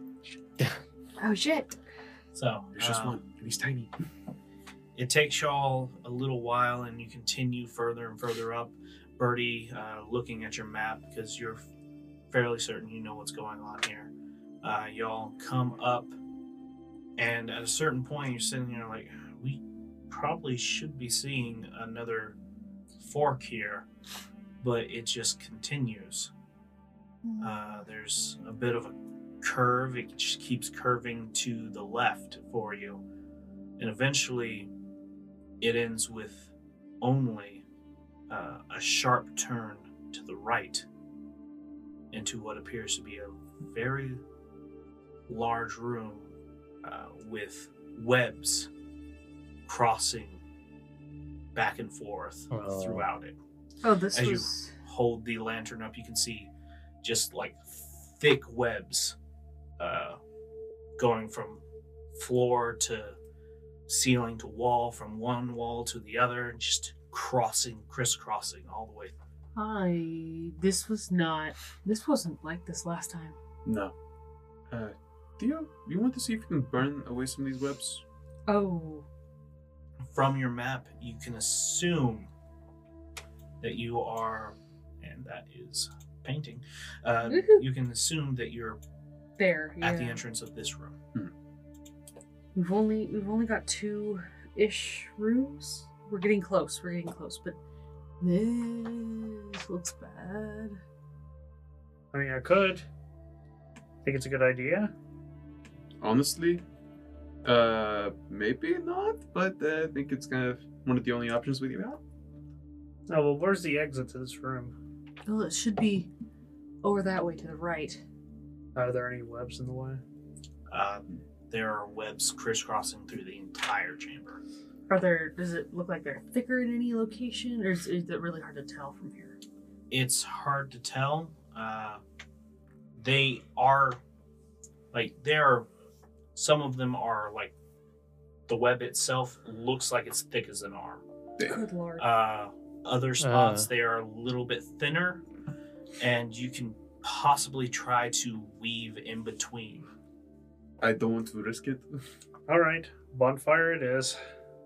Oh shit. So There's just um, one, and he's tiny. It takes y'all a little while, and you continue further and further up. Birdie, uh, looking at your map because you're fairly certain you know what's going on here. Uh, y'all come up, and at a certain point, you're sitting here like, we probably should be seeing another fork here, but it just continues. Uh, there's a bit of a curve. It just keeps curving to the left for you. And eventually, it ends with only uh, a sharp turn to the right into what appears to be a very large room uh, with webs crossing back and forth Oh. throughout it Oh, this As you- was. hold the lantern up, you can see just like thick webs uh, going from floor to ceiling to wall, from one wall to the other, and just crossing, crisscrossing all the way. Hi. This was not. This wasn't like this last time. No. Uh, Theo, you want to see if you can burn away some of these webs? Oh. From your map, you can assume that you are, and that is painting, uh, Woohoo. you can assume that you're There. Yeah. at the entrance of this room. We've only we've only got two ish rooms. We're getting close. We're getting close, but this looks bad. I mean, I could. Think it's a good idea. Honestly, uh, maybe not, but uh, I think it's kind of one of the only options we have. Oh, well, where's the exit to this room? Well, it should be over that way to the right. Are there any webs in the way? Um, there are webs crisscrossing through the entire chamber. Are there? Does it look like they're thicker in any location, or is, is it really hard to tell from here? it's hard to tell. Uh, they are like they're some of them are like the web itself looks like it's thick as an arm, Good lord. Uh, other spots, they are a little bit thinner, and you can possibly try to weave in between. I don't want to risk [laughs] it. All right, bonfire it is.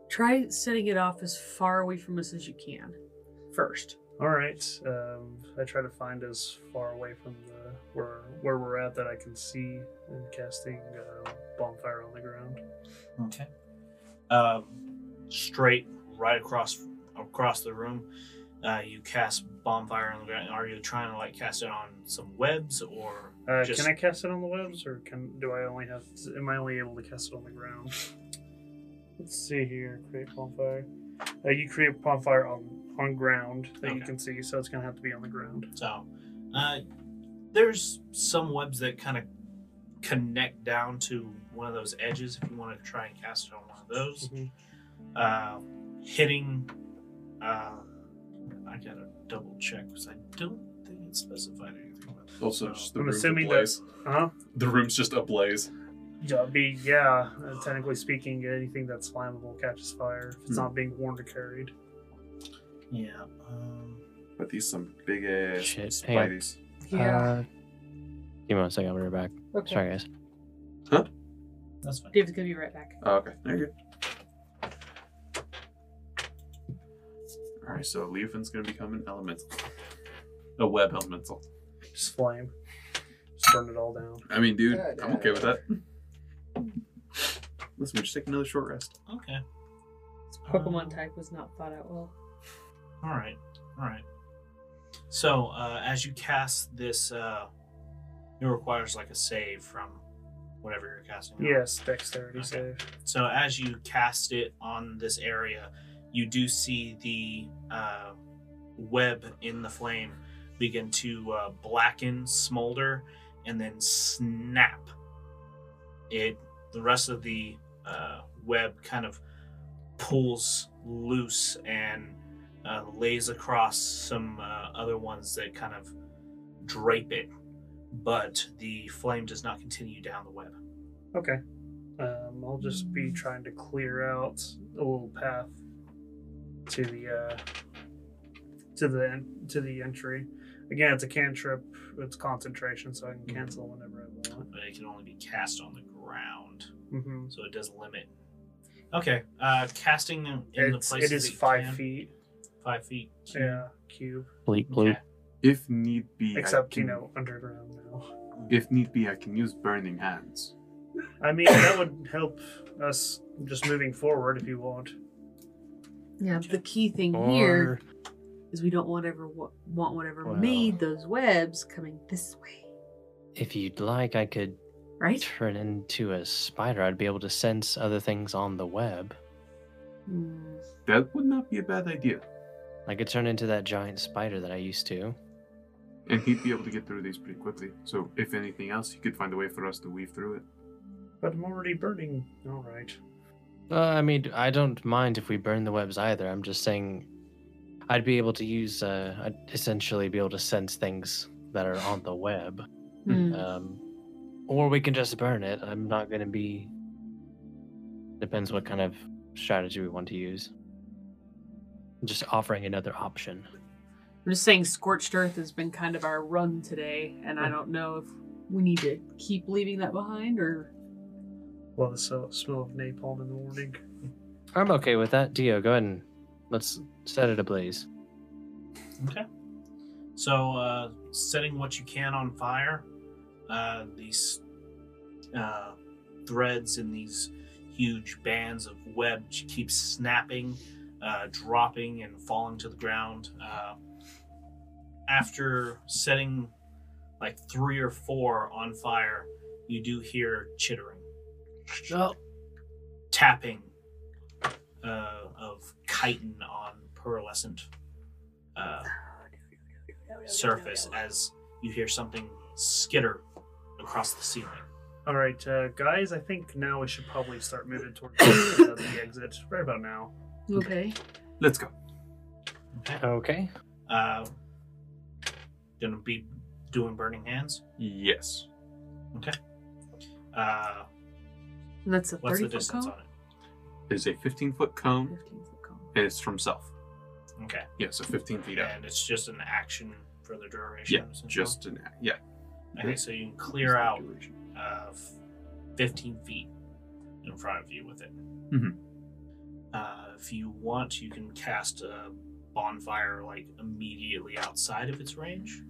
Try setting it off as far away from us as you can first. All right, um, I try to find as far away from the where where we're at that I can see, and casting uh, bonfire on the ground. Okay. Um, straight right across across the room. Uh, you cast bonfire on the ground. Are you trying to like cast it on some webs or Uh, just Can I cast it on the webs, or can do I only have? Am I only able to cast it on the ground? [laughs] Let's see here. Create bonfire. Uh, you create bonfire on on ground that you Okay. can see, so it's gonna have to be on the ground. So, uh, there's some webs that kind of connect down to one of those edges. If you want to try and cast it on one of [laughs] those, Mhm. uh, hitting. Uh, I gotta double check because I don't think it specified anything. About that. Also, So, just the I'm room's assuming ablaze. Huh? The room's just ablaze. Uh-huh. Yeah, it'd be yeah. Uh, technically speaking, anything that's flammable catches fire if it's not being worn or carried. yeah. Um, But these some big ass Shit, hang on. spideys. Uh, give me one second. I'll be right back. Uh, Okay. Sorry, guys. that's fine. Dave's gonna be right back. Oh, okay, there you go. All right, so Leofin's gonna become an elemental, a web elemental. Just flame. Just burn it all down. I mean, dude, Good. I'm okay with that. Listen, we just take another short rest. Okay. This Pokemon type was not thought out well. All right, all right. So uh, as you cast this, uh, it requires like a save from whatever you're casting. on. Yes, dexterity Okay. save. So as you cast it on this area, you do see the uh, web in the flame begin to uh, blacken, smolder, and then snap. It the rest of the uh, web kind of pulls loose and uh, lays across some uh, other ones that kind of drape it, but the flame does not continue down the web. Okay. Um, I'll just be trying to clear out a little path to the uh, to the en- to the entry. Again, it's a cantrip. It's concentration, so I can cancel whenever I want. but it can only be cast on the ground, Mm-hmm. so it does limit. Okay, uh, casting in the It's, place it is five feet. Five feet. Yeah, cube. Bleep bloop. Okay. If need be, I Except you can- know, underground now. if need be, I can use burning hands. I mean, that would help us just moving forward if you want. Yeah, the key thing Or here is we don't want ever wa- want whatever Well. made those webs coming this way, if you'd like, I could right? turn into a spider. I'd be able to sense other things on the web. Hmm. That would not be a bad idea, I could turn into that giant spider that I used to. and he'd be able to get through these pretty quickly. So, if anything else, he could find a way for us to weave through it. But I'm already burning. All right. Uh, I mean, I don't mind if we burn the webs either. I'm just saying, I'd be able to use, uh, I'd essentially be able to sense things that are on the web. Hmm. Um, or we can just burn it. I'm not going to be. Depends what kind of strategy we want to use. Just offering another option. I'm just saying, scorched earth has been kind of our run today, and I don't know if we need to keep leaving that behind or Well, the smell smell of napalm in the morning. I'm okay with that. Dio, go ahead and let's set it ablaze. Okay. So, uh, setting what you can on fire, uh, these uh, threads and these huge bands of web j- keep snapping, uh, dropping, and falling to the ground. Uh, after setting like three or four on fire, you do hear chittering, No. tapping uh, of chitin on pearlescent. Uh, surface as you hear something skitter across the ceiling. All right, uh, guys. I think now we should probably start moving towards the, uh, the exit right about now. okay. Let's go. Okay. Uh, gonna be doing burning hands. Yes. Uh, And that's a what's thirty the foot distance cone. on it? There's a 15 foot cone. Fifteen foot cone. It's from south. Okay. Yeah, so 15 feet out. And it's just an action for the Yeah, duration. essentially? just an yeah. Okay, so you can clear out uh, f- 15 feet in front of you with it. Mhm. Uh, if you want, you can cast a bonfire like immediately outside of its range,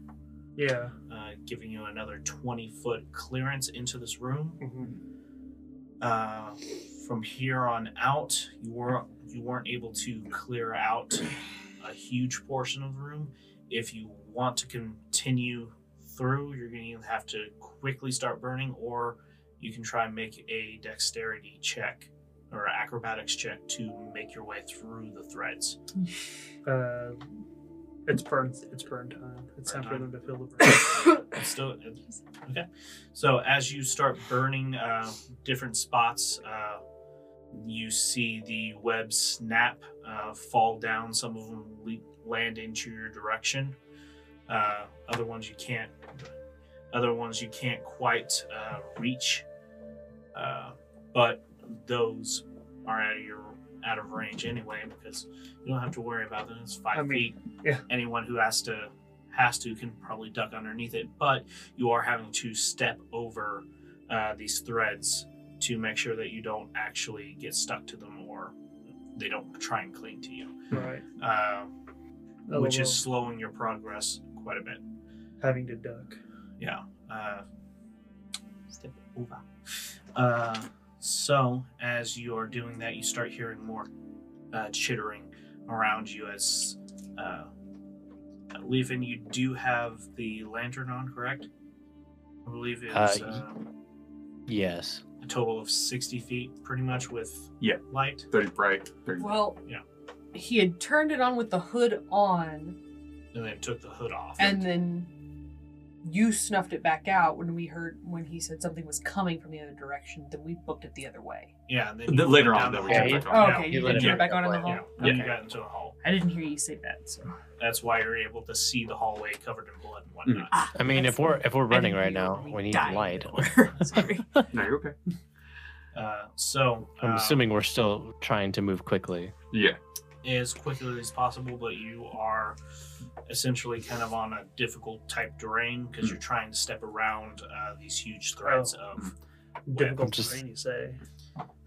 Yeah. uh, giving you another 20 foot clearance into this room. Mhm. Uh, from here on out, you were you weren't able to clear out a huge portion of the room. If you want to continue through, you're going to have to quickly start burning, or you can try and make a dexterity check or acrobatics check to make your way through the threads. Uh, it's burn. It's burn time. It's time for Burn them to feel the [coughs] burn. It's still okay. So as you start burning uh, different spots, uh, you see the web snap, uh, fall down. Some of them le- land into your direction. Uh, other ones you can't. Other ones you can't quite uh, reach. Uh, but those are out of your out of range anyway because you don't have to worry about them. It's five I mean, feet. yeah. Anyone who has to has to can probably duck underneath it, but you are having to step over uh, these threads to make sure that you don't actually get stuck to them or they don't try and cling to you, right. uh, Oh, which well. is slowing your progress quite a bit. Having to duck. Yeah. Uh, step over. Uh, so, as you are doing that, you start hearing more uh, chittering around you as uh, Leafin, you do have the lantern on, correct? I believe it's Uh, uh, Yes. a total of 60 feet, pretty much, with Yeah. light. Very bright. Very Well, Yeah. he had turned it on with the hood on, And then took the hood off. and then you snuffed it back out when we heard when he said something was coming from the other direction. Then we booked it the other way. yeah, and then The- you later went down on, the though, we hall. turned it back Oh, on. Yeah. okay. You he did let turn it it back on in the go. hall. Yeah, yeah, you Okay. got into the hall. I didn't hear you say that. So That's why you're able to see the hallway covered in blood and Mm-hmm. whatnot. Ah, I mean, if excellent. [laughs] we're if we're I running didn't right hear you now, when we need died. light. [laughs] Sorry. No, you're okay. Uh, so I'm uh, assuming we're still trying to move quickly. Yeah. as quickly as possible, but you are essentially kind of on a difficult type terrain Hmm. because you're trying to step around uh, these huge threads of web. Difficult just- terrain, you say.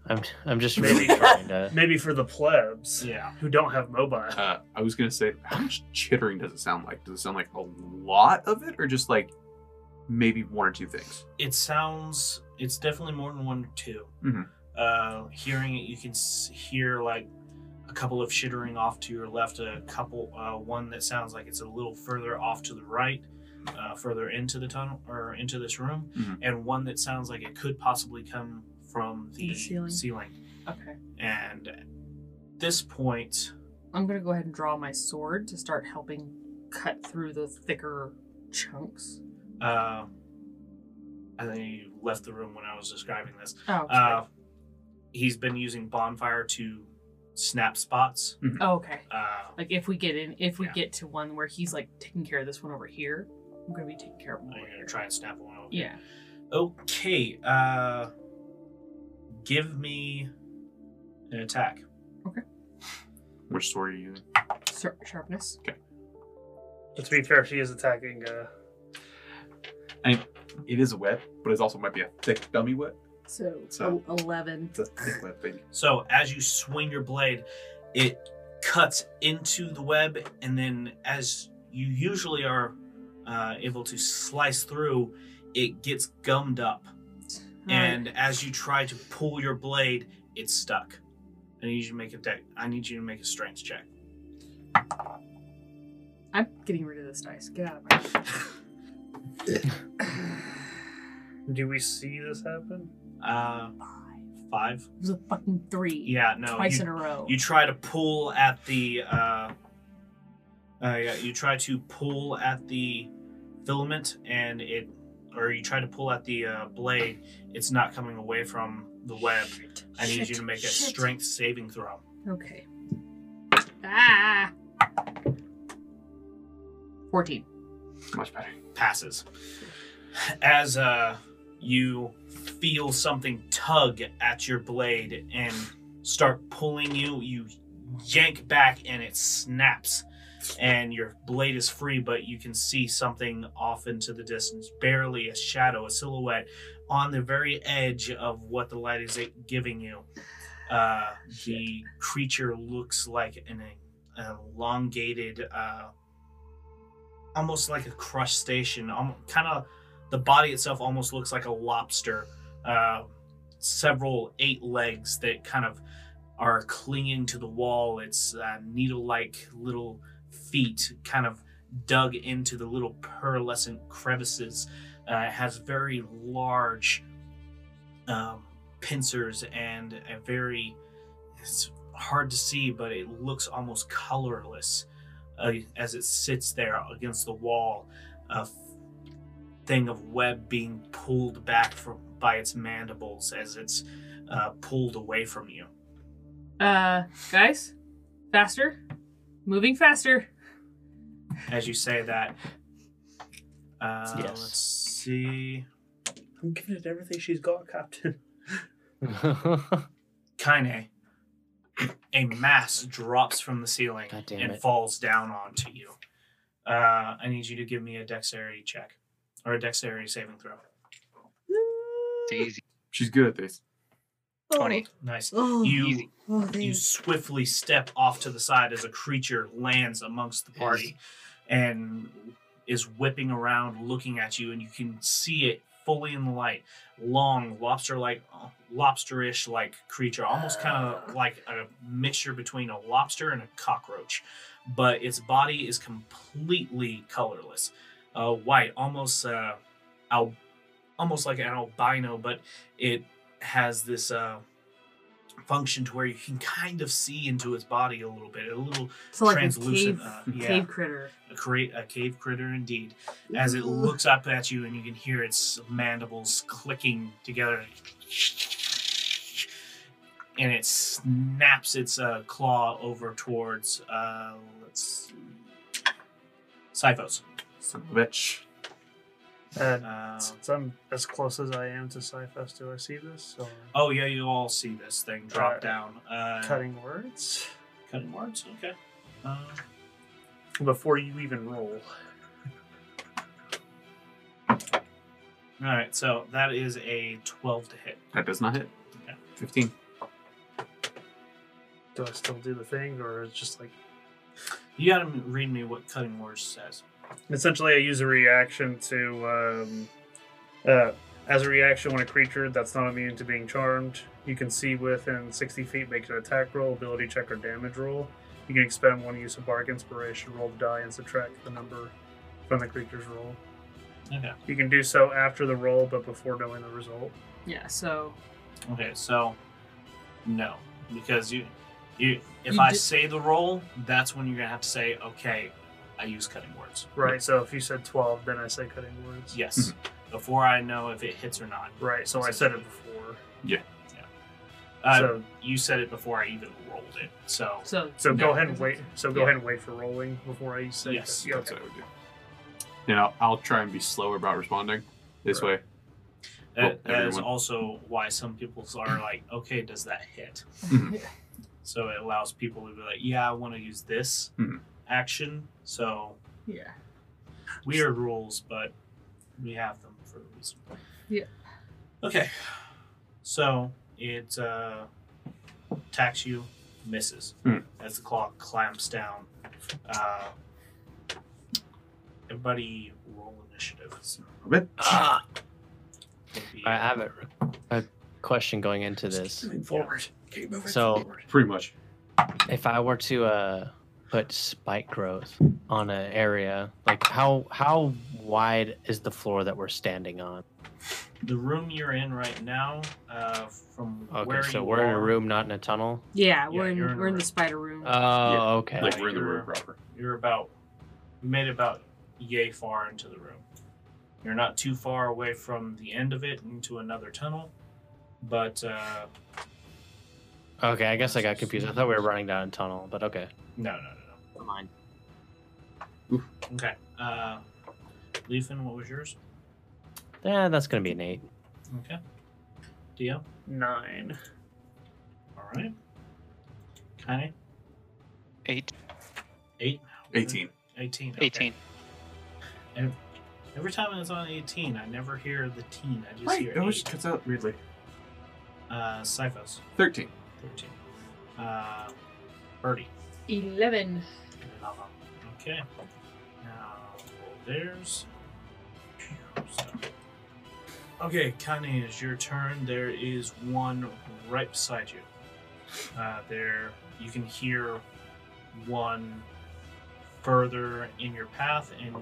I'm I'm just Maybe- really [laughs] trying to. Maybe for the plebs Yeah, who don't have mobile. Uh, I was gonna say, how much chittering does it sound like? Does it sound like a lot of it, or just like maybe one or two things? it sounds. It's definitely more than one or 2 Mhm. Uh, hearing it, you can s- hear like a couple of shittering off to your left, a couple, uh, one that sounds like it's a little further off to the right, uh, further into the tunnel or into this room, Mhm. and one that sounds like it could possibly come from the, The ceiling. ceiling. okay. And at this point, I'm gonna go ahead and draw my sword to start helping cut through the thicker chunks. uh, I think you left the room when I was describing this. Oh, Uh, he's been using bonfire to snap spots. oh, okay. Uh, Like if we get in, if we Yeah. get to one where he's like taking care of this one over here, I'm Oh, gonna be taking care of one. you're over gonna here. try and snap one over. Yeah. Okay. Uh, give me an attack. Which sword are you using? Sar- sharpness. But to be fair, she is attacking. Uh, It is a web, but it also might be a thick dummy web. So, So- el- eleven. It's a thick web, baby. So as you swing your blade, it cuts into the web, and then as you usually are uh, able to slice through, it gets gummed up. And as you try to pull your blade, it's stuck. I need you to make a deck. I need you to make a strength check. I'm getting rid of this dice. Get out of my. do we see this happen? Uh, five. It was a fucking three. Yeah, no. Twice you, in a row. you try to pull at the uh, uh yeah, you try to pull at the filament and it or you try to pull at the uh, blade it's not coming away from the web Shit, i need shit, you to make a shit. strength saving throw Okay. Ah. Fourteen. Much better. passes as uh you feel something tug at your blade and start pulling you you yank back and it snaps and your blade is free but you can see something off into the distance barely a shadow a silhouette on the very edge of what the light is giving you uh, the creature looks like an elongated uh, almost like a crustacean kind of the body itself almost looks like a lobster uh, several eight legs that kind of are clinging to the wall. Its uh, needle like little feet kind of dug into the little pearlescent crevices. Uh, it has very large um, pincers and a very, it's hard to see, but it looks almost colorless uh, as it sits there against the wall. A f- thing of web being pulled back from by its mandibles as it's uh, pulled away from you. Uh, guys, faster. Moving faster. As you say that, uh, Yes. let's see. I'm giving it everything she's got, Captain. [laughs] God Kaine, a mass drops from the ceiling damn and it. falls down onto you. Uh, I need you to give me a dexterity check or a dexterity saving throw. It's [laughs] easy. She's good at this. 20. Nice. Oh. You Easy. Oh, you swiftly step off to the side as a creature lands amongst the party and is whipping around looking at you and you can see it fully in the light long lobster like lobsterish like creature almost kind Ah. of like a mixture between a lobster and a cockroach but its body is completely colorless uh, white almost uh, al- almost like an albino but it has this uh, function to where you can kind of see into its body a little bit, a little So like a Translucent, cave, uh, yeah. cave critter. a create a cave critter indeed. As it Mm-hmm. looks up at you, and you can hear its mandibles clicking together, and it snaps its uh, claw over towards uh, let's see, Siphos. Son of a bitch. Uh, Uh, since I'm as close as I am to Cyphus, do I see this? Or oh yeah, you all see this thing drop Uh, down. Uh, cutting words? cutting words. Okay. Uh, Before you even roll. all right, so that is a twelve to hit. That does not hit. Okay. 15. Do I still do the thing, or it's just like You gotta m- read me what cutting words says. essentially I use a reaction to um, uh, as a reaction when a creature that's not immune to being charmed you can see within 60 feet make an attack roll, ability check, or damage roll. You can expend one use of bark inspiration, roll the die, and subtract the number from the creature's roll. Okay. You can do so after the roll, but before knowing the result. Yeah, so Okay, so no, because you, you. If You I di- say the roll, that's when you're gonna have to say, okay, I use cutting words. Right. So if you said 12, then I say cutting words. Yes. Hmm. Before I know if it hits or not. Right. So I said it before. Uh, so you said it before I even rolled it. So so so go no. ahead and [laughs] wait. So go Yeah. ahead and wait for rolling before I say. Yes, Yeah, That's okay. what I would do. You know, I'll try and be slower about responding this way. that, Well, that is everyone- also why some people [clears throat] are like, okay, does that hit? Mhm. so it allows people to be like, yeah, I want to use this Hmm. Mhm. action. So yeah. weird rules, but we have them for a reason. Yeah. Okay. So it uh, attacks you, misses Hmm. as the claw clamps down. Uh, everybody, roll initiative. A bit. Maybe- I have a, a question going into this. Moving forward. Keep moving So- forward. Pretty much. If I were to uh, put spike growth on an area, like how how wide is the floor that we're standing on? the room you're in right now, uh, from Okay, where so you we're in a are, room, not in a tunnel. Yeah, Yeah, we're in, you're in a we're in room. the spider room. Oh, okay. Like we're in the you're- room proper. You're about you made about yay far into the room. E You're not too far away from the end of it into another tunnel, but uh, okay, I guess I got confused. I thought we were running down a tunnel, but okay. no, no, no, Never mind. no. Okay, uh, Leafin, what was yours? Yeah, Eh, that's gonna be an eight. Okay, Dio. Nine. All right. Kanye. Eight. Eight? 18. 18. okay. 18. And every time it's on 18, I never hear the teen. I just Right, hear it always eight. oh, cuts out weirdly. Uh, Siphos, 13. 13. Uh, Birdie. 11. Okay. Now, there's. Okay, Kanye, it's your turn. There is one right beside you. Uh, there, you can hear one further in your path, and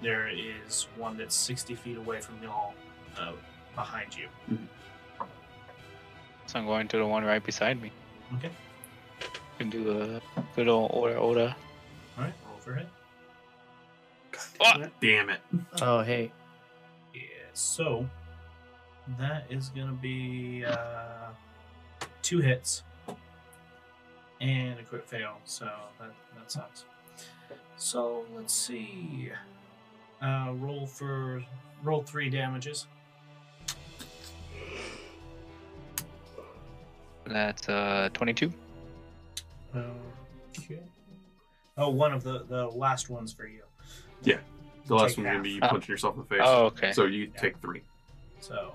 there is one that's 60 feet away from y'all uh, behind you. So I'm going to the one right beside me. Okay. And do a good old order order. All right, roll for hit. Damn it. Oh, hey. Yeah, so that is going to be uh, two hits and a crit fail, so that, that sucks. So let's see. Uh, roll for roll three damages. That's uh 22. Okay. Oh, one of the the last ones for you. The last Take one's going to be you half. punching yourself in the face. Oh, okay. So you take three. [laughs] So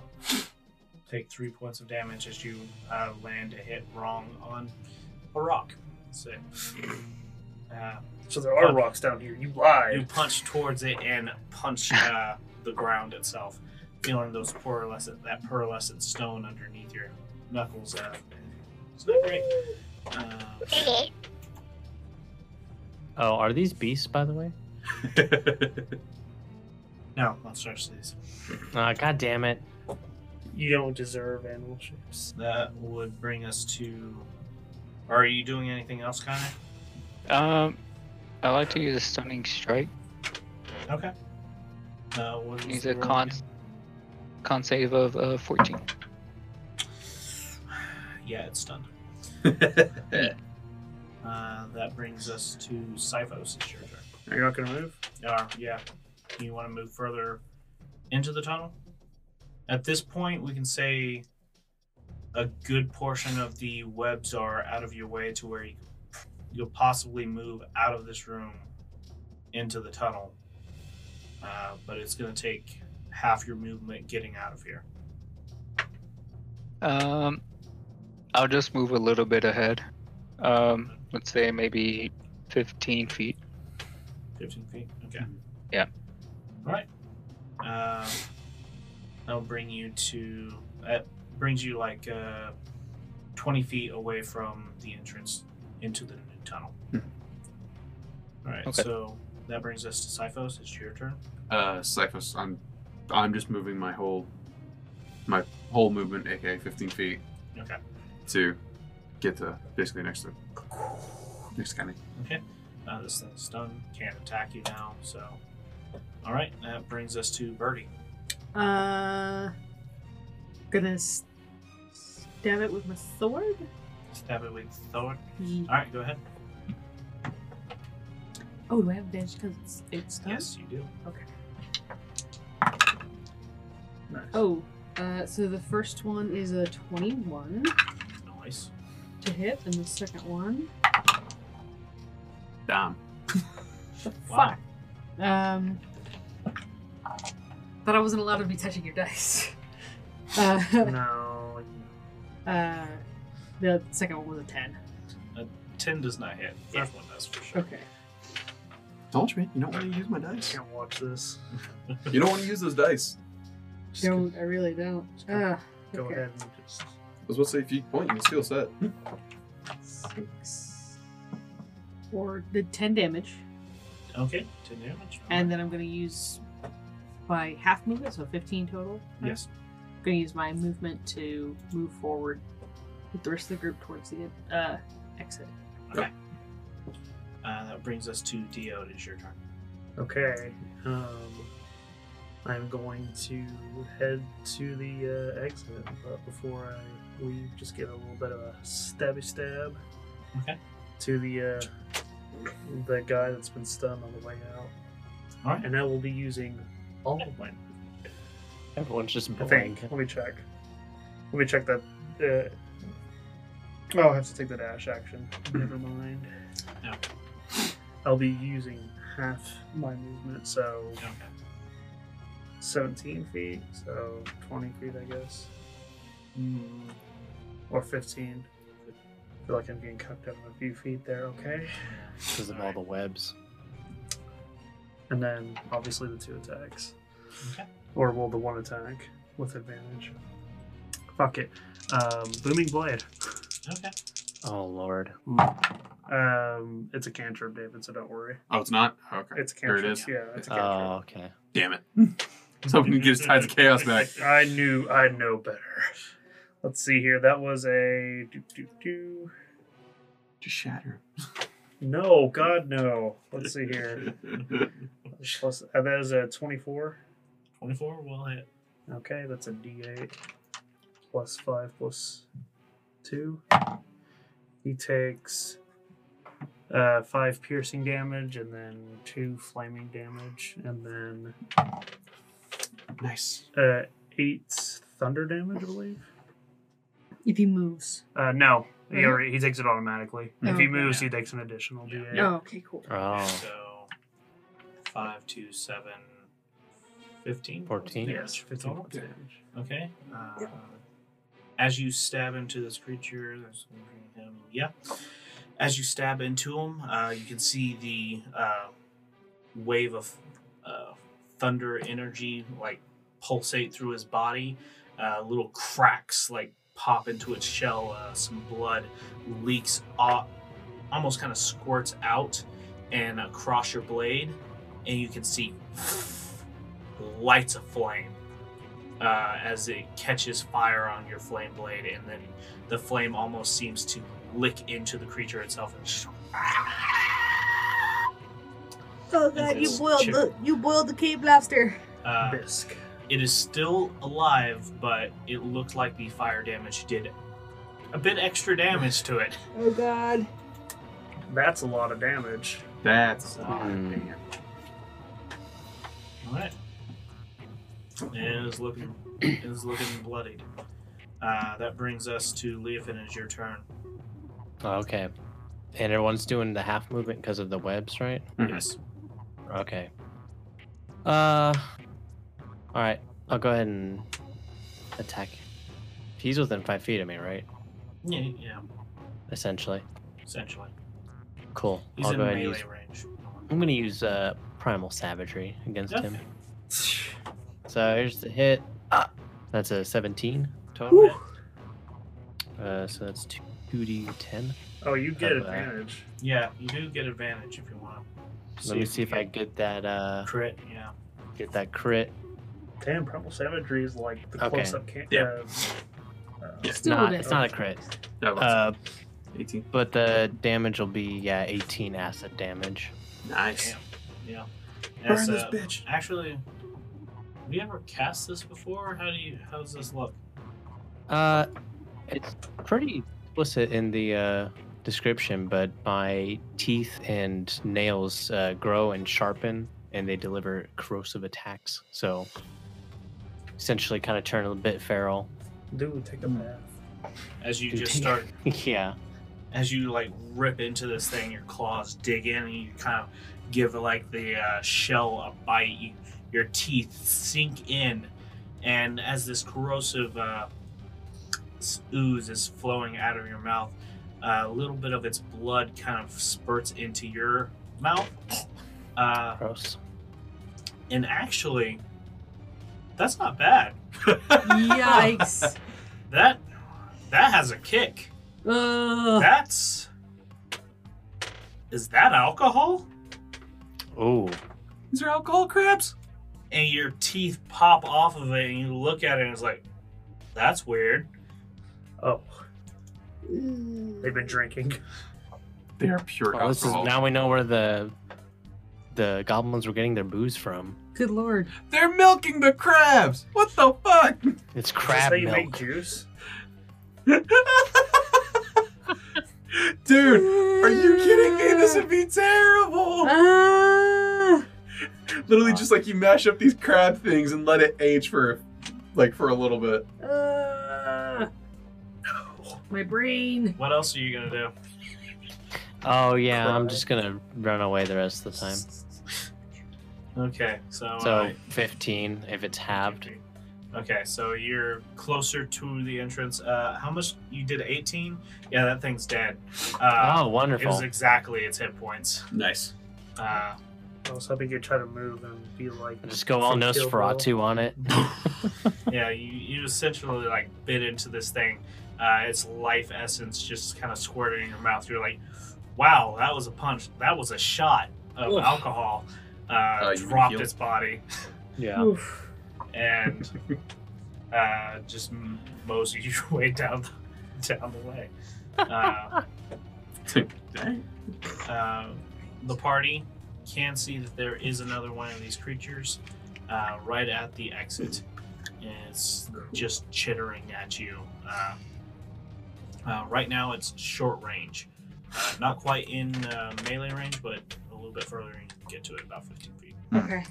take three points of damage as you uh, land a hit wrong on a rock. So, uh, So there are Fuck. rocks down here. You lied. you punch towards it and punch uh, the ground itself, feeling those pearlescent that pearlescent stone underneath your knuckles. Uh, it's not great. Uh, Oh, are these beasts, by the way? no, monstrous these. Uh, God damn it. You don't deserve animal shapes. That would bring us to. Are you doing anything else, Connor? Um I like to use a stunning strike. Okay. Uh, what is He's the a roll con again? con save of uh 14. [sighs] Yeah, it's done. Uh, that brings us to Siphos. It's your turn. You're not gonna move. Uh, yeah. Do you want to move further into the tunnel? At this point, we can say a good portion of the webs are out of your way to where you, you'll possibly move out of this room into the tunnel. Uh, but it's going to take half your movement getting out of here. Um I'll just move a little bit ahead. Um let's say maybe 15 feet. 15 feet? Okay. Yeah. All right. Um, that'll bring you to. That brings you like uh, 20 feet away from the entrance into the new tunnel. All right. Okay. So that brings us to Siphos. It's your turn. Uh, Cyphos, I'm, I'm just moving my whole, my whole movement, aka 15 feet, Okay. to get to basically next to, next kind of. Okay. Uh, this thing's done. Can't attack you now. So. All right. That brings us to Birdie. Uh, gonna s- stab it with my sword? Stab it with Thor. Ye- All right. Go ahead. Oh, do I have damage because it's, it's done? Yes, you do. Oh, uh, so the first one is a 21 Nice. to hit, and the second one. Damn. The Wow. fuck? Um, thought I wasn't allowed to be touching your dice. [laughs] Uh, [laughs] No. uh, the second one was a 10. 10 does not hit. First one does for sure. Okay. Told you, man. You don't want to use my dice. Can't watch this. You don't want to use those dice. Just go, Don't, I really don't. go- Uh, go okay. ahead and just. I was about to say, if you point, you can steal set. Six. Or did 10 damage. Okay. 10 damage. And then I'm going to use my half movement, so 15 total. right? Yes. I'm going to use my movement to move forward with the rest of the group towards the uh, exit. Uh, that brings us to Dio. It is your turn. Okay. Um, I'm going to head to the uh, exit, but before I leave, just get a little bit of a stabby stab. Okay. To the uh, the guy that's been stunned on the way out. All right. And I will be using all of my. Everyone's just I think. blank. Let me check. Let me check that. Uh, Oh, I'll have to take the dash action. Never mind. No. I'll be using half my movement, so Okay. 17 feet, so 20 feet, I guess. Or 15. I feel like I'm getting cucked up a few feet there, okay? because of all the webs. And then obviously the two attacks. Okay. Or well, the one attack with advantage. Fuck it. Um, Booming Blade. Okay. Oh lord. Um, it's a cantrip, David, so don't worry. Oh, it's not? Oh, okay. It's a There cantrip. it is. Yeah, it's a cantrip. Oh okay. Damn it. [laughs] I was hoping to get his Tides of Chaos back. I knew I know better. Let's see here. That was a do do do. Just shatter. No, God no. Let's see here. Plus, uh, that is a twenty-four. 24 will hit. Okay, that's a D8. Plus five, plus two. He takes uh, five piercing damage, and then two flaming damage, and then Nice. uh, eight thunder damage, I believe. If he moves. Uh, no, he Right? already he takes it automatically. If he Okay. moves, he takes an additional D8. Oh, okay, cool. Oh. So 5 to 7 15 14. Yes, damage fifteen total? points of damage. Okay. Uh, As you stab into this creature, there's gonna be him. Yeah. As you stab into him, uh, you can see the uh, wave of uh, thunder energy like pulsate through his body. Uh, little cracks like pop into its shell. Uh, some blood leaks, off, almost kind of squirts out and across your blade, and you can see [laughs] lights of flame uh, as it catches fire on your flame blade, and then the flame almost seems to lick into the creature itself. And Oh And god, you this boiled chick- the you boiled the cave lobster. uh, Bisque. it is still alive, but it looked like the fire damage did a bit extra damage to it. Oh god. That's a lot of damage. [laughs] That's Mm. All right. And it is looking, it is looking bloodied. Uh, that brings us to Leofin. It's your turn. Oh, Okay. And everyone's doing the half movement because of the webs, right? Mhm. Yes. Okay. Uh. All right. I'll go ahead and attack. He's within five feet of me, right? Yeah, yeah. Essentially. Essentially, Cool. he's I'll in go ahead melee and use. range. I'm gonna use uh primal savagery against Okay. him. [sighs] So here's the hit. Ah, that's a 17 total. Whew. Uh, so that's two d 10. Oh, you get Uh, advantage. Yeah, you do get advantage if you want. Let me see if I get that uh crit. Yeah. get that crit. Damn, primal savagery is like the Okay. close-up can- Yeah. uh, uh, It's Still not a it's not a crit. Yeah, lots Uh, of- 18. but the damage will be yeah 18 acid damage. Nice. Yeah. Burn As, this uh, bitch. Actually, have you ever cast this before? How do you? How does this look? Uh, it's pretty explicit in the uh, description, but my teeth and nails uh, grow and sharpen, and they deliver corrosive attacks. So, essentially, kind of turn a bit feral. [laughs] Dude, take a bath. As you Dude, just take- start, yeah. as you like rip into this thing, your claws dig in, and you kind of give like the uh, shell a bite. You, your teeth sink in, and as this corrosive uh, s- ooze is flowing out of your mouth, a little bit of its blood kind of spurts into your mouth. Uh, Gross. and actually, that's not bad. [laughs] Yikes. That that has a kick. Ugh. That's is that alcohol? Oh, These are alcohol crabs. And your teeth pop off of it, and you look at it, and it's like, that's weird. Oh, Mm. they've been drinking. [laughs] They are pure well, Oh, this is alcohol. now we know where the the goblins were getting their booze from. Good lord. They're milking the crabs. What the fuck? It's Is this crab how you make milk. juice? Dude, are you kidding me? This would be [laughs] terrible. Ah. Literally, just like you mash up these crab things and let it age for, like, for a little bit. Ah. My brain. What else are you gonna do? Oh yeah, I'm just gonna run away the rest of the time. Okay, so, So I- 15 if it's halved. okay, so you're closer to the entrance. Uh, how much you did? 18. Yeah, that thing's dead. Uh, Oh, It was wonderful. exactly its hit points. Nice. Uh, I was hoping you'd try to move and be like. Just go all from Kill Bill. Nosferatu on it. [laughs] yeah, you, you essentially like bit into this thing. Uh, its life essence just kind of squirted in your mouth. You're like, wow, that was a punch. That was a shot of Oof. alcohol. Uh, you been dropped healed? its body Yeah. Oof. [laughs] and uh, just m- mosey [laughs] your way down the, down the way. Uh, uh, the party can see that there is another one of these creatures uh, right at the exit. And it's just chittering at you. Uh, uh, right now, it's short range. Uh, not quite in uh, melee range, but a little bit further and you can get to it, about 15 feet. Okay.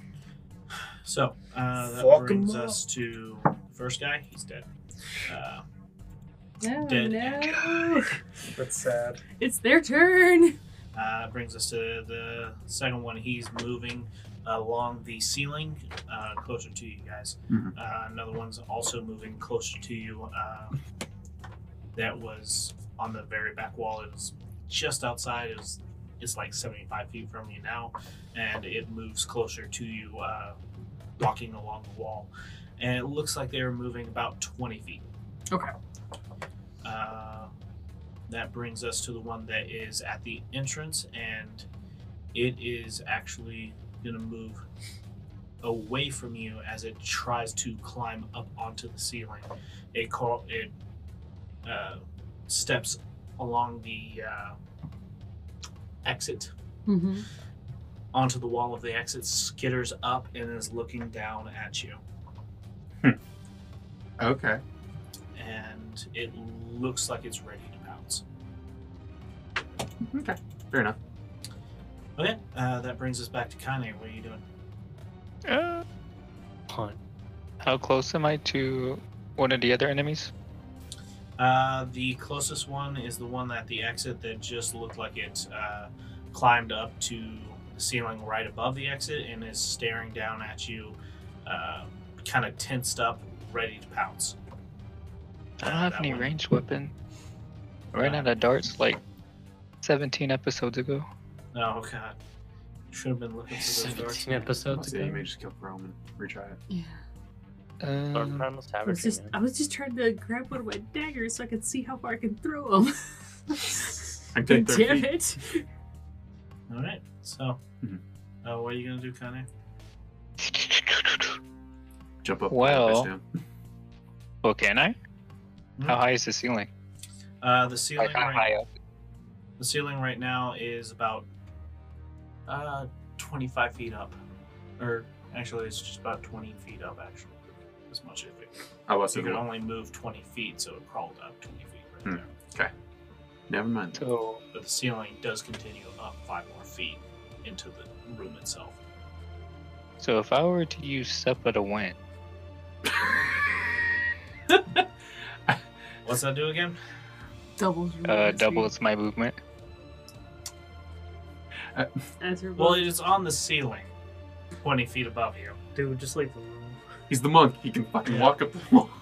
So uh, that Hmm. Fuck 'em brings up. us to the first guy. He's dead. Uh, No, Dead. no. That's sad. It's their turn. Uh, brings us to the second one. He's moving along the ceiling, uh, closer to you guys. Mhm. Uh, another one's also moving closer to you. Uh, that was on the very back wall. It was just outside. It was, it's like 75 feet from you now, and it moves closer to you, uh, walking along the wall. And it looks like they're moving about 20 feet. Okay. Uh, that brings us to the one that is at the entrance, and it is actually going to move away from you as it tries to climb up onto the ceiling. It call it uh, steps along the uh, exit Mm-hmm. onto the wall of the exit, skitters up, and is looking down at you. Okay. And it looks like it's ready to pounce. Okay. Fair enough. Okay, uh, that brings us back to Kanye. What are you doing? Uh, Hunt. how close am I to one of the other enemies? Uh, the closest one is the one at the exit that just looked like it uh, climbed up to the ceiling right above the exit and is staring down at you, uh, kind of tensed up, ready to pounce. I don't Uh, have that any one. ranged weapon. I ran out of darts like 17 episodes ago. Oh god, should have been looking for those darts. 17 episodes So you ago. may just kill Roman. Retry it. Yeah. Or Um, almost I have was it. just I was just trying to grab one of my daggers so I could see how far I can throw them. I'm Damn taking 30 feet. it! [laughs] All right, so Mhm. uh, what are you gonna do, Kanye? Jump up. touch Well- down. [laughs] well, can I? Hmm? How high is the ceiling? Uh, the ceiling. Like, how right- high up? The ceiling right now is about uh 25 feet up, or actually it's just about 20 feet up actually. As much as it, Oh, I was you could thinking. only move 20 feet, so it crawled up 20 feet right Hmm. there. Never mind. So, But the ceiling does continue up five more feet into the room itself. so if I were to use Seppa to win, What's that do again? Doubles. uh, doubles my movement. As your Well, it's on the ceiling, 20 feet above you. Dude, just leave the room. He's the monk. He can fucking Yeah. walk up the wall. [laughs]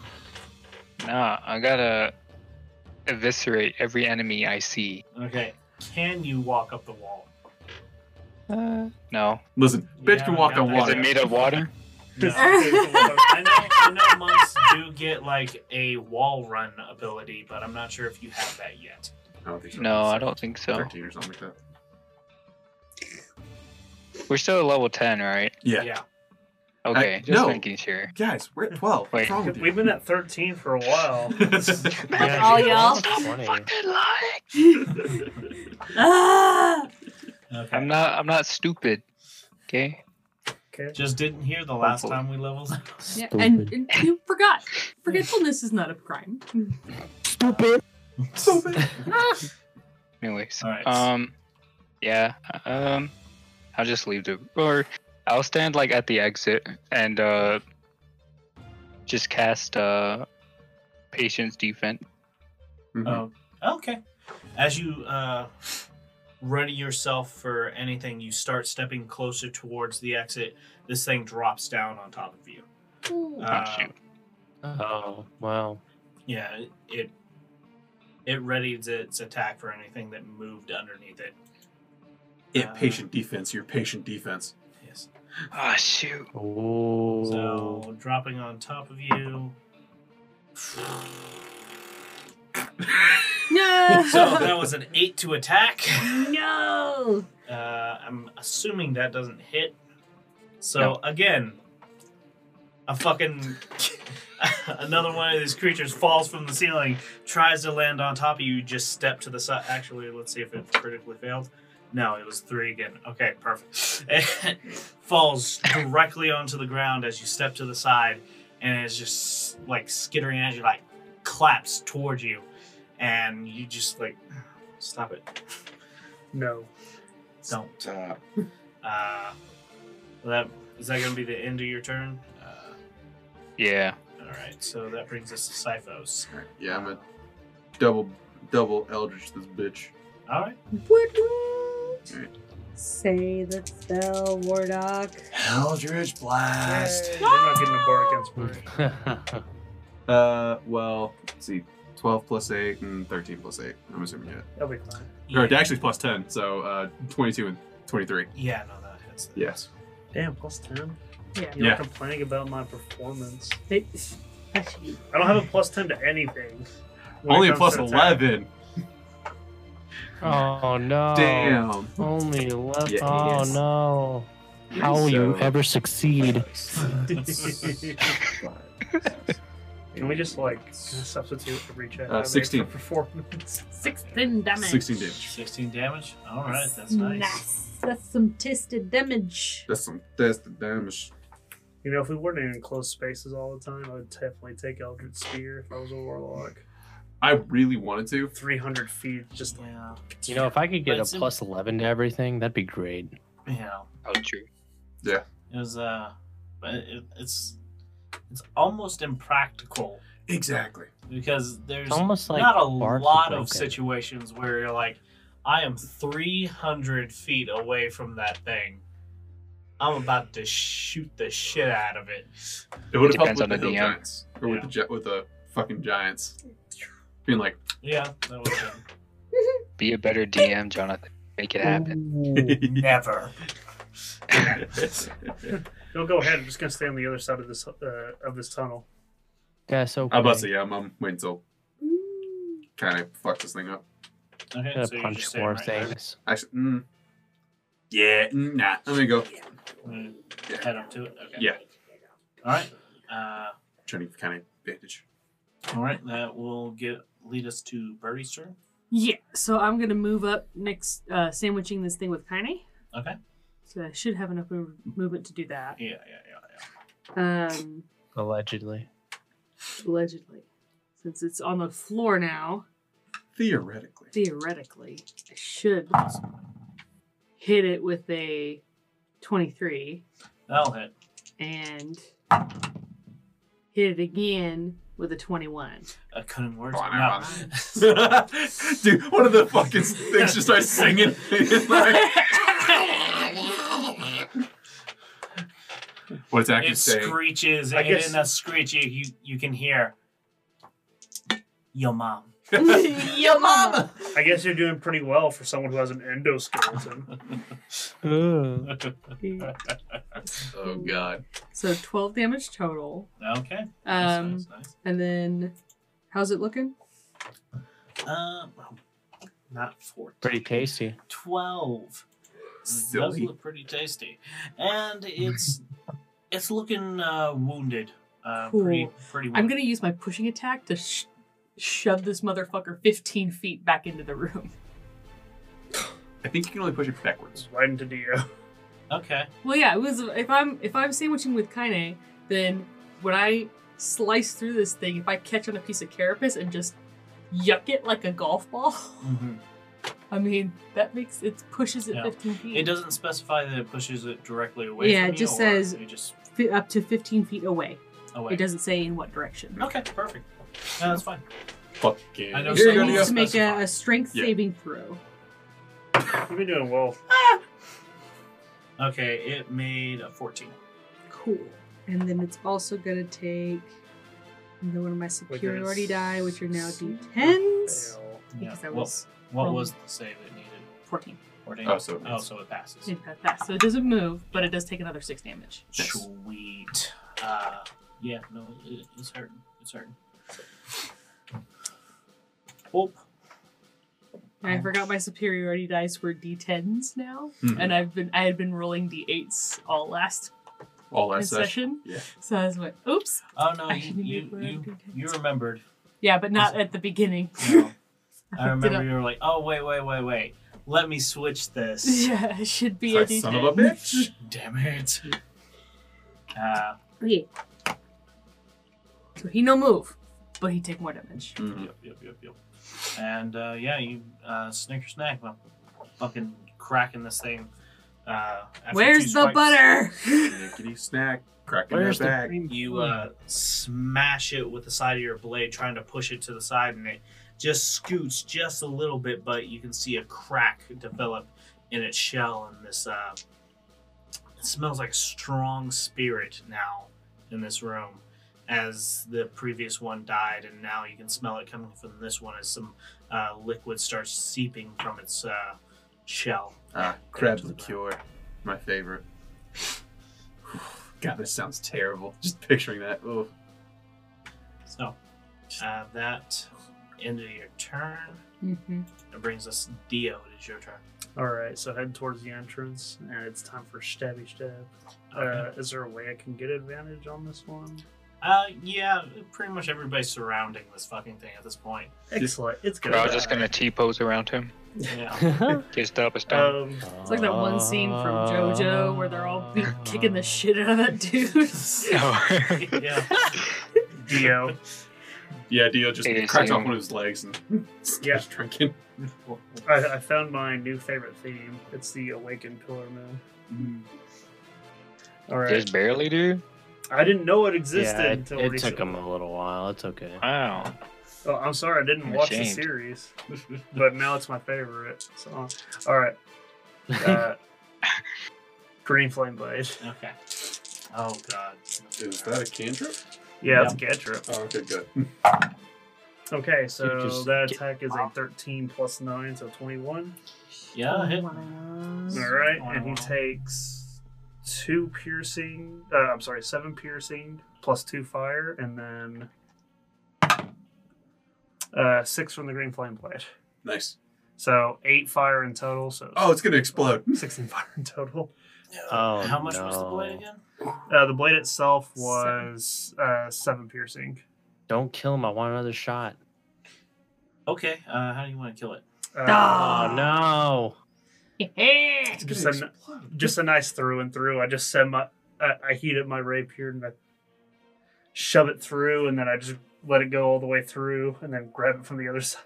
Nah, I gotta eviscerate every enemy I see. Okay. Can you walk up the wall? Uh, no. Listen, bitch Yeah, can walk yeah, on that- Is water. it made of water? No. I know, [laughs] I know monks do get like a wall run ability, but I'm not sure if you have that yet. I don't think so. No, I don't think so. 13 or something like that. We're still at level 10, right? Yeah. Okay, I- just no. [laughs] making sure. Guys, we're at 12. Wait. What's wrong with We've you? been at 13 for a [laughs] while. That's all y'all. [laughs] ah! Okay. I'm not. I'm not stupid. Okay. Okay. Just didn't hear the last Hopefully. time we leveled. up. Yeah, and, and you forgot. Forgetfulness is not a crime. Anyways. All right. Um. Yeah. Um. I'll just leave the or I'll stand like at the exit and uh. Just cast uh. Patience defense. Oh, okay. As you uh, ready yourself for anything, you start stepping closer towards the exit. This thing drops down on top of you. Uh, [laughs] Oh, wow. yeah, it- it it readies its attack for anything that moved underneath it. Yeah, patient defense. Your patient defense. Yes. Ah, shoot. Oh. [laughs] So dropping on top of you. No. So that was an eight to attack. [laughs] [laughs] no. Uh, I'm assuming that doesn't hit. So No. again, a fucking [laughs] another one of these creatures falls from the ceiling, tries to land on top of you. Just step to the side. Actually, let's see if it critically failed. No, it was three again. Okay, perfect. [laughs] It falls directly onto the ground as you step to the side, and it's just like skittering as you like claps towards you, and you just like stop it. No. Don't. Uh, that is that going to be the end of your turn? Uh, Yeah. all right. So that brings us to Siphos. Yeah, I'm a double double Eldritch this bitch. All right. Woot woot. Say the spell, Wardock. Eldritch Blast. You're not getting a bardic inspiration. Uh, well, let's see, twelve plus eight and thirteen plus eight. I'm assuming yet. That'll be fine. Or actually, it's plus ten, so uh, twenty-two and twenty-three. Yeah. No, that hits. That. Yes. Damn, plus 10. Yeah. You're Yeah. complaining about my performance. They- I don't have a plus 10 to anything. when it Only a comes plus to attack. eleven. Oh no! Damn. Only left. Yeah, oh yes. no! How will you [laughs] ever succeed? Can we just like kinda substitute every check? Uh, I make 16. For performance. [laughs] Sixteen damage. Sixteen damage. Sixteen damage. All right. That's nice. That's some tested damage. That's some that's the damage. You know, if we weren't in close spaces all the time, I would definitely take Eldritch Spear if I was a warlock. I really wanted to. 300 feet, just like, Yeah. You know, if I could But get a it's- plus eleven to everything, that'd be great. Yeah. Oh, true. Yeah. It was. Uh. But it, it's. It's almost impractical Exactly. because there's It's almost like not a Bark lot broke of it. situations where you're like, I am 300 feet away from that thing. I'm about to shoot the shit out of it. It would have Depends helped with the, on the hill DM. giants or with the jet with the fucking giants. Being [laughs] like, Yeah, that was Be a better DM, Jonathan. Make it happen. it. Never. no, go ahead. I'm just gonna stay on the other side of this uh, of this tunnel. Yeah. So I'm about to say, yeah, I'm, I'm waiting till kind of fuck this thing up. Okay, gonna so you're punch just more standing right things. Actually, mm, yeah, mm, nah. I'm gonna go there. Mm, Head up to it. Okay. Yeah. All right. Uh, trying to kind of bandage. all right. That will get lead us to Birdie's turn. Yeah. So I'm gonna move up next, uh, sandwiching this thing with Kaine. Okay. So I should have enough move- movement to do that. Yeah, yeah, yeah, Um, Allegedly. allegedly, since it's on the floor now, Theoretically, [laughs] theoretically, I should hit it with a twenty-three yeah. That'll hit. and hit it again with a twenty-one. A Uh, cutting words. Oh, I no. [laughs] dude, one of the fucking things just starts singing. [laughs] It's like- what it's actually it saying? screeches, I and guess- in that screech, you, you you can hear your mom. Yo, mama. I guess you're doing pretty well for someone who has an [laughs] endoskeleton. oh god. So twelve damage total. [laughs] Okay. Nice, Um, nice, nice. and then how's it looking? Um, well, not four. Pretty tasty. Twelve. Still does eat. look pretty tasty, and it's it's looking uh, wounded. Uh, Pretty, Cool. pretty. Wounded. I'm gonna use my pushing attack to sh- shove this motherfucker 15 feet back into the room. [laughs] I think you can only push it backwards. Right into Dio. Okay. Well, yeah, it was. If I'm if I'm sandwiching with Kaine, then when I slice through this thing, if I catch on a piece of carapace and just yuck it like a golf ball, [laughs] hmm I mean that makes it pushes it Yeah. 15 feet. It doesn't specify that it pushes it directly away. Yeah, from it just you, or says- it just Fi- up to 15 feet away. away. It doesn't say in what direction. Okay, perfect. No, that's fine. fucking. I know some Here you people needs to make specify. a, a strength Yeah. saving throw. You've been doing well. Okay, it made a 14. Cool. And then it's also gonna take another one of my superiority die, which are now d10s. Yeah. Because I What, was what wrong. was the save it needed? 14. 14? Oh, so it oh, is. so it passes. It got that, so it doesn't move, but it does take another six damage. Sweet. Uh, yeah, no, it, it's hurting. It's hurting. Oop. I forgot my superiority dice were d10s now, Mm-hmm. and I've been I had been rolling d8s all last All that session. session. Yeah. So I was like, oops. Oh no, I you didn't you, even you, remember. you remembered. Yeah, but not at the beginning. [laughs] No. Did I remember you were like, oh wait, wait, wait, wait. Let me switch [laughs] this. [laughs] Yeah, it should be a It's d10. like, son of a bitch. [laughs] Damn it. Uh, Okay. So he no move, but he take more damage. Mm-hmm. Yep, yep, yep, yep. And uh, yeah, you uh, snicker snack, well, fucking cracking this thing. Uh, after Where's two the swipes, butter? [laughs] Nickety snack, cracking Where's that the back. cream? You uh, smash it with the side of your blade, trying to push it to the side, and it just scoots just a little bit, but you can see a crack develop in its shell. And this uh, it smells like a strong spirit now in this room, as the previous one died, and now you can smell it coming from this one as some uh, liquid starts seeping from its uh, shell. Ah, crab liqueur, my favorite. God, this sounds terrible. [laughs] Just picturing that. Oh, So uh, that end of your turn. Mm-hmm. It brings us Dio. It is your turn. All right, so head towards the entrance, and it's time for stabby stab. Uh, is there a way I can get advantage on this one? Uh, yeah, pretty much everybody's surrounding this fucking thing at this [laughs] point. Excellent. It's good. We're all just gonna T pose around him. Yeah. Just up a stone. [laughs] Um, It's like that one scene from JoJo where they're all Uh, be- kicking the shit out of that dude. [laughs] Oh. yeah. Dio. yeah. Dio just Hey, cracks off Sam. one of his legs and Yeah. starts drinking. I, I found my new favorite theme. It's the Awakened Pillar Moon. Mm, All right. [laughs] Just barely, dude. I didn't know it existed Yeah, it, until it recently. took him a little while. It's okay. Wow. Oh, I'm sorry, I didn't I'm watch ashamed. the series, [laughs] but now it's my favorite. So, all right. Uh, green flame blade. Okay. Oh god. Is that a cantrip? Yeah, it's a cantrip. Oh, okay, good. Okay, so just that attack is a 13 plus 9, so 21. Yeah. Hit. All right, and he Wow. takes two piercing. Uh, I'm sorry, seven piercing plus two fire, and then uh, six from the green flame blade. Nice. So eight fire in total. So Oh, it's gonna explode. 16 fire in total. Oh, How much was the no. blade again? Uh, the blade itself was uh, seven piercing. Don't kill him. I want another shot. Okay. Uh, how do you want to kill it? Uh, Oh no! Yeah. just a, n- just a nice through and through. I just send my, I, I heat up my rapier and I shove it through, and then I just let it go all the way through, and then grab it from the other [laughs] side.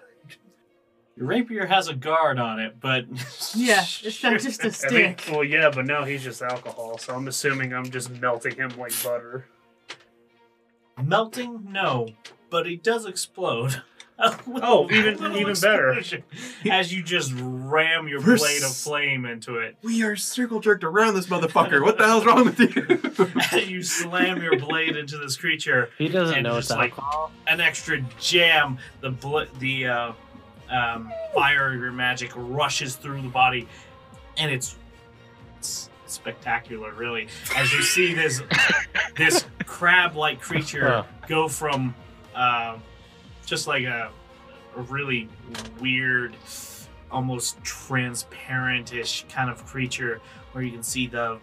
Your rapier has a guard on it, but [laughs] Yeah, it's not just a [laughs] I mean, stick. well, yeah, but no, he's just alcohol, so I'm assuming I'm just melting him like butter. melting. No, but it does explode. [laughs] Oh, [laughs] even- Little even better. explosion [laughs] As you just ram your We're blade of s- flame [laughs] into it, [laughs] We are circle jerked around this motherfucker. What the hell's wrong with you? you slam your blade into this creature, He doesn't And know it's just, like, alcohol. an extra jam. The bl- the uh, um, fiery magic rushes through the body, and it's, it's spectacular, really. As you see this this crab-like creature go from uh, just like a, a really weird, almost transparentish kind of creature, where you can see the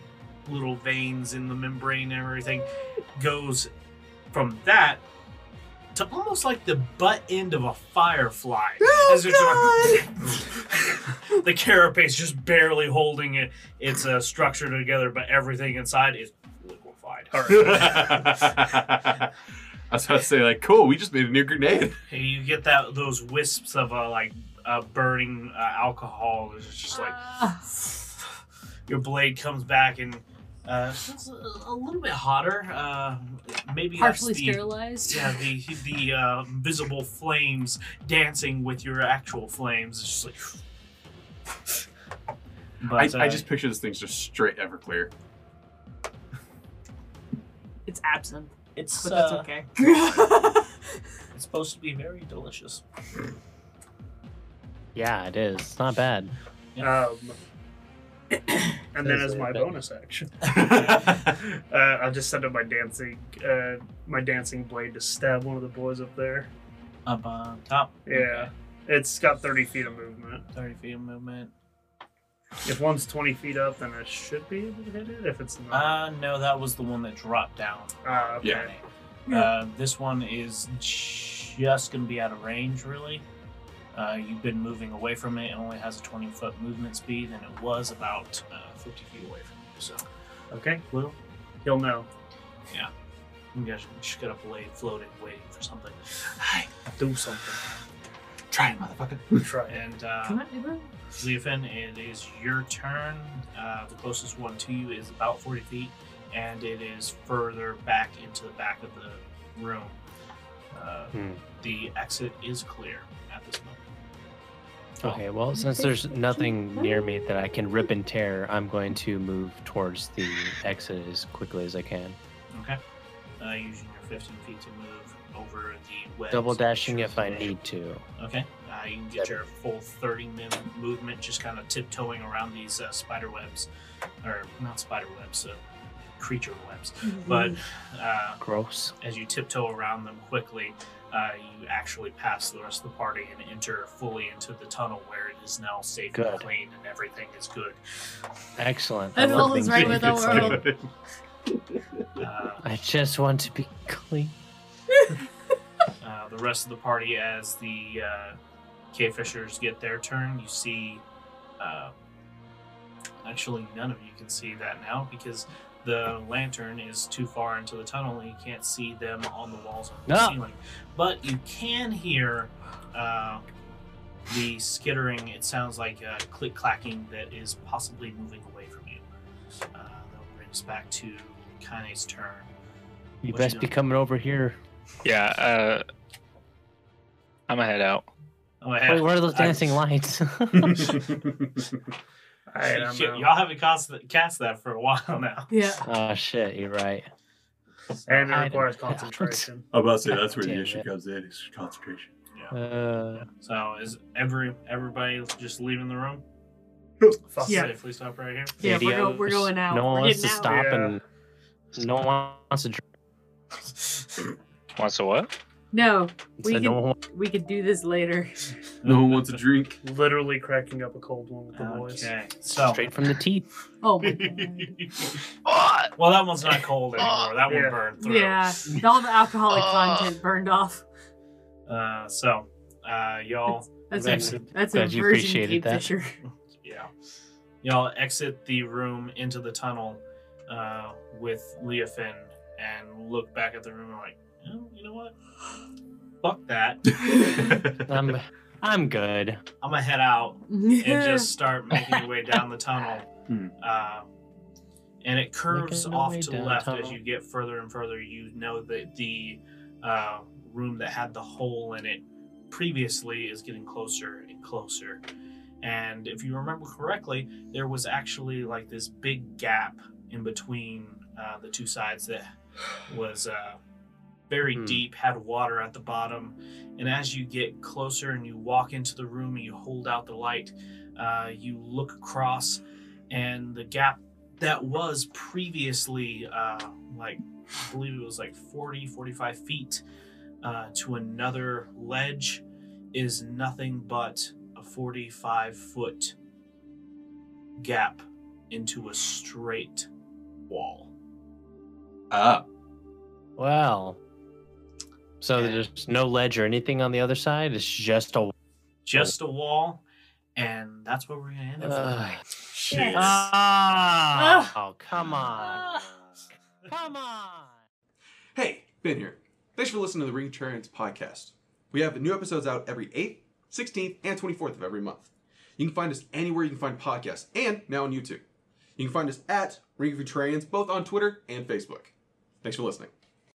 little veins in the membrane and everything, goes from that to almost like the butt end of a firefly. As it's like- [laughs] the carapace just barely holding it. It's uh, structured together, but everything inside is liquefied. [laughs] I was about to say, like, cool, we just made a new grenade. And you get that those wisps of uh, like uh, Ah, burning uh, alcohol. It's just like your blade comes back and Uh, it's a, a little bit hotter. Uh, maybe Partially that's the, sterilized? Yeah, the the uh, visible flames dancing with your actual flames. It's just like But, I, I uh, just picture this thing's just straight [laughs] Everclear. It's absent. It's, but that's uh, okay. it's supposed to be very delicious. Yeah, it is. It's not bad. Um, [coughs] and then That is as a my bit- bonus action, uh, I just set up my dancing uh, my dancing blade to stab one of the boys up there. Up on top. Yeah, it's got thirty feet of movement. Thirty feet of movement. If one's twenty feet up, then I should be able to hit it. If it's not, Uh, no, that was the one that dropped down. Ah, okay. Yeah. Uh, this one is just going to be out of range, really. Uh, you've been moving away from it. It only has a 20 foot movement speed, and it was about uh, 50 feet away from you. So, okay, well, he'll know. yeah. You guys just got up late, floated, waiting for something. Do something. Try it, motherfucker. Try it. And uh, [laughs] Can I do that? Leofin, it is your turn. Uh, the closest one to you is about 40 feet, and it is further back into the back of the room. Uh, Hmm. The exit is clear at this moment. Okay, well, since there's nothing near me that I can rip and tear, I'm going to move towards the exit as quickly as I can. Okay. Uh, using your 15 feet to move over the web. Double dashing if I need to. Okay. Uh, you can get your full 30 min movement just kind of tiptoeing around these uh, spider webs. Or not spider webs, uh, creature webs. But uh, Gross. as you tiptoe around them quickly, uh, you actually pass the rest of the party and enter fully into the tunnel where it is now safe and Good. clean and everything is good. Excellent. I That love all is things right being with the good. world. Uh, I just want to be clean. Uh, the rest of the party, as the uh, K-Fishers get their turn, you see. Uh, actually, none of you can see that now because the lantern is too far into the tunnel and you can't see them on the walls or the No. ceiling. But you can hear uh, the skittering, it sounds like uh, click clacking that is possibly moving away from you. Uh, that brings back to Kane's turn. You What best be doing? coming over here. Yeah, uh, I'm gonna head out. Oh, yeah. Wait, where are those I- dancing lights? [laughs] [laughs] I don't Shit, know. y'all haven't cast, th- cast that for a [laughs] while now. Yeah. oh shit, you're right. And it I requires don't- concentration. I'm about to say that's where Damn the issue it. comes in. It's concentration. Yeah. [laughs] Uh, So is every everybody just leaving the room? Fuck Yeah. Safely stop right here. Yeah, we're, go- we're adios. going out. No one we're wants to getting out. stop Yeah. and no one wants to drink. Wants a what? No, we so can, no one we could do this later. No one wants a drink. [laughs] Literally cracking up a cold one with the boys. [laughs] Okay. So straight from the teeth. Oh my god. [laughs] well, that one's not cold anymore. That one Yeah. burned through. Yeah, all the alcoholic content burned off. Uh, so uh, y'all, That's That's- a, that's a glad you virgin appreciated that. kingfisher. yeah, y'all exit the room into the tunnel uh, with Leofin and look back at the room and like, oh, you know what? Fuck that. I'm, I'm good. I'm gonna head out. [laughs] and Yeah. just start making your way down the tunnel. Hmm. Um, and it curves Making our off way to the down left tunnel. as you get further and further. You know that the uh, room that had the hole in it previously is getting closer and closer. And if you remember correctly, there was actually like this big gap in between uh, the two sides that was uh, very Hmm. deep, had water at the bottom. And as you get closer and you walk into the room and you hold out the light, uh, you look across, and the gap that was previously uh, like, I believe it was like 40, 45 feet uh, to another ledge is nothing but a 45 foot gap into a straight wall. Ah, Well, so there's no ledge or anything on the other side. It's just a. Just a wall, and that's where we're going to end it. for Ugh. tonight. Yes. Uh, Ah, oh, come on, come on. Hey, Ben here. Thanks for listening to the Ringturians podcast. We have new episodes out every 8th, 16th, and 24th of every month. You can find us anywhere you can find podcasts and now on YouTube. You can find us at Ring of Contrarians both on Twitter and Facebook. Thanks for listening.